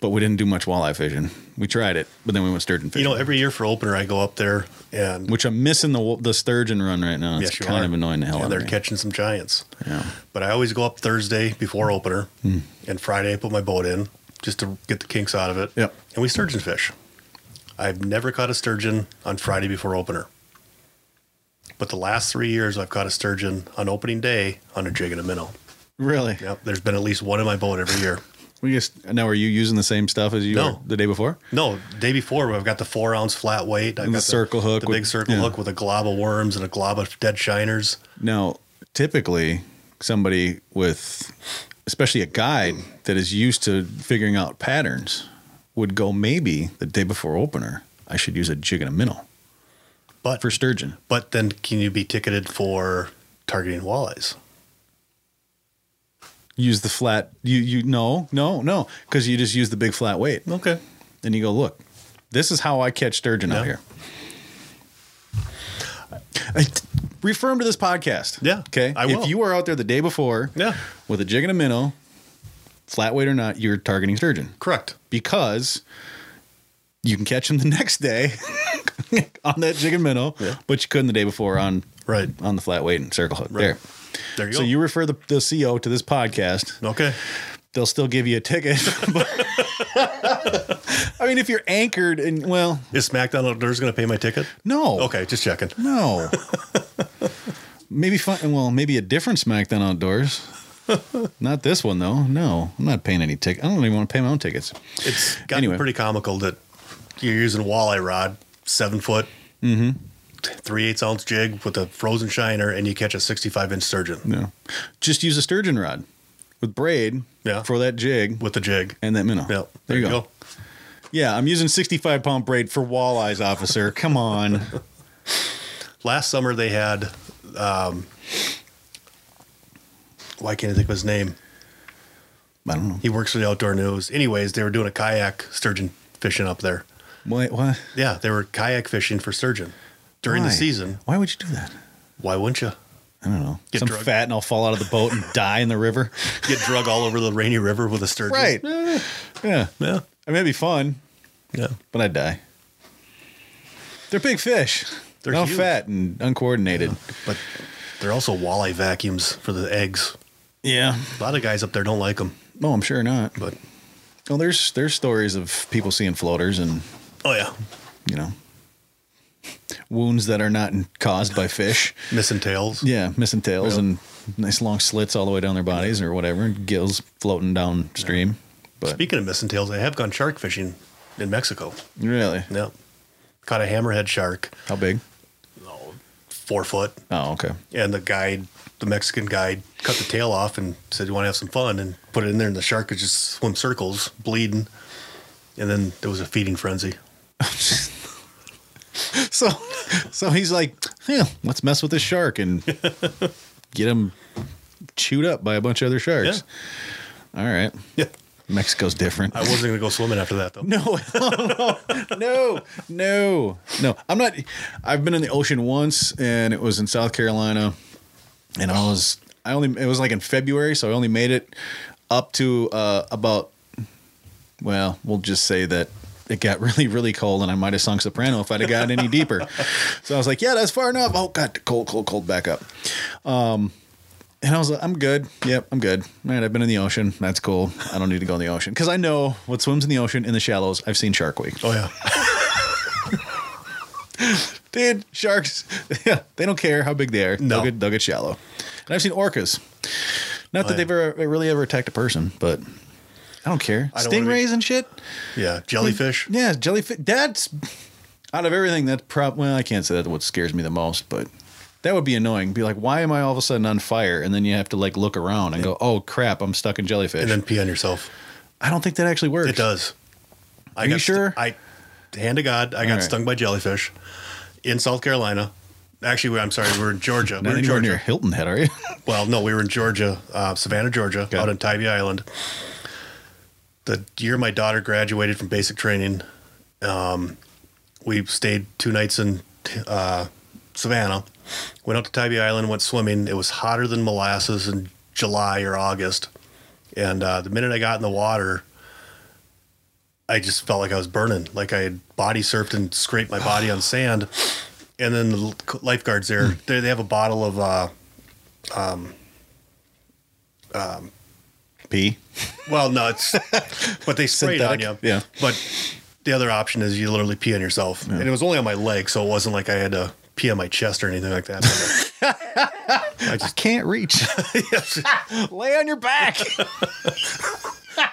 But we didn't do much walleye fishing. We tried it, but then we went sturgeon
You
fishing.
know, every year for opener, I go up there and
which I'm missing the the sturgeon run right now. It's
yes, you
kind
are.
of annoying the hell
And
out
they're
of me.
catching some giants.
Yeah.
But I always go up Thursday before opener,
Hmm.
and Friday I put my boat in just to get the kinks out of it.
Yep.
And we sturgeon fish. I've never caught a sturgeon on Friday before opener. But the last three years, I've caught a sturgeon on opening day on a jig and a minnow.
Really?
Yep, there's been at least one in my boat every year.
We just now. Are you using the same stuff as you
No.
were the day before?
No, day before I've got the four ounce flat weight, I've
And
got
the circle hook
the
with-
big circle
yeah.
hook with a glob of worms and a glob of dead shiners.
Now, typically, somebody with, especially a guide that is used to figuring out patterns, would go maybe the day before opener, I should use a jig and a minnow
But
for sturgeon.
but then can you be ticketed for targeting walleyes?
Use the flat. You you no no no because you just use the big flat weight.
Okay.
and you go, look, this is how I catch sturgeon out
Yeah.
here. I, refer him to this podcast.
Yeah,
Okay.
I
If
will.
you are out there the day before
Yeah.
with a jig and a minnow, flat weight or not, you're targeting sturgeon
Correct.
because you can catch him the next day on that jig and minnow,
Yeah.
but you couldn't the day before on
Right.
on the flat weight and circle hook.
Right.
There.
There you
So
go.
you refer the, the CO to this podcast
okay?
they'll still give you a ticket. But- I mean, if you're anchored and well,
Is SmackDown Outdoors going to pay my ticket?
no,
Okay, just checking.
no. maybe fun. Well, maybe a different SmackDown outdoors. not this one though. No, I'm not paying any ticket. I don't even want to pay my own tickets.
It's gotten
Anyway.
pretty comical that you're using walleye rod, seven foot,
Mm-hmm.
three eighths ounce jig with a frozen shiner, and you catch a 65 inch sturgeon
No, just use a sturgeon rod with braid.
Yeah.
for that jig
with the jig.
and that minnow.
Yep.
There, you go. Yeah, I'm using 65 pound braid for walleyes, officer. Come on.
Last summer they had, um, why can't I think of his name?
I don't know.
He works for the Outdoor News. Anyways, they were doing a kayak sturgeon fishing up there.
Wait, what?
Yeah, they were kayak fishing for sturgeon during
Why?
the season.
Why would you do that?
Why wouldn't you?
I don't know.
Get
Some
drugged.
fat and I'll fall out of the boat and die in the river.
Get drug all over the Rainy River with a sturgeon.
Eh, Yeah.
Yeah.
I mean, it'd be fun,
Yeah.
but I'd die. They're big fish.
They're
all
huge.
fat and uncoordinated.
But they're also walleye vacuums for the eggs.
Yeah.
A lot of guys up there don't like them.
No, I'm sure not.
But
Well, there's there's stories of people seeing floaters and
oh yeah,
you know wounds that are not caused by fish.
missing tails.
Yeah, missing tails
Yeah.
and nice long slits all the way down their bodies or whatever, and gills floating downstream. But
Speaking of missing tails, I have gone shark fishing in Mexico.
really,
Yeah. Caught a hammerhead shark,
how big?
four foot,
Oh, okay.
and the guide, the Mexican guide, cut the tail off and said, "You want to have some fun?" and put it in there, and the shark would just swim circles, bleeding, and then there was a feeding frenzy.
So, so he's like, yeah, let's mess with this shark and get him chewed up by a bunch of other sharks. All right.
Yeah,
Mexico's different.
I wasn't gonna go swimming after that though.
no, no, no, no. I'm not. I've been in the ocean once, and it was in South Carolina, and I was. I only. It was like in February, so I only made it up to uh, about. Well, we'll just say that it got really, really cold, and I might have sung soprano if I'd have gotten any deeper. So I was like, "Yeah, that's far enough." Oh God, cold, cold, cold. Back up. And I was like, I'm good. Yep, I'm good. All right, I've been in the ocean. That's cool. I don't need to go in the ocean because I know what swims in the ocean in the shallows. I've seen Shark Week.
Oh yeah,
Dude, sharks, yeah, they don't care how big they are.
No.
They'll, get, they'll get shallow. And I've seen orcas. Not that
Oh, yeah.
they've ever, really ever attacked a person, but I don't care.
I don't wanna be-
Stingrays and shit.
yeah, jellyfish.
Yeah, jellyfish. That's out of everything. That's prob. Well, I can't say that's what scares me the most, but that would be annoying. Be like, why am I all of a sudden on fire? And then you have to like look around and go, oh crap, I'm stuck in jellyfish.
And then pee on yourself.
I don't think that actually works.
It does. I
you
got stu-
sure?
I hand to God, I got
right.
stung by jellyfish in South Carolina. Actually, we- I'm sorry, we were in Georgia. we
Not
were in
anywhere near
Georgia.
Hilton Head, are you?
Well, no, we were in Georgia, uh, Savannah, Georgia,
Okay.
out on Tybee Island. The year my daughter graduated from basic training, um, we stayed two nights in uh, Savannah. Went out to Tybee Island, went swimming. It was hotter than molasses in July or August, and uh, the minute I got in the water, I just felt like I was burning, like I had body surfed and scraped my body on sand. And then the l- lifeguards there, they, they have a bottle of uh,
P.
Well, no, it's but they sprayed on you.
Synthetic, yeah.
But the other option is you literally pee on yourself, and it was only on my leg, so it wasn't like I had to pee on my chest or anything like that. I just
Can't reach. Lay on your back.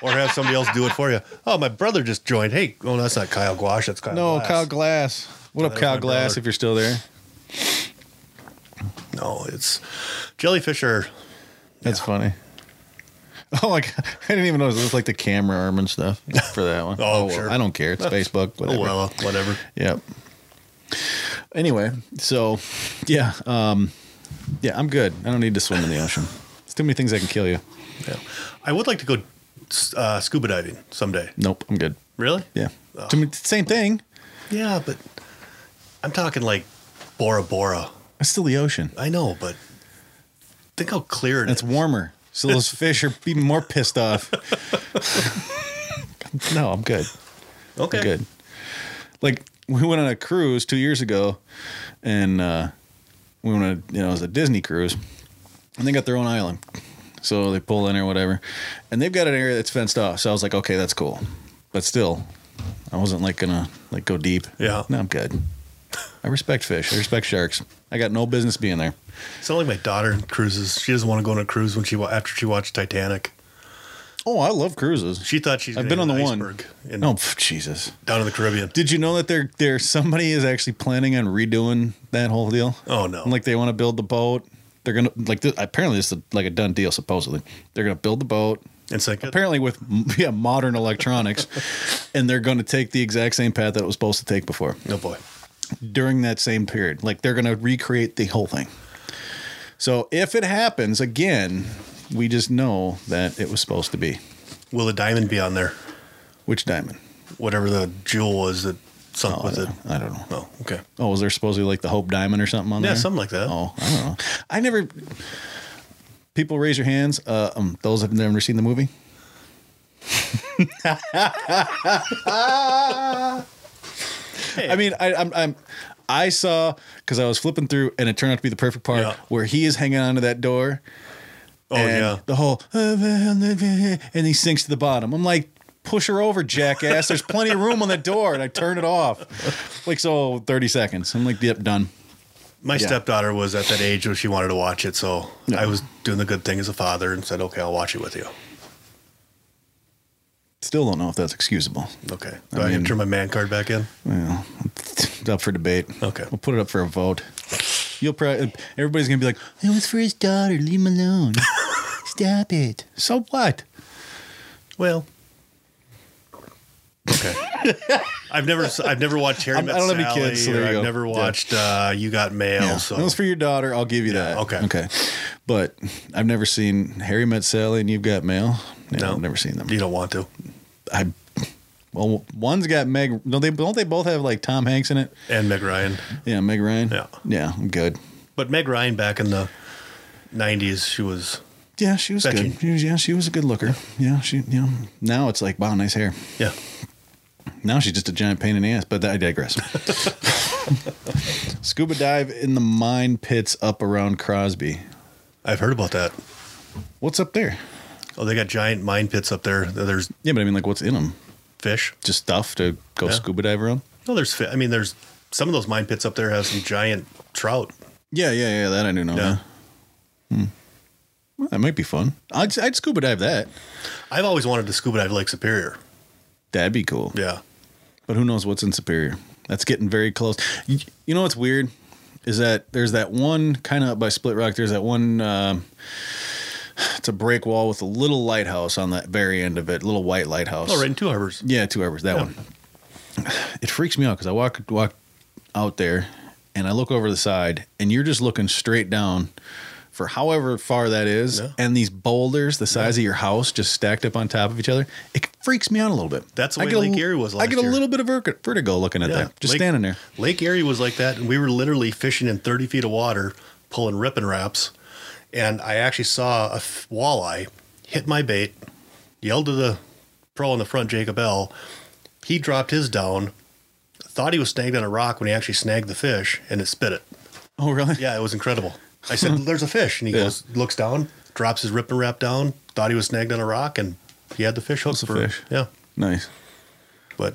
or have somebody else do it for you. Oh, my brother just joined. Hey, well, that's not Kyle Gouache. That's Kyle.
no,
Glass.
Kyle Glass. What up,
That's
Kyle
my
Glass?
brother.
If you're still there,
No, it's jellyfish are
that's funny. Oh, like I didn't even notice. It was like the camera arm and stuff for that one.
Oh,
well,
sure.
I don't care. It's Facebook. Whatever.
Oh well, whatever.
Yep. Anyway, so yeah, um, yeah, I'm good. I don't need to swim in the ocean. There's too many things that can kill you.
Yeah. I would like to go uh, scuba diving someday.
Nope, I'm good.
Really?
Yeah,
Oh.
Too many- same thing.
Yeah, but I'm talking like Bora Bora.
It's still the ocean.
I know, but think how clear it
It's
is.
warmer, so those fish are even more pissed off. no, I'm good.
Okay.
good. Like we went on a cruise two years ago, and uh, we went on, a, you know, it was a Disney cruise, and they got their own island. So they pull in or whatever, and they've got an area that's fenced off. So I was like, okay, that's cool, but still, I wasn't like gonna like go deep.
Yeah.
no, I'm good. I respect fish. I respect sharks. I got no business being there.
It's not like my daughter cruises. She doesn't want to go on a cruise when she wa- after she watched Titanic.
Oh, I love cruises.
She thought she's.
I've
gonna
been
hit
on the
an
one.
iceberg in,
Oh, pff, Jesus.
down in the Caribbean.
Did you know that there there somebody is actually planning on redoing that whole deal?
Oh, no.
Like they want to build the boat. They're gonna like th- apparently this is like a done deal. Supposedly they're gonna build the boat.
It's like
Apparently with yeah modern electronics, and they're gonna take the exact same path that it was supposed to take before
no oh, boy.
during that same period. Like they're gonna recreate the whole thing. So if it happens again, we just know that it was supposed to be.
Will a diamond be on there?
Which diamond?
Whatever the jewel was that sunk
Oh, I
with it.
don't, I don't know.
Oh, okay.
Oh, was there supposed to be like the Hope Diamond or something on
Yeah,
there?
something like that.
Oh, I don't know. I never. People raise your hands. Uh, um, those have never seen the movie. I mean, I, I'm, I'm, I saw because I was flipping through, and it turned out to be the perfect part
Yeah.
where he is hanging onto that door,
Oh
and
yeah.
the whole, and he sinks to the bottom. I'm like, push her over, jackass. There's plenty of room on the door, and I turn it off. Like so, thirty seconds. I'm like, yep, done.
My
Yeah.
stepdaughter was at that age where she wanted to watch it, so
Yeah.
I was doing the good thing as a father and said, "Okay, I'll watch it with you."
Still don't know if that's excusable.
Okay. Do
I
I, have
mean-
to turn my man card back in?
Well, it's up for debate.
Okay.
We'll put it up for a vote. You'll probably, everybody's going to be like, it was for his daughter. Leave him alone. Stop it. So what?
Well. Okay. I've never I've never watched Harry
I'm-
Met
I don't have
Sally.
any kids, so there
or
you
I've
go.
never
Yeah.
watched uh, You Got Mail. So
That was for your daughter. I'll give you that.
okay.
Okay. But I've never seen Harry Met Sally and You've Got Mail. Yeah,
No.
I've never seen them.
you don't want to.
I, well, one's got Meg. Don't they, don't they both have like Tom Hanks in it?
And Meg Ryan,
Yeah, Meg Ryan.
Yeah.
Yeah, I'm good.
but Meg Ryan back in the '90s, she was
Yeah, she was
Becky.
good. She was, yeah, she was a good looker. Yeah, she, you know, now it's like, wow, nice hair.
yeah.
Now she's just a giant pain in the ass, but I digress. Scuba dive in the mine pits up around Crosby.
I've heard about that.
What's up there?
Oh, they got giant mine pits up there. There's
Yeah, but I mean, like, what's in them?
fish.
Just stuff to go
Yeah.
scuba dive around?
No, there's. Fi- I mean, there's some of those mine pits up there have some giant trout.
Yeah, yeah, yeah. That I do know.
Yeah.
Yeah. Hmm. Well, that might be fun. I'd, I'd scuba dive that.
I've always wanted to scuba dive Lake Superior.
That'd be cool.
Yeah.
But who knows what's in Superior? That's getting very close. You, you know what's weird is that there's that one kind of up by Split Rock. There's that one. Um, it's a break wall with a little lighthouse on that very end of it, little white lighthouse.
Oh, right in Two Harbors.
Yeah, two hours. That
Yeah.
one. It freaks me out because I walk walk out there and I look over the side, and you're just looking straight down for however far that is,
Yeah.
and these boulders the size of your house just stacked up on top of each other. It freaks me out a little bit.
That's the
I
way
get a
Lake
l-
Erie was
I
last
get a
year.
little bit of verti- vertigo looking at
Yeah,
that, just
Lake-
standing there.
Lake Erie was like that, and we were literally fishing in 30 feet of water, pulling rip and wraps. And I actually saw a f- walleye hit my bait, yelled to the pro in the front, Jacob L. He dropped his down, thought he was snagged on a rock when he actually snagged the fish, and it spit it.
Oh, really?
Yeah, it was incredible. I said, "There's a fish," and he
Yeah.
goes, looks down, drops his rip and wrap down, thought he was snagged on a rock, and he had the fish hooked
It's a
for
fish.
yeah.
Nice.
But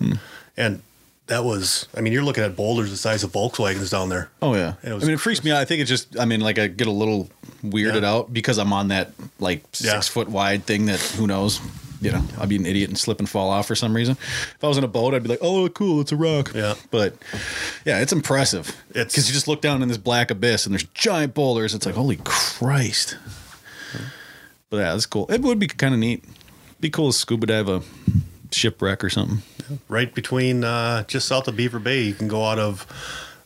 and that was, I mean, you're looking at boulders the size of Volkswagens down there.
Oh yeah.
It was
I mean, it freaks me out. I think it's just. I mean, like I get a little weirded
Yeah.
out because I'm on that like six
Yeah.
foot wide thing that who knows. You know, I'd be an idiot and slip and fall off for some reason. If I was in a boat, I'd be like, "Oh, cool, it's a rock."
Yeah.
But yeah, it's impressive.
It's-
because you just look down in this black abyss and there's giant boulders. It's like, holy Christ. But yeah, that's cool. It would be kind of neat. Be cool to scuba dive a shipwreck or something.
right between uh, just south of Beaver Bay. You can go out of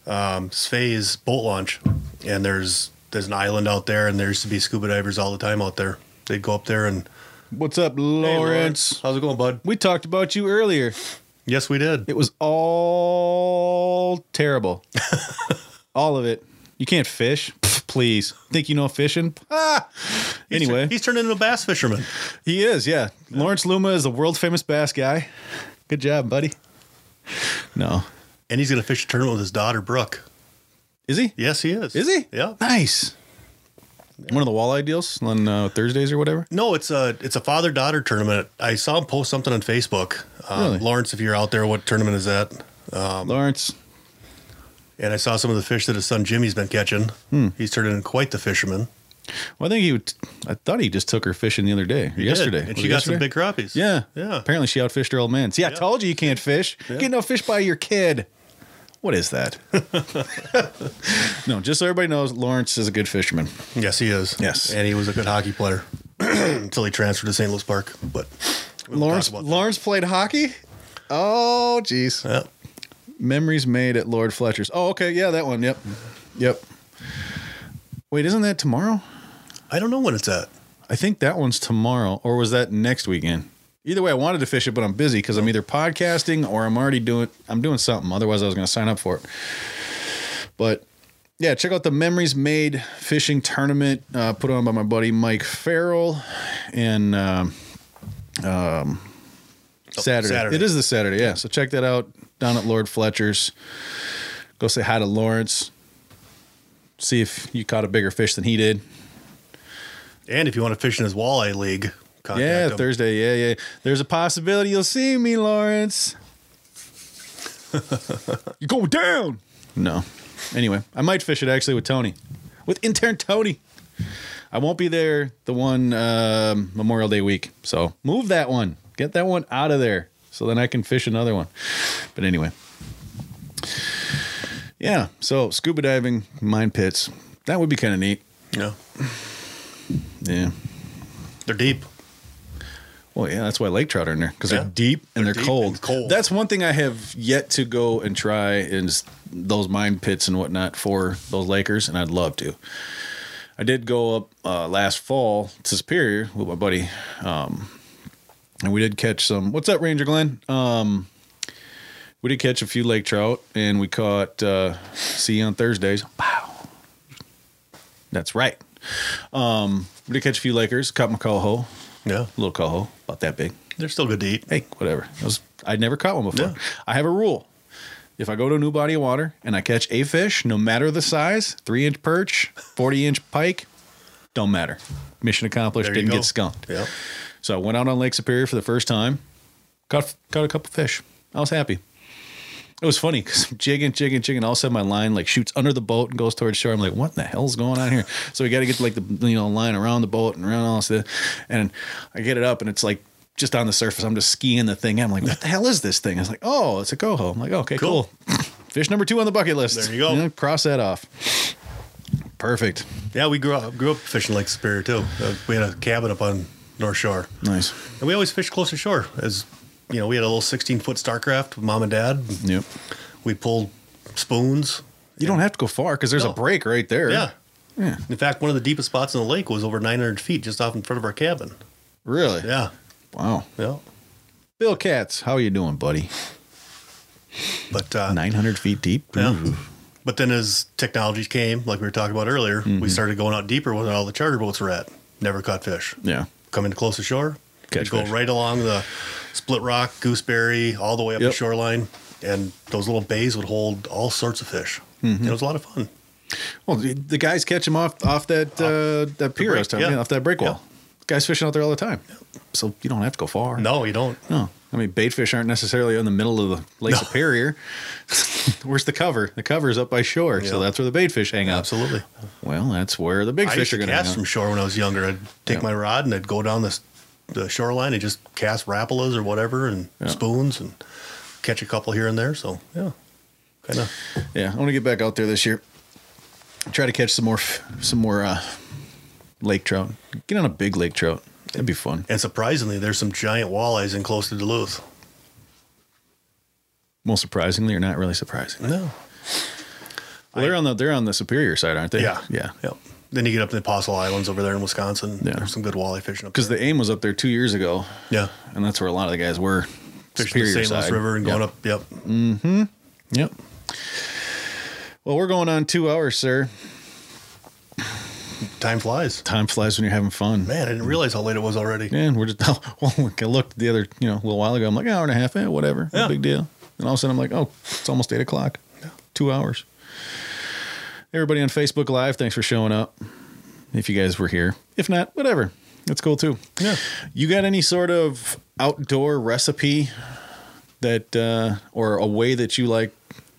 um, Svei's boat launch, and there's there's an island out there, and there used to be scuba divers all the time out there. They'd go up there and
What's up,
Hey,
Lawrence?
how's it going, bud?
We talked about you earlier.
Yes, we did.
It was all terrible. all of it. You can't fish. Pff, Please. Think you know fishing? Ah!
He's
Anyway,
tur- he's turned into a bass fisherman.
he is, yeah. Lawrence Luma is the world famous bass guy. Good job, buddy. No.
And he's going to fish a tournament with his daughter, Brooke.
Is he?
Yes, he is.
Is he?
Yeah.
Nice. One of the walleye deals on uh, Thursdays or whatever.
No, it's a it's a father daughter tournament. I saw him post something on Facebook. Um,
Really?
Lawrence, if you're out there, what tournament is that? Um,
Lawrence,
And I saw some of the fish that his son Jimmy's been catching.
Hmm.
He's turned into quite the fisherman.
well, I think he. Would, I thought he just took her fishing the other day, or
did,
yesterday.
And
Was
she
it
got
yesterday?
some big crappies.
Yeah,
Yeah.
Apparently, she outfished her old man. See, I
Yeah.
told you you can't fish. Get no fish by your kid. What is that? no, just so everybody knows, Lawrence is a good fisherman.
Yes, he is.
Yes.
And he was a good hockey player until he transferred to St. Louis Park. But we won't
Lawrence
talk about
Lawrence played hockey. Oh, jeez.
that. Yeah.
Memories made at Lord Fletcher's. Oh, okay, yeah, that one. Yep, yep. Wait, isn't that tomorrow?
I don't know when it's at.
I think that one's tomorrow, or was that next weekend? Either way, I wanted to fish it, but I'm busy because I'm either podcasting or I'm already doing I'm doing something. Otherwise, I was going to sign up for it. But yeah, check out the Memories Made Fishing Tournament uh, put on by my buddy Mike Farrell and um, um, Saturday.
Saturday.
It is the Saturday, yeah. So check that out down at Lord Fletcher's. Go say hi to Lawrence. See if you caught a bigger fish than he did.
And if you want to fish in his walleye league, contact
Yeah,
him.
Thursday. Yeah, yeah. There's a possibility you'll see me, Lawrence. you go down. No. Anyway, I might fish it actually with Tony, with intern Tony. I won't be there the one um, Memorial Day week, so move that one. Get that one out of there, so then I can fish another one. But anyway, yeah. So scuba diving, mine pits. That would be kind of neat.
Yeah.
Yeah.
They're deep.
Well, yeah, that's why lake trout are in there because
Yeah.
they're deep and they're,
They're deep
cold.
and cold.
That's one thing I have yet to go and try is those mine pits and whatnot for those Lakers, and I'd love to. I did go up uh, last fall to Superior with my buddy, um, and we did catch some. What's up, Ranger Glenn? Um, we did catch a few lake trout, and we caught uh, see you on Thursdays. Wow, that's right. Um, we did catch a few Lakers. Caught my coho
Yeah.
little coho, about that big.
They're still good to eat.
Hey, whatever. I was I'd never caught one before.
Yeah.
I have a rule. If I go to a new body of water and I catch a fish, no matter the size, three inch perch, forty inch pike, don't matter. Mission accomplished.
There you
didn't
go.
get skunked.
Yeah.
So I went out on Lake Superior for the first time. Caught caught a couple fish. I was happy. It was funny because I'm jigging, jigging, jigging. All of a sudden, my line like shoots under the boat and goes towards shore. I'm like, "What in the hell's going on here?" So we got to get like the you know line around the boat and around all this, stuff. and I get it up and it's like just on the surface. I'm just skiing the thing. I'm like, "What the hell is this thing?" I was like, "Oh, it's a coho." I'm like, "Okay, cool."
Cool.
Fish number two on the bucket list.
There you go.
cross that off. Perfect.
Yeah, we grew up grew up fishing Lake Superior too. Uh, we had a cabin up on North Shore.
Nice.
And we always fished close to shore as you know, we had a little sixteen foot Starcraft with mom and dad.
Yep.
We pulled spoons.
You don't have to go far because there's
No.
a break right there.
Yeah.
Yeah.
In fact, one of the deepest spots in the lake was over 900 feet just off in front of our cabin.
Really?
Yeah.
Wow.
Yeah.
Bill Katz, how you doing, buddy?
But uh,
900 feet deep?
yeah.
Ooh.
But then as technology came, like we were talking about earlier,
Mm-hmm.
we started going out deeper where all the charter boats were at. Never caught fish.
Yeah.
Coming to close to shore,
Catch
we'd go
fish.
right along the split rock, gooseberry, all the way up
Yep.
the shoreline. And those little bays would hold all sorts of fish.
Mm-hmm.
And It was a lot of fun.
Well, the, the guys catch him off off that uh, that pier I was
break,
talking-
yeah.
off that break wall. Guys fishing out there all the time, so you don't have to go far.
No, you don't.
No. I mean, bait fish aren't necessarily in the middle of the Lake Superior. Where's the cover? The cover's up by shore, so
Yeah.
that's where the bait fish hang out.
Absolutely.
Well, that's where the big
I
fish
used
are
to
going to hang
cast
out.
from shore when I was younger. I'd take
Yeah.
my rod and I'd go down the the shoreline and just cast rapalas or whatever and spoons and catch a couple here and there. So yeah, kind of
Yeah, I want to get back out there this year. Try to catch some more, f- some more uh, lake trout. Get on a big lake trout. That'd be fun.
And surprisingly, there's some giant walleyes in close to Duluth.
Well, surprisingly, or not really surprising.
No.
Well, they're on the they're on the superior side, aren't they?
Yeah.
yeah.
Yep. Then you get up in the Apostle Islands over there in Wisconsin.
Yeah.
There's some good walleye fishing up
Because
there.
the aim was up there two years ago,
Yeah.
and that's where a lot of the guys were.
Fishing the St. Louis
side.
River and going
Yep.
up. Yep.
Yep. Well, we're going on two hours, sir.
Time flies.
Time flies when you're having fun.
Man, I didn't realize how late it was already.
Mm. Yeah, and we're just well, look, I looked the other, you know, a little while ago. I'm like hour and a half, eh, whatever, no
Yeah.
big deal. And all of a sudden, I'm like, oh, it's almost eight o'clock, two hours. Everybody on Facebook Live, thanks for showing up. If you guys were here, if not, whatever, that's cool too.
Yeah.
You got any sort of outdoor recipe that, uh, or a way that you like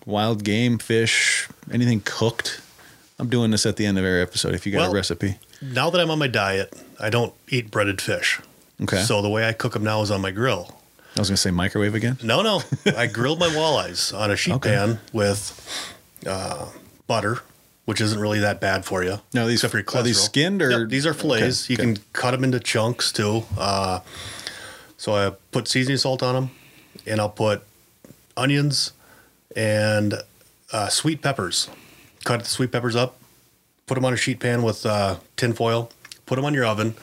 wild game, fish, anything cooked? I'm doing this at the end of every episode. If you got
Well-
a recipe,
Now that I'm on my diet, I don't eat breaded fish.
okay.
So the way I cook them now is on my grill.
I was gonna say microwave again.
No, no. I grilled my walleyes on a sheet
Okay.
pan with uh, butter, which isn't really that bad for you.
No, these-
Except for your
are these
cholesterol.
skinned or-
Yep, these are fillets.
Okay,
you
okay.
can cut them into chunks too. Uh, so I put seasoning salt on them, and I'll put onions and uh, sweet peppers. Cut the sweet peppers up, put them on a sheet pan with uh, tin foil, put them on your oven,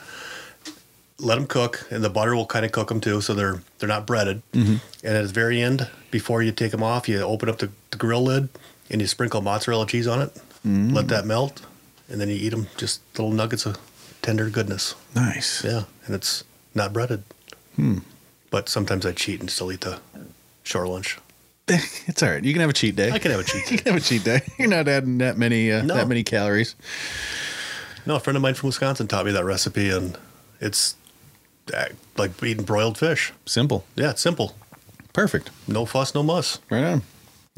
let them cook, and the butter will kind of cook them too, so they're they're not breaded.
Mm-hmm.
And at the very end, before you take them off, you open up the, the grill lid and you sprinkle mozzarella cheese on it, let that melt, and then you eat them just little nuggets of tender goodness.
Nice.
Yeah, and it's not breaded. Hmm. But sometimes I cheat and still eat the shore lunch.
It's all right. You can have a cheat day.
I can have a cheat.
You can have a cheat day. You're not adding that many uh,
No.
that many calories.
No, a friend of mine from Wisconsin taught me that recipe, and it's uh, like eating broiled fish.
Simple.
Yeah, it's simple.
Perfect.
No fuss, no muss.
Right on.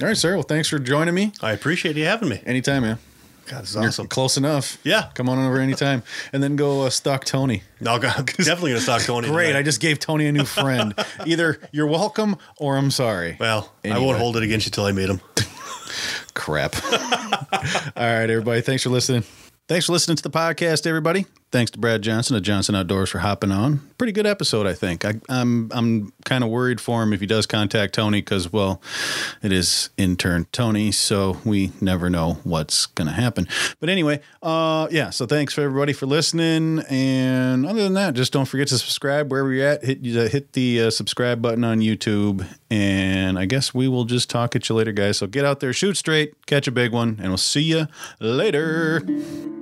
All right, sir. Well, thanks for joining me.
I appreciate you having me.
Anytime, man.
God, this is
You're
awesome.
close enough.
Yeah.
Come on over anytime. And then go uh, stalk Tony.
No, God, I'm definitely gonna stalk Tony.
Great.
tonight.
I just gave Tony a new friend. Either you're welcome or I'm sorry.
well, I
Anyway.
won't hold it against you till I meet him.
crap. All right, everybody. Thanks for listening. Thanks for listening to the podcast, everybody. Thanks to Brad Johnson of Johnson Outdoors for hopping on. Pretty good episode, I think. I, I'm I'm kind of worried for him if he does contact Tony because well, it is intern Tony, so we never know what's gonna happen. But anyway, uh, yeah. So thanks for everybody for listening. And other than that, just don't forget to subscribe wherever you're at. Hit uh, hit the uh, subscribe button on YouTube, and I guess we will just talk at you later, guys. So get out there, shoot straight, catch a big one, and we'll see you later.